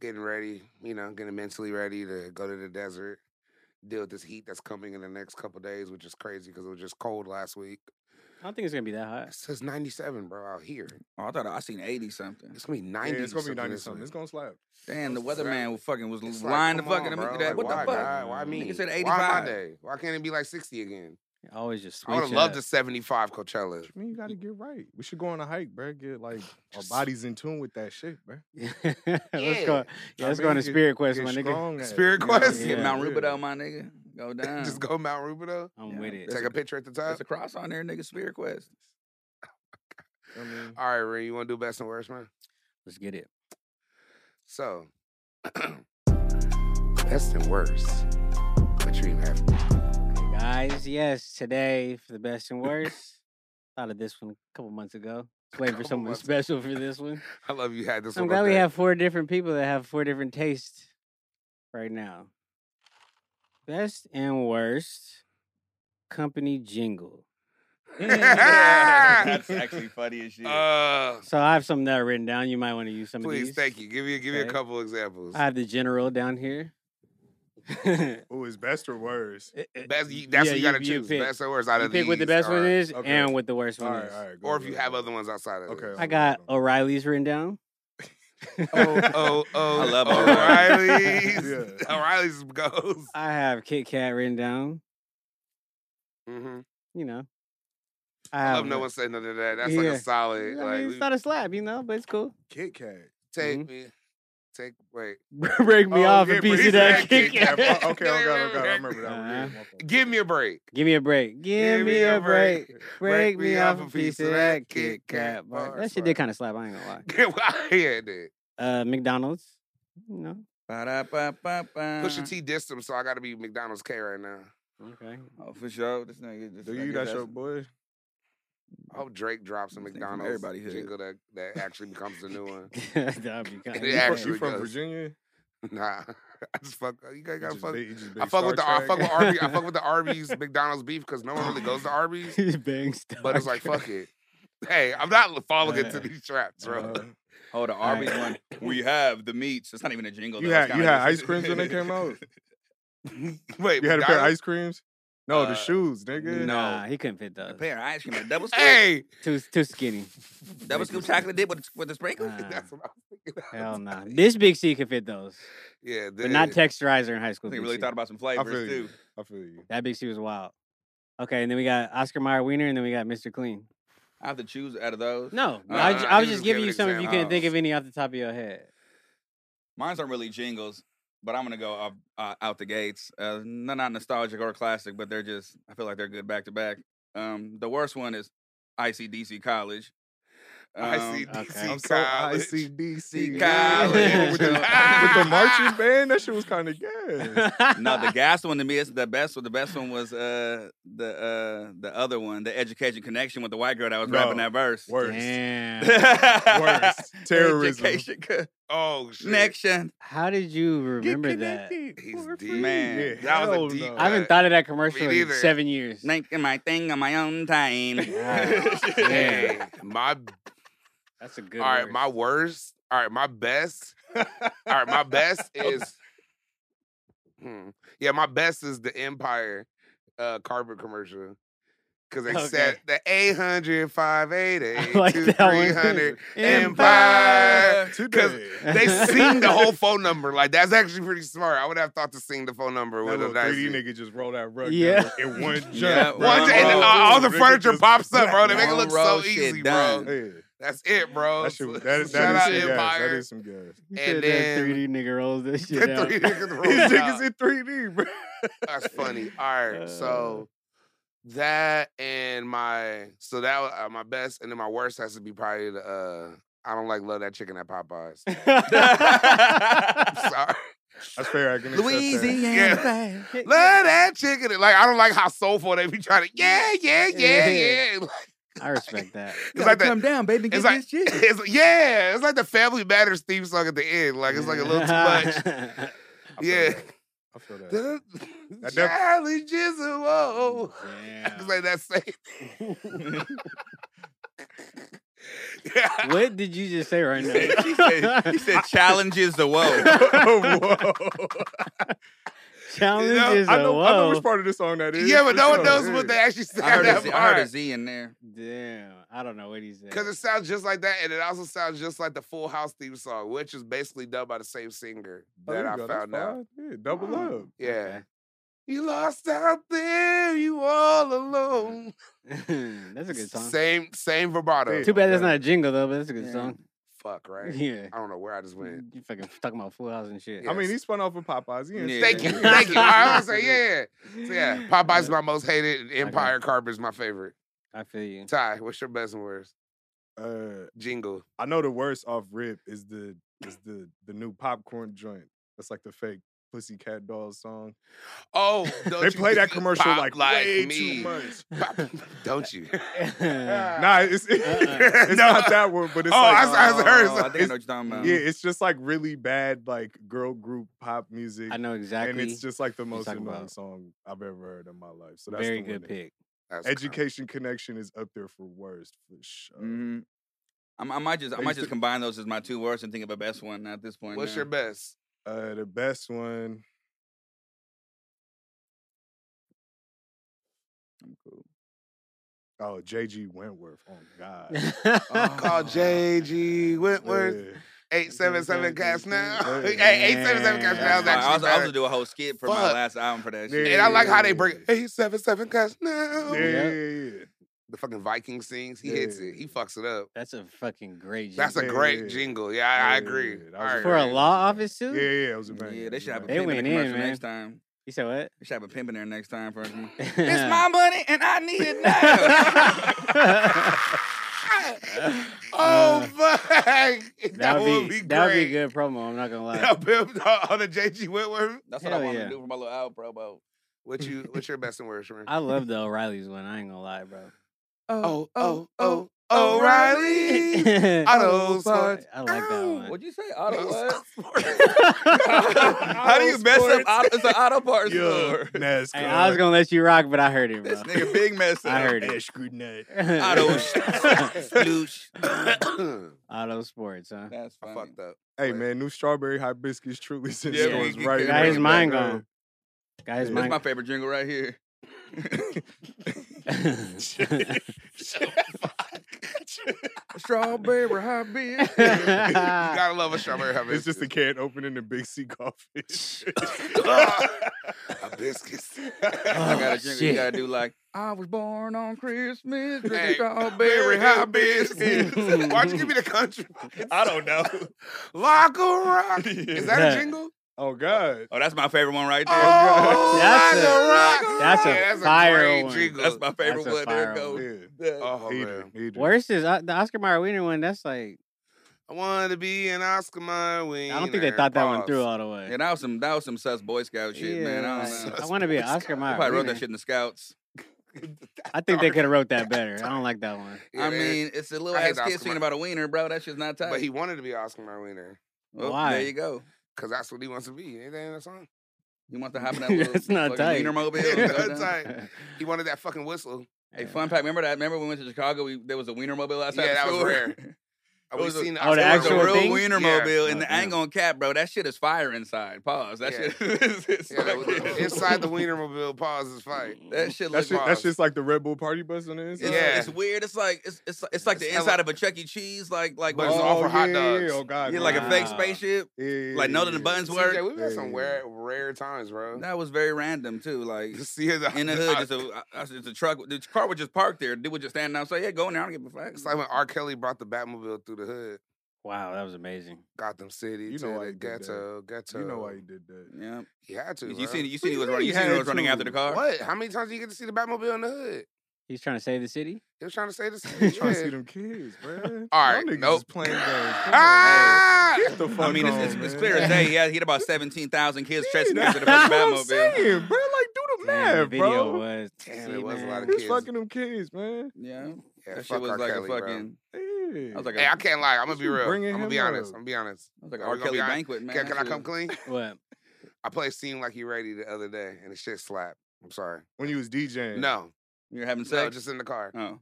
A: getting ready, you know, getting mentally ready to go to the desert, deal with this heat that's coming in the next couple days, which is crazy because it was just cold last week.
C: I don't think it's gonna be that hot.
A: It says 97, bro, out here.
B: Oh, I thought I seen eighty something.
A: It's gonna be 90.
D: Yeah, it's gonna be
A: something
D: 90
A: this
D: something.
A: week.
D: It's gonna slap.
B: Damn, the
A: It's
B: weatherman
A: like-
B: was fucking was
A: It's like,
B: lying the
A: come
B: fucking
A: on, bro.
B: that.
A: Like,
B: What the
A: why,
B: fuck?
A: God? why me?
B: Nigga said
A: Why my
B: 85.
A: day? Why can't it be like 60 again?
C: Always just
A: I would have
C: switch
A: loved
C: up.
A: a 75 Coachella.
D: I mean, you gotta get right. We should go on a hike, bro. Get like our
A: Just-
D: bodies in tune with that shit, bro.
C: let's go.
A: Yeah.
C: Yeah,
D: I
C: let's go on
D: mean,
C: a
D: get-
C: spirit quest,
D: Get
C: my nigga.
D: strong at it,
A: Spirit
D: you know what I
A: quest?
B: Get
D: mean?
B: Mount
D: Yeah.
B: Rubidoux, my nigga. Go down.
A: Just go Mount Rubidoux.
C: I'm
B: Yeah,
C: with it.
B: that's
A: Take a picture at the top.
B: There's a cross on there, nigga. Spirit Quest.
D: I mean,
A: All right, Ray, you want to do best and worst, man?
C: Let's get it.
A: So, best and worst. What you even have?
C: Okay, guys, yes, today for the best and worst. Thought of this one a couple months ago. Just waiting for
A: Couple
C: someone
A: months ago.
C: special for this one.
A: I love you had this
C: I'm
A: one. up
C: glad we
A: there.
C: have four different people that have four different tastes right now. Best and worst company jingle.
B: That's actually funny as shit.
A: Uh,
C: So I have some that are written down. You might want to use some of
A: please,
C: these.
A: thank you. Give me give me a
C: Okay.
A: couple examples.
C: I have the general down here. you
D: Ooh, it's best or worst?
A: best, you- that's
C: yeah,
A: what you gotta
C: you- you
A: choose.
C: pick-
A: best or worst out of
C: pick what the
A: these,
C: best
A: or-
C: one is
D: okay.
C: and what the worst
D: All
C: one
D: right,
C: is.
D: all right. go,
A: or if
D: go,
A: you
D: go,
A: have
D: go.
A: other ones outside of
D: Okay.
A: this.
C: I got O'Reilly's written down.
D: Oh,
A: Oh, oh,
B: I love
A: O'Reilly's.
D: O'Reilly's.
A: O'Reilly's goes.
C: I have Kit Kat written down.
A: hmm
C: You know,
A: I love
C: have
A: Oh, no
C: the-
A: one said none of that. That's like
C: Yeah.
A: a solid.
C: I
A: like
C: mean,
A: we-
C: it's not a slap, you know, but it's cool.
D: Kit Kat.
A: take
C: Mhm.
A: me, take wait.
C: Break me
D: Oh,
C: off
D: yeah,
C: a piece
A: break
C: of that
A: me
C: Kit
A: off. Yeah,
C: Kat.
A: fuck.
D: Oh, okay, okay, okay, I remember that. one, yeah,
C: Uh-huh.
D: my fault.
A: Give me a break.
C: Give me a break. Give, me a break. Break, me off a piece of that Kit Kat bar. That shit did kind of slap. I ain't gonna lie.
A: Get out here, dude.
C: Uh, McDonald's. You know.
B: Ba-da-ba-ba-ba.
C: Uh-huh.
A: Pusha T dissed him, so I got to be McDonald's K right now.
C: Okay.
B: Oh, for sure. This nigga. This
D: Do
B: nigga,
D: you? That's your boy.
A: I hope Drake drops a
B: Thing from
A: McDonald's
B: everybody hood.
A: jingle that, that actually becomes the new one.
C: That'd be
A: It
C: kind
D: You
C: of.
D: fro-
A: actually
D: you from
A: goes.
D: Virginia?
A: Nah, I just fuck. You guys
D: You
A: gotta
D: just
A: fuck.
D: big- you just
A: I
D: big
A: fuck with the
D: Star
A: I fuck with
D: Trek.
A: Arby's. I fuck with the Arby's McDonald's beef because no one really goes to Arby's.
C: Bang
A: But it's like fuck it. Hey, I'm not falling into
C: Uh,
A: these traps, bro.
D: Uh,
B: Oh, the Arby's one. We have the meats. It's not even a jingle.
D: You
B: though. It's
D: had you
B: kinda
D: had
B: just-
D: ice creams when they came out.
A: Wait,
D: You had a pair of
A: McDonald's-
D: ice creams. No,
A: Uh,
D: the shoes, nigga.
C: Nah, he couldn't fit those.
B: A pair of ice cream. A double scoop.
A: Hey,
C: Too too skinny.
B: Double scoop chocolate dip with, with the sprinkles.
C: Nah.
A: that's what I was thinking. of.
C: Hell no. This big C could fit those,
A: Yeah,
C: but not
A: the-
C: texturizer in high school.
B: I think
C: Big
B: really
C: C.
B: thought about some
D: I
B: flavors
D: feel
B: too.
D: you. I feel you.
C: that big C was wild. Okay, and then we got Oscar Mayer Wiener, and then we got Mr. Clean.
B: I have to choose out of those.
C: No,
A: Nah,
C: I, was-
A: nah,
C: I
A: you
C: was
A: uh, just gave
C: just giving
A: an
C: you some if you couldn't think
A: example.
C: of any off the top of your head.
B: Mine's aren't really jingles, but I'm gonna go up, uh, out the gates. Uh, no, not nostalgic or classic, but they're just. I feel like they're good back to back. Um, the worst one is ICDC College. Um,
A: ICDC
C: Oh, Okay.
D: I'm so
A: college.
D: ICDC.
B: college.
D: man. with, the, with the marching band, that shit was kind of gas.
B: No, the gas one to me is the best one. The best one was uh, the uh, the other one, the Education Connection with the white girl that was rapping
D: No.
B: that verse.
D: Worst.
C: Damn.
B: Worse.
D: Worst. Terrorism.
B: Education
A: Oh shit.
B: Connection.
C: How did you remember that?
A: He's deep.
B: Man,
D: Yeah,
A: that was
D: hell
A: a deep.
D: no.
C: I haven't
A: cut.
C: thought of that commercial in
A: Uh, neither.
C: seven years.
B: Making my thing on my own time.
A: Hey, my all
C: That's a good.
A: right,
C: word.
A: my worst. All right, my best. All right, my best
D: Oh,
A: is. Hmm. Yeah, my best is the Empire uh, carpet commercial. Cause they said
C: Okay.
A: the 800, 580,
C: I like
A: two,
C: that one.
A: 300,
C: Empire.
A: Empire.
D: Today.
A: They sing the whole phone number. Like that's actually pretty smart. I would have thought to sing the phone number
D: That
A: with a
D: little
A: nice.
D: 3D nigga just rolled out rug
C: Yeah. Oh,
D: down in one jump.
B: Yeah,
D: bro.
A: One,
B: One
A: j- and
B: roll.
A: all, all the
D: Nigga
A: furniture
D: just-
A: pops up, bro. They make it
B: One
A: look
B: roll,
A: so
B: shit
A: easy,
B: done.
A: bro.
D: Yeah.
A: That's it, bro.
D: That shit, that is,
A: Shout
D: that is
A: out
D: some gas. That
A: Empire.
D: is some gas.
C: He
A: and
C: said
A: then-
C: that 3D nigga rolls this
A: The
C: shit out.
A: three niggas rolled
D: These
A: out.
D: niggas in 3D, bro.
A: That's funny. All right, so that and my so that wa- uh, my best and then my worst has to be probably the uh, I don't like love that chicken at Popeyes. I'm sorry.
D: That's fair. I can accept that.
A: Yeah.
B: Louisiana.
A: Love that chicken. Like I don't like how soulful they be trying to. Yeah, yeah, yeah,
C: Yeah.
A: yeah.
C: I respect that.
A: It's like that.
B: come down, baby. Get
A: It's like,
B: this shit.
A: it's, yeah, it's like the Family Matters theme song at the end. Like it's like a little too much.
D: I feel
A: Yeah.
D: that. I feel that.
A: Challenges,
D: def-
A: whoa.
C: Damn.
A: It's like that same. Yeah.
C: What did you just say right now?
B: he, said, he said challenges the woe.
D: Whoa.
C: Challenge
A: know,
C: is
D: I
C: a
D: know,
C: whoa.
D: I know which part of this song that is.
A: Yeah, but
D: for
A: no one
D: sure.
A: knows
D: Yeah.
A: what they actually said.
B: I heard,
A: that
B: a Z, I heard a
A: part.
B: Z in there.
C: Damn, I don't know what he said.
A: Because it sounds just like that, and it also sounds just like the Full House theme song, which is basically done by the same singer
D: Oh, there
A: that
D: you
A: I
D: go, that's
A: found out.
D: fine. Yeah, double
C: Oh.
D: up.
A: Yeah.
C: Okay.
A: You lost out there, you all alone.
C: that's a good song.
A: Same, same vibrato.
D: Yeah.
C: Too bad that's
D: okay.
C: not a jingle though, but that's a good
B: Yeah.
C: song.
A: Fuck, right?
C: Yeah.
A: I don't know where I just went.
C: You fucking talking about Full House and shit.
D: I mean,
A: Yes.
D: he spun off of Popeyes. He ain't
B: Yeah.
A: Thank you,
D: saying-
A: thank you. I was like, yeah, yeah. So, yeah, Popeye's my most hated, and
C: Okay.
A: Empire Carpenter's my favorite.
C: I feel you.
A: Ty, what's your best and worst?
D: Uh,
A: Jingle.
D: I know the worst off rip is the is the the new popcorn joint. That's like the fake Pussycat Dolls song.
A: Oh, don't
D: They
A: you
D: play that
A: be-
D: commercial
A: pop
D: like, way too much.
A: Pop- don't you?
D: Nah, it's
A: Uh-uh.
D: it's
A: No.
D: not that one, but it's
A: Oh,
D: like
A: I was- I was- heard
B: Oh, I think I know what you're talking about.
D: yeah, it's just like really bad like girl group pop music.
C: Um I know exactly.
D: And it's just like the most
C: talking
D: annoying
C: about.
D: song I've ever heard in my life. So that's
C: Very
D: the
C: good
D: winner.
C: pick.
A: That's kinda-
D: Education Connection is up there for worst for sure.
C: Mm-hmm.
B: Mhm. I'm- I might just I
D: They
B: might
D: used
B: just
D: to-
B: combine those as my two words and think of a best one at this point.
A: What's
B: now.
A: your best?
D: Uh, the best one.
B: I'm cool.
D: Oh, JG Wentworth. Oh God.
A: Call
D: Oh.
A: JG Whitworth.
D: Yeah.
A: Eight seven seven cash now.
D: Yeah.
A: Hey, eight seven seven cash now.
B: That's
A: is
B: fine.
A: actually
B: I also, I also
A: better.
B: do a whole skit for my
A: Fuck.
B: last album for that shit.
A: And I like how they
D: Yeah.
A: bring eight seven seven cash now.
D: Yeah, yeah, yeah, yeah.
A: The fucking Viking sings. He hits it. He fucks it up.
C: That's a fucking great.
A: That's a
D: Yeah,
A: great
D: yeah.
A: jingle. Yeah, I, I
D: Yeah,
A: agree.
D: that was
A: I
D: a
A: agree.
C: for a
D: great
C: law
D: one.
C: office too.
D: Yeah, yeah, it was a banger.
B: Yeah,
D: it
B: they
D: was
B: should have a
D: banger.
C: They
B: pimp in
C: went
B: the
C: in,
B: commercial
C: man.
B: next time.
C: You said what?
B: They should have a pimp in there next time for me.
C: it's
B: It's my money and I need it now.
A: oh
C: Uh,
A: fuck! Oh, That,
C: That would be, that would be
A: great.
C: good promo. I'm not gonna lie.
A: Yeah, Pimp on the JG Whitworth.
B: That's what
C: Hell
B: I wanted
C: yeah.
B: to do for my little album, bro. bro.
A: What you? What's your best and worst? Ren?
C: I love the O'Reilly's one. I ain't gonna lie, bro.
A: Oh, oh, oh, O'Reilly. Auto Sports.
C: I like that one.
B: What'd you say? Auto what?
A: How do you mess up?
B: Auto, it's an auto parts
D: Yeah,
B: store.
D: NASCAR.
C: Hey, I was gonna let you rock, but I heard it,
B: This
C: bro.
B: nigga big mess up.
C: I heard it.
D: Ashgood nut.
B: Auto sploosh.
A: I
C: Auto Sports, huh?
B: That's funny.
A: fucked up.
D: Hey
A: But-
D: man, new strawberry hibiscus truly since
B: Yeah,
D: yeah,
C: we-
D: stores
B: we-
D: right.
B: we-
D: now.
B: Got his
C: mind
D: Man.
C: gone. Guys,
D: Yeah.
B: That's
C: my
B: my favorite jingle right here. Strawberry high beer.
C: Ah.
A: You gotta love a strawberry
D: It's just a
A: hibiscus.
D: can opening the big sea coffee.
A: Hibiscus.
B: I got
C: Oh,
B: a jingle.
C: shit.
B: You gotta do like Ah, I was born on Christmas. drinking
A: Hey,
B: strawberry
A: Very
B: high
A: hibiscus.
C: hibiscus.
A: Why'd you give me the country?
D: I don't know.
A: Lock a rock. Is that
C: Yeah.
A: a jingle?
D: Oh God.
B: Oh, that's my favorite one right there.
A: Oh,
C: That's
A: Lock
C: a-
A: rock.
C: that's a
A: Yeah, that's
C: fire
A: great
C: one.
A: jingle.
B: That's my favorite
C: Oh, That's a
B: one. There
C: fire
B: it
D: Yeah.
B: goes.
A: Oh,
D: Eat
A: man.
D: it, eat it.
C: Worst is uh, the Oscar Mayer Wiener one. That's like
A: I wanted to be an Oscar my
C: I don't think they thought that one through all the way.
B: Yeah, that was some that was some sus Boy Scout shit, man. I
C: like,
B: don't know.
A: Sus
C: I want to be an
A: Boy
C: Oscar
A: Scout.
B: I
C: Mayer.
B: probably wrote
C: Wiener.
B: that shit in the Scouts.
C: I think they could have wrote that better. I don't like that one.
B: I mean, it's a little
A: I hate
B: ass
A: Oscar
B: kid singing
A: Mayer.
B: about a wiener, bro. That shit's not tight.
A: but he wanted to be Oscar my winner
B: Well,
C: Why?
B: There you go.
A: because that's what he wants to be. Ain't that in that song?
B: You want to hop in that little
C: That's not
B: fucking
C: tight.
B: wiener mobile?
A: Yeah,
B: and go
A: that's
B: down?
A: tight. He wanted that fucking whistle.
B: Hey, fun fact. Remember that? Remember when we went to Chicago? We, there was a wiener mobile outside.
A: Yeah, that
B: the
A: was
B: store?
A: rare.
B: It was a-
A: seen
C: Oh, the
B: There was
A: Oscar
B: a
C: actual
B: real
C: thing?
B: wiener
A: Yeah.
B: mobile,
C: Oh,
B: and the, I ain't
C: damn.
B: gonna cap, bro. That shit is fire inside. Pause. That
A: Yeah.
B: shit. is is
A: Yeah, that was-
B: fucking-
A: inside the Wienermobile pause is fight.
B: That shit looks.
D: That's just,
A: Pause.
D: that's just like the Red Bull party bus on the
B: It's,
D: inside.
A: Yeah.
B: it's weird. It's like it's it's, it's like
A: It's
B: the
A: hella-
B: inside of a Chuck E. Cheese, like like
A: But
B: with
A: it's
D: oh,
A: all for hot
D: yeah, yeah,
A: dogs.
D: Oh God.
B: yeah, like a fake
C: Wow.
B: spaceship.
D: Yeah, yeah,
B: Like none of the
D: yeah.
B: buttons work.
A: CJ, we've had some
D: Yeah.
A: rare, rare times, bro.
B: That was very random too. Like
A: See, the,
B: in the hood, just a, I- I- just a truck. The car was just parked there. Dude would just stand outside. Yeah, go in there. I don't give a fuck.
A: It's like when R. Kelly brought the Batmobile through the hood,
C: Wow, that was amazing.
A: Gotham City,
D: You
A: you
D: know
A: know to the
D: why he did that.
A: ghetto, ghetto.
D: You know why he did that.
B: yeah,
A: he had to.
B: you
A: bro.
B: seen you seen he was
D: mean
B: running. You
D: he
B: seen he
D: had
B: was running
D: to?
B: after the car.
A: What? How many times do you get to see the Batmobile in the hood?
C: He's trying to save the city.
A: He was trying to say this.
D: You trying to see
A: yeah.
D: them kids, man.
A: All right,
D: Y'all niggas
A: nope.
D: is playing games. Come on, man.
A: Ah!
D: Get the fuck
B: I mean, it's,
D: on,
B: it's, it's
D: man.
B: clear as day. He had, he had about seventeen thousand kids chasing
D: that's
B: after the
D: what
B: fucking
D: I'm
B: Batmobile.
D: saying, bro. Like, do the
C: Damn,
D: math,
C: the video
D: bro.
C: was.
A: Damn,
C: see,
A: it was a lot of
C: man.
D: He's
A: kids.
D: fucking them kids, man.
B: Yeah,
A: Yeah, fuck
B: that shit was
A: R.
B: like
A: Kelly,
B: a
A: bro.
B: fucking.
D: Yeah.
B: I was like a,
A: Hey, I can't lie. I'm gonna
D: What
A: be
D: you
A: real. I'm
D: bringing
A: gonna
D: him
A: be honest.
D: up?
A: I'm gonna be honest.
B: that was like a
A: Are
B: R.
A: we gonna be
B: Kelly
A: honest?
B: banquet, man.
A: Can,
B: That
A: can I
B: shit
A: come
B: was-
A: clean?
C: What?
A: I played "Seem Like You Ready" the other day, and the shit slapped. I'm sorry.
D: when you was DJing.
A: No,
B: You're having
A: no,
B: sex.
D: Uh.
A: just in the car.
B: Oh,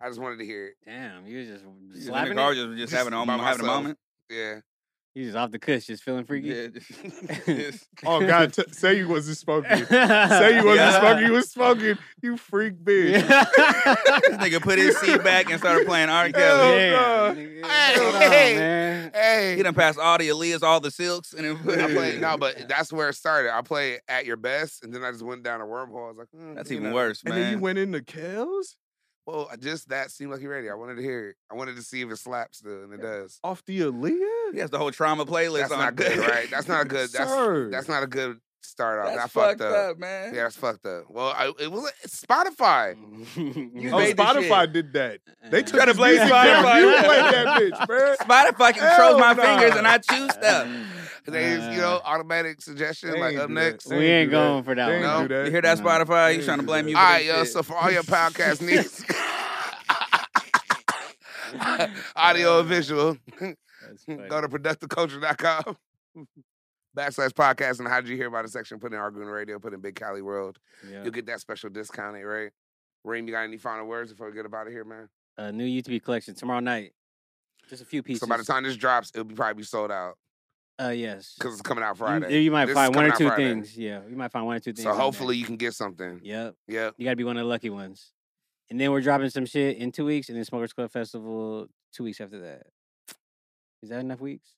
A: I just wanted to hear it.
C: Damn, you was just
B: Just in the
C: slapping
B: car,
C: it.
B: just, just
A: Just
B: having a
A: by
B: moment. Having a
A: myself.
B: moment.
A: Yeah.
C: You just off the cush, just feeling freaky.
B: Yeah, just- just-
D: Oh God, t- say you wasn't smoking. Say
C: Say
D: you wasn't
B: Yeah.
D: smoking. You was smoking. You freak bitch.
B: this nigga put his seat back and started playing R.
D: Hell
B: Kelly.
D: Oh, no.
A: Hey, hey.
C: man.
A: Hey.
B: He done passed all the Aaliyahs, all the Silks, and then put
A: I played no, but that's where it started. I played at your best, and then I just went down a wormhole. I was like, mm,
B: That's
A: you
B: even
A: know.
B: worse,
D: And then you
B: man.
D: went into Kells
A: Well, I just that seemed like you're ready. I wanted to hear it. I wanted to see if it slaps still, and it does.
D: off the Aaliyah.
B: He has the whole trauma playlist
A: That's
B: on.
A: not good, right? That's not good. That's
D: Sir.
A: that's not a good start off.
B: That's
A: I
B: fucked
A: fucked
B: up,
A: up.
B: man.
A: Yeah, that's fucked up. Well, I, it was it's Spotify.
C: Mm, you
D: Oh,
A: made this
D: Spotify
A: shit.
D: did that. They took
B: Gotta
D: this
B: blame
D: music down.
B: Spotify.
D: You played that bitch, man.
B: Spotify controls my
D: Hell nah.
B: fingers and I choose stuff.
A: They, you know, automatic
D: They
A: suggestion like
D: ain't
A: up
D: do that.
A: next.
D: They
C: Uh, We ain't
D: do that.
C: going for that
D: They ain't
A: one.
D: do
B: You hear that,
C: No.
B: Spotify? You
D: Yeah.
B: trying to blame you? For
A: All
B: this
A: right, yo.
B: shit.
A: So for all your podcast needs, audio and visual, go to productiveculture.com. Backslash podcast and how'd you hear about it section? Put in Argoon Radio, put in Big Cali World.
C: Yeah.
A: You'll get that special discount, eh, right? Reem, you got any final words before we get up out of here, man?
C: A Uh, new UTB collection tomorrow night. Just a few pieces.
A: So by the time this drops, it'll be probably sold out
C: uh, yes.
A: because it's coming out
C: You-
A: Friday.
C: You, might
A: This is
C: find one
A: coming
C: or
A: out
C: two
A: Friday.
C: things. Yeah, you might find one or two things.
A: So
C: on there.
A: hopefully you can get something.
C: Yep.
A: Yep.
C: You got to be one of the lucky ones. And then we're dropping some shit in two weeks, and then Smokers Club Festival two weeks after that. Is that enough weeks?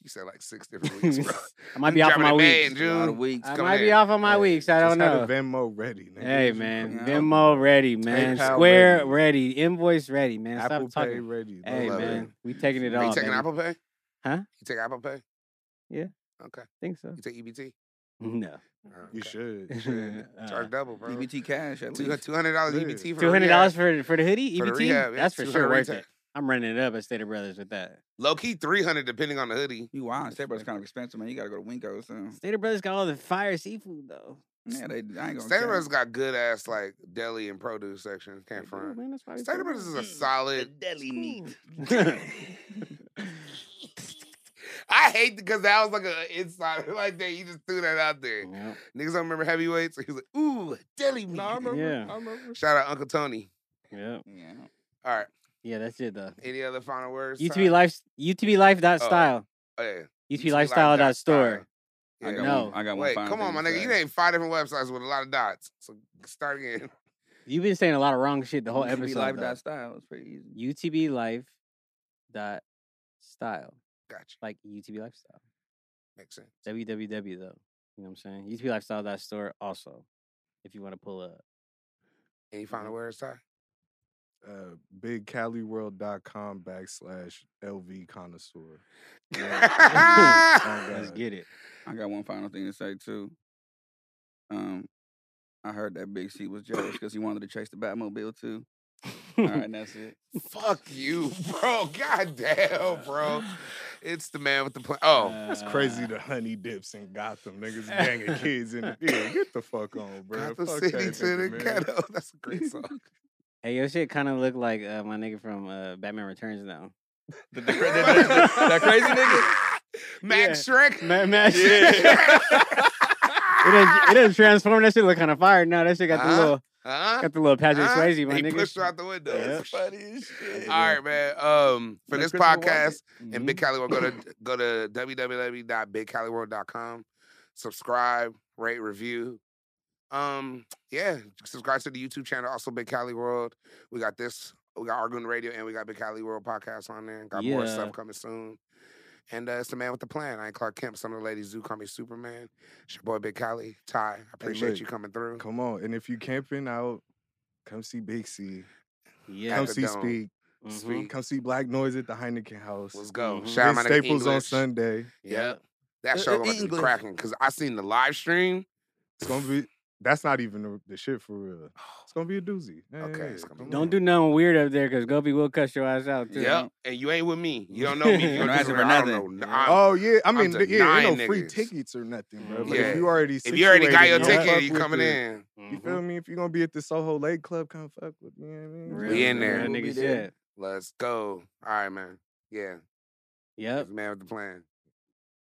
A: You said like six different weeks, bro.
C: I might be off on
A: Dropping
C: my
A: in May
C: weeks.
A: and
B: a lot
A: June.
B: of weeks.
C: I
A: come
C: might be
A: in.
C: off on my
D: Hey,
C: weeks. I don't
D: just
C: know.
D: Have a Venmo ready. Nigga.
C: Hey
D: Just
C: man,
B: Yeah.
C: Venmo ready, man.
D: PayPal
C: Square
D: ready.
C: ready. invoice ready, man.
D: Apple
C: Stop
D: Pay
C: talking.
D: ready.
C: Hey
A: love it.
C: man, we taking it
A: Are
C: all.
A: you taking
C: baby.
A: Apple Pay?
C: Huh?
A: You take Apple Pay?
C: Yeah.
A: Okay.
C: Think so?
A: You take EBT?
C: No.
A: Oh,
D: You
A: okay.
D: should.
A: Shit. Charge
C: Mm, Uh,
A: double, bro.
B: EBT cash at
A: Two
B: least.
A: hundred dollars
D: Yeah.
A: EBT for
C: Two hundred dollars
A: rehab.
C: for for the hoodie,
A: For the
C: EBT.
A: rehab, yeah,
C: That's for
A: 200
C: sure worth
A: retail.
C: it. I'm running it up at Stater Brothers with that.
A: Low key three hundred depending on the hoodie.
B: You wild. Staples kind of expensive, man. You got to go to Winko soon.
C: Stater Brothers got all the fire seafood though.
B: Yeah, they, I ain't gonna
A: Stater
B: care.
A: Brothers got good ass like deli and produce section.
C: They
A: Can't
C: do,
A: front.
C: man, that's why we
A: Stater
C: put
A: Brothers is
C: it
A: a
C: on.
A: solid.
B: deli meat.
A: I hate because that was like a insider like that. You just threw that out there.
B: Mm.
C: Yep.
A: Niggas don't remember heavyweights. So he was like, ooh, deli meat.
D: No, I remember.
C: Yeah.
D: I remember.
A: Shout out Uncle Tony.
C: Yep.
B: Yeah.
A: All right.
C: Yeah, that's it though.
A: Any other final words?
C: UTB life UTB life dot
A: Oh,
C: style.
A: Oh, yeah.
C: UTB lifestyle dot store.
B: I got
C: No.
B: one, I got one
A: Wait,
B: final
A: come on, my
B: thing to
A: nigga. You
B: say.
A: named five different websites with a lot of dots. So start again.
C: You've been saying a lot of wrong shit the whole
B: It should be
C: episode.
B: Life
C: though.
B: dot style. It's pretty easy.
C: UTB life dot style.
A: Gotcha.
C: Like UTB lifestyle.
A: Makes sense.
C: www though. You know what I'm saying? UTB lifestyle dot store also. If you want to pull up.
A: Any
B: Mm-hmm.
A: final words, Ty?
D: Uh, BigCaliWorld.com backslash LV connoisseur.
A: Yeah.
C: Let's
D: God.
C: get it.
B: I got one final thing to say too. Um, I heard that Big C was jealous because he wanted to chase the Batmobile too. All right, and that's it.
A: Fuck you, bro. God damn, bro. It's the man with the plan. Oh,
D: That's crazy.
C: Uh,
D: The honey dips in Gotham niggas banging kids in the yeah. Get the fuck on, bro.
A: Gotham
D: fuck
A: City
D: that
A: to the
D: nigga, man.
A: ghetto. That's a great song.
C: Hey, your shit kind of looked like uh, my nigga from uh, Batman Returns now.
B: The, the, the, the- that crazy nigga.
A: Max Shrek.
C: Man, man, it done, it done transformed. That shit look kind of fire now. That shit got the
A: Huh?
C: little
A: Huh?
C: got the little Patrick
A: Huh?
C: Swayze, my
A: Uh-huh. he
C: nigga.
A: pushed her out the window.
C: Yeah.
B: Funny as shit.
A: All right, man. Um, for
B: Like
A: this
B: Christopher
A: podcast,
B: Walken.
D: Mm-hmm.
A: And Big Cali World, go to go to www.bigcaliworld.com. Subscribe, rate, review. Um, yeah, subscribe to the YouTube channel, also Big Cali World. We got this, we got Argoon Radio, and we got Big Cali World podcast on there. Got more
C: Yeah.
A: stuff coming soon. And uh, it's the man with the plan. I ain't Clark Kemp. Some of the ladies do call me Superman. It's your boy Big Cali. Ty, I appreciate
D: look,
A: you coming through.
D: Come on. And if you camping out, come see Big C.
C: Yeah.
D: Come
A: the
D: see
A: dome.
D: Speak.
C: mhm.
A: Sweet.
D: Come see Black Noise at the Heineken House.
A: Let's go.
C: Mhm.
A: Shout out my
D: Vince
A: nigga
D: Mm-hmm. Staples on
A: English.
D: Sunday.
A: Yeah.
C: Yep.
A: That
B: Uh,
A: show
B: uh,
A: gonna be
B: English.
A: cracking because I seen the live stream.
D: It's gonna be. That's not even the, the shit for real. It's gonna be a doozy. Yeah,
A: Okay,
D: yeah,
A: it's gonna be
D: yeah, come
A: dope.
D: on.
C: Don't do nothing weird up there, cause Gobi will cuss your ass out too.
A: Yep. And you ain't with me. You don't know me. You
C: Don't
A: don't
B: ask
A: ask
B: him
A: for
B: for
A: nothing.
B: nothing.
D: Oh yeah, I mean, th- yeah, ain't
A: denying
D: no free
A: niggas.
D: tickets or nothing, bro. But
A: Yeah.
D: if you already,
A: if you already got your
D: situated, don't
A: ticket,
D: fuck
A: you
D: with
A: coming
D: it.
A: in. Mm-hmm.
D: You feel me? If you're gonna be at the Soho Lake Club, come fuck with me. You know what I mean?
C: Real-
A: We in there.
C: real
B: We'll be
C: Nigga
B: there.
C: shit.
A: Let's go. All right, man. Yeah.
C: Yep.
A: Man with the plan.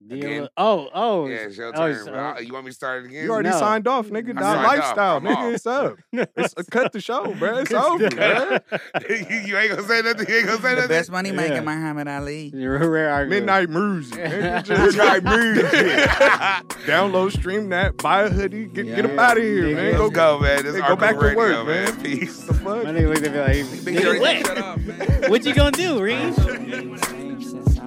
A: Again?
C: Deal. Oh, oh,
A: yeah, it's your
C: oh,
A: turn.
C: so-
A: bro. I- you want me to start it again?
D: You already
C: No.
D: signed off, nigga.
A: I
D: Don
A: signed off.
D: lifestyle,
A: I'm
D: nigga.
A: off.
D: It's up. It's cut the show, bro. It's over, bro.
A: you, you ain't gonna say nothing. You ain't gonna say
B: The
A: nothing.
B: best money making
C: Yeah.
B: Muhammad Ali.
C: You're a rare argument.
D: Midnight music. nigga. Just Midnight music. Download, stream that, buy a hoodie, get, get up
C: Yeah.
D: out of here,
C: Yeah.
D: man.
A: Let's go, man. This
D: Hey,
A: is
D: go
A: RP
D: back to
A: Radio,
D: work,
A: man.
D: man.
A: Peace.
D: The fuck?
C: My nigga looked at me like,
B: Big
C: "Nigga,
B: Jerry,
C: what?
B: shut up, man.
C: what you gonna do, Reed?
E: Since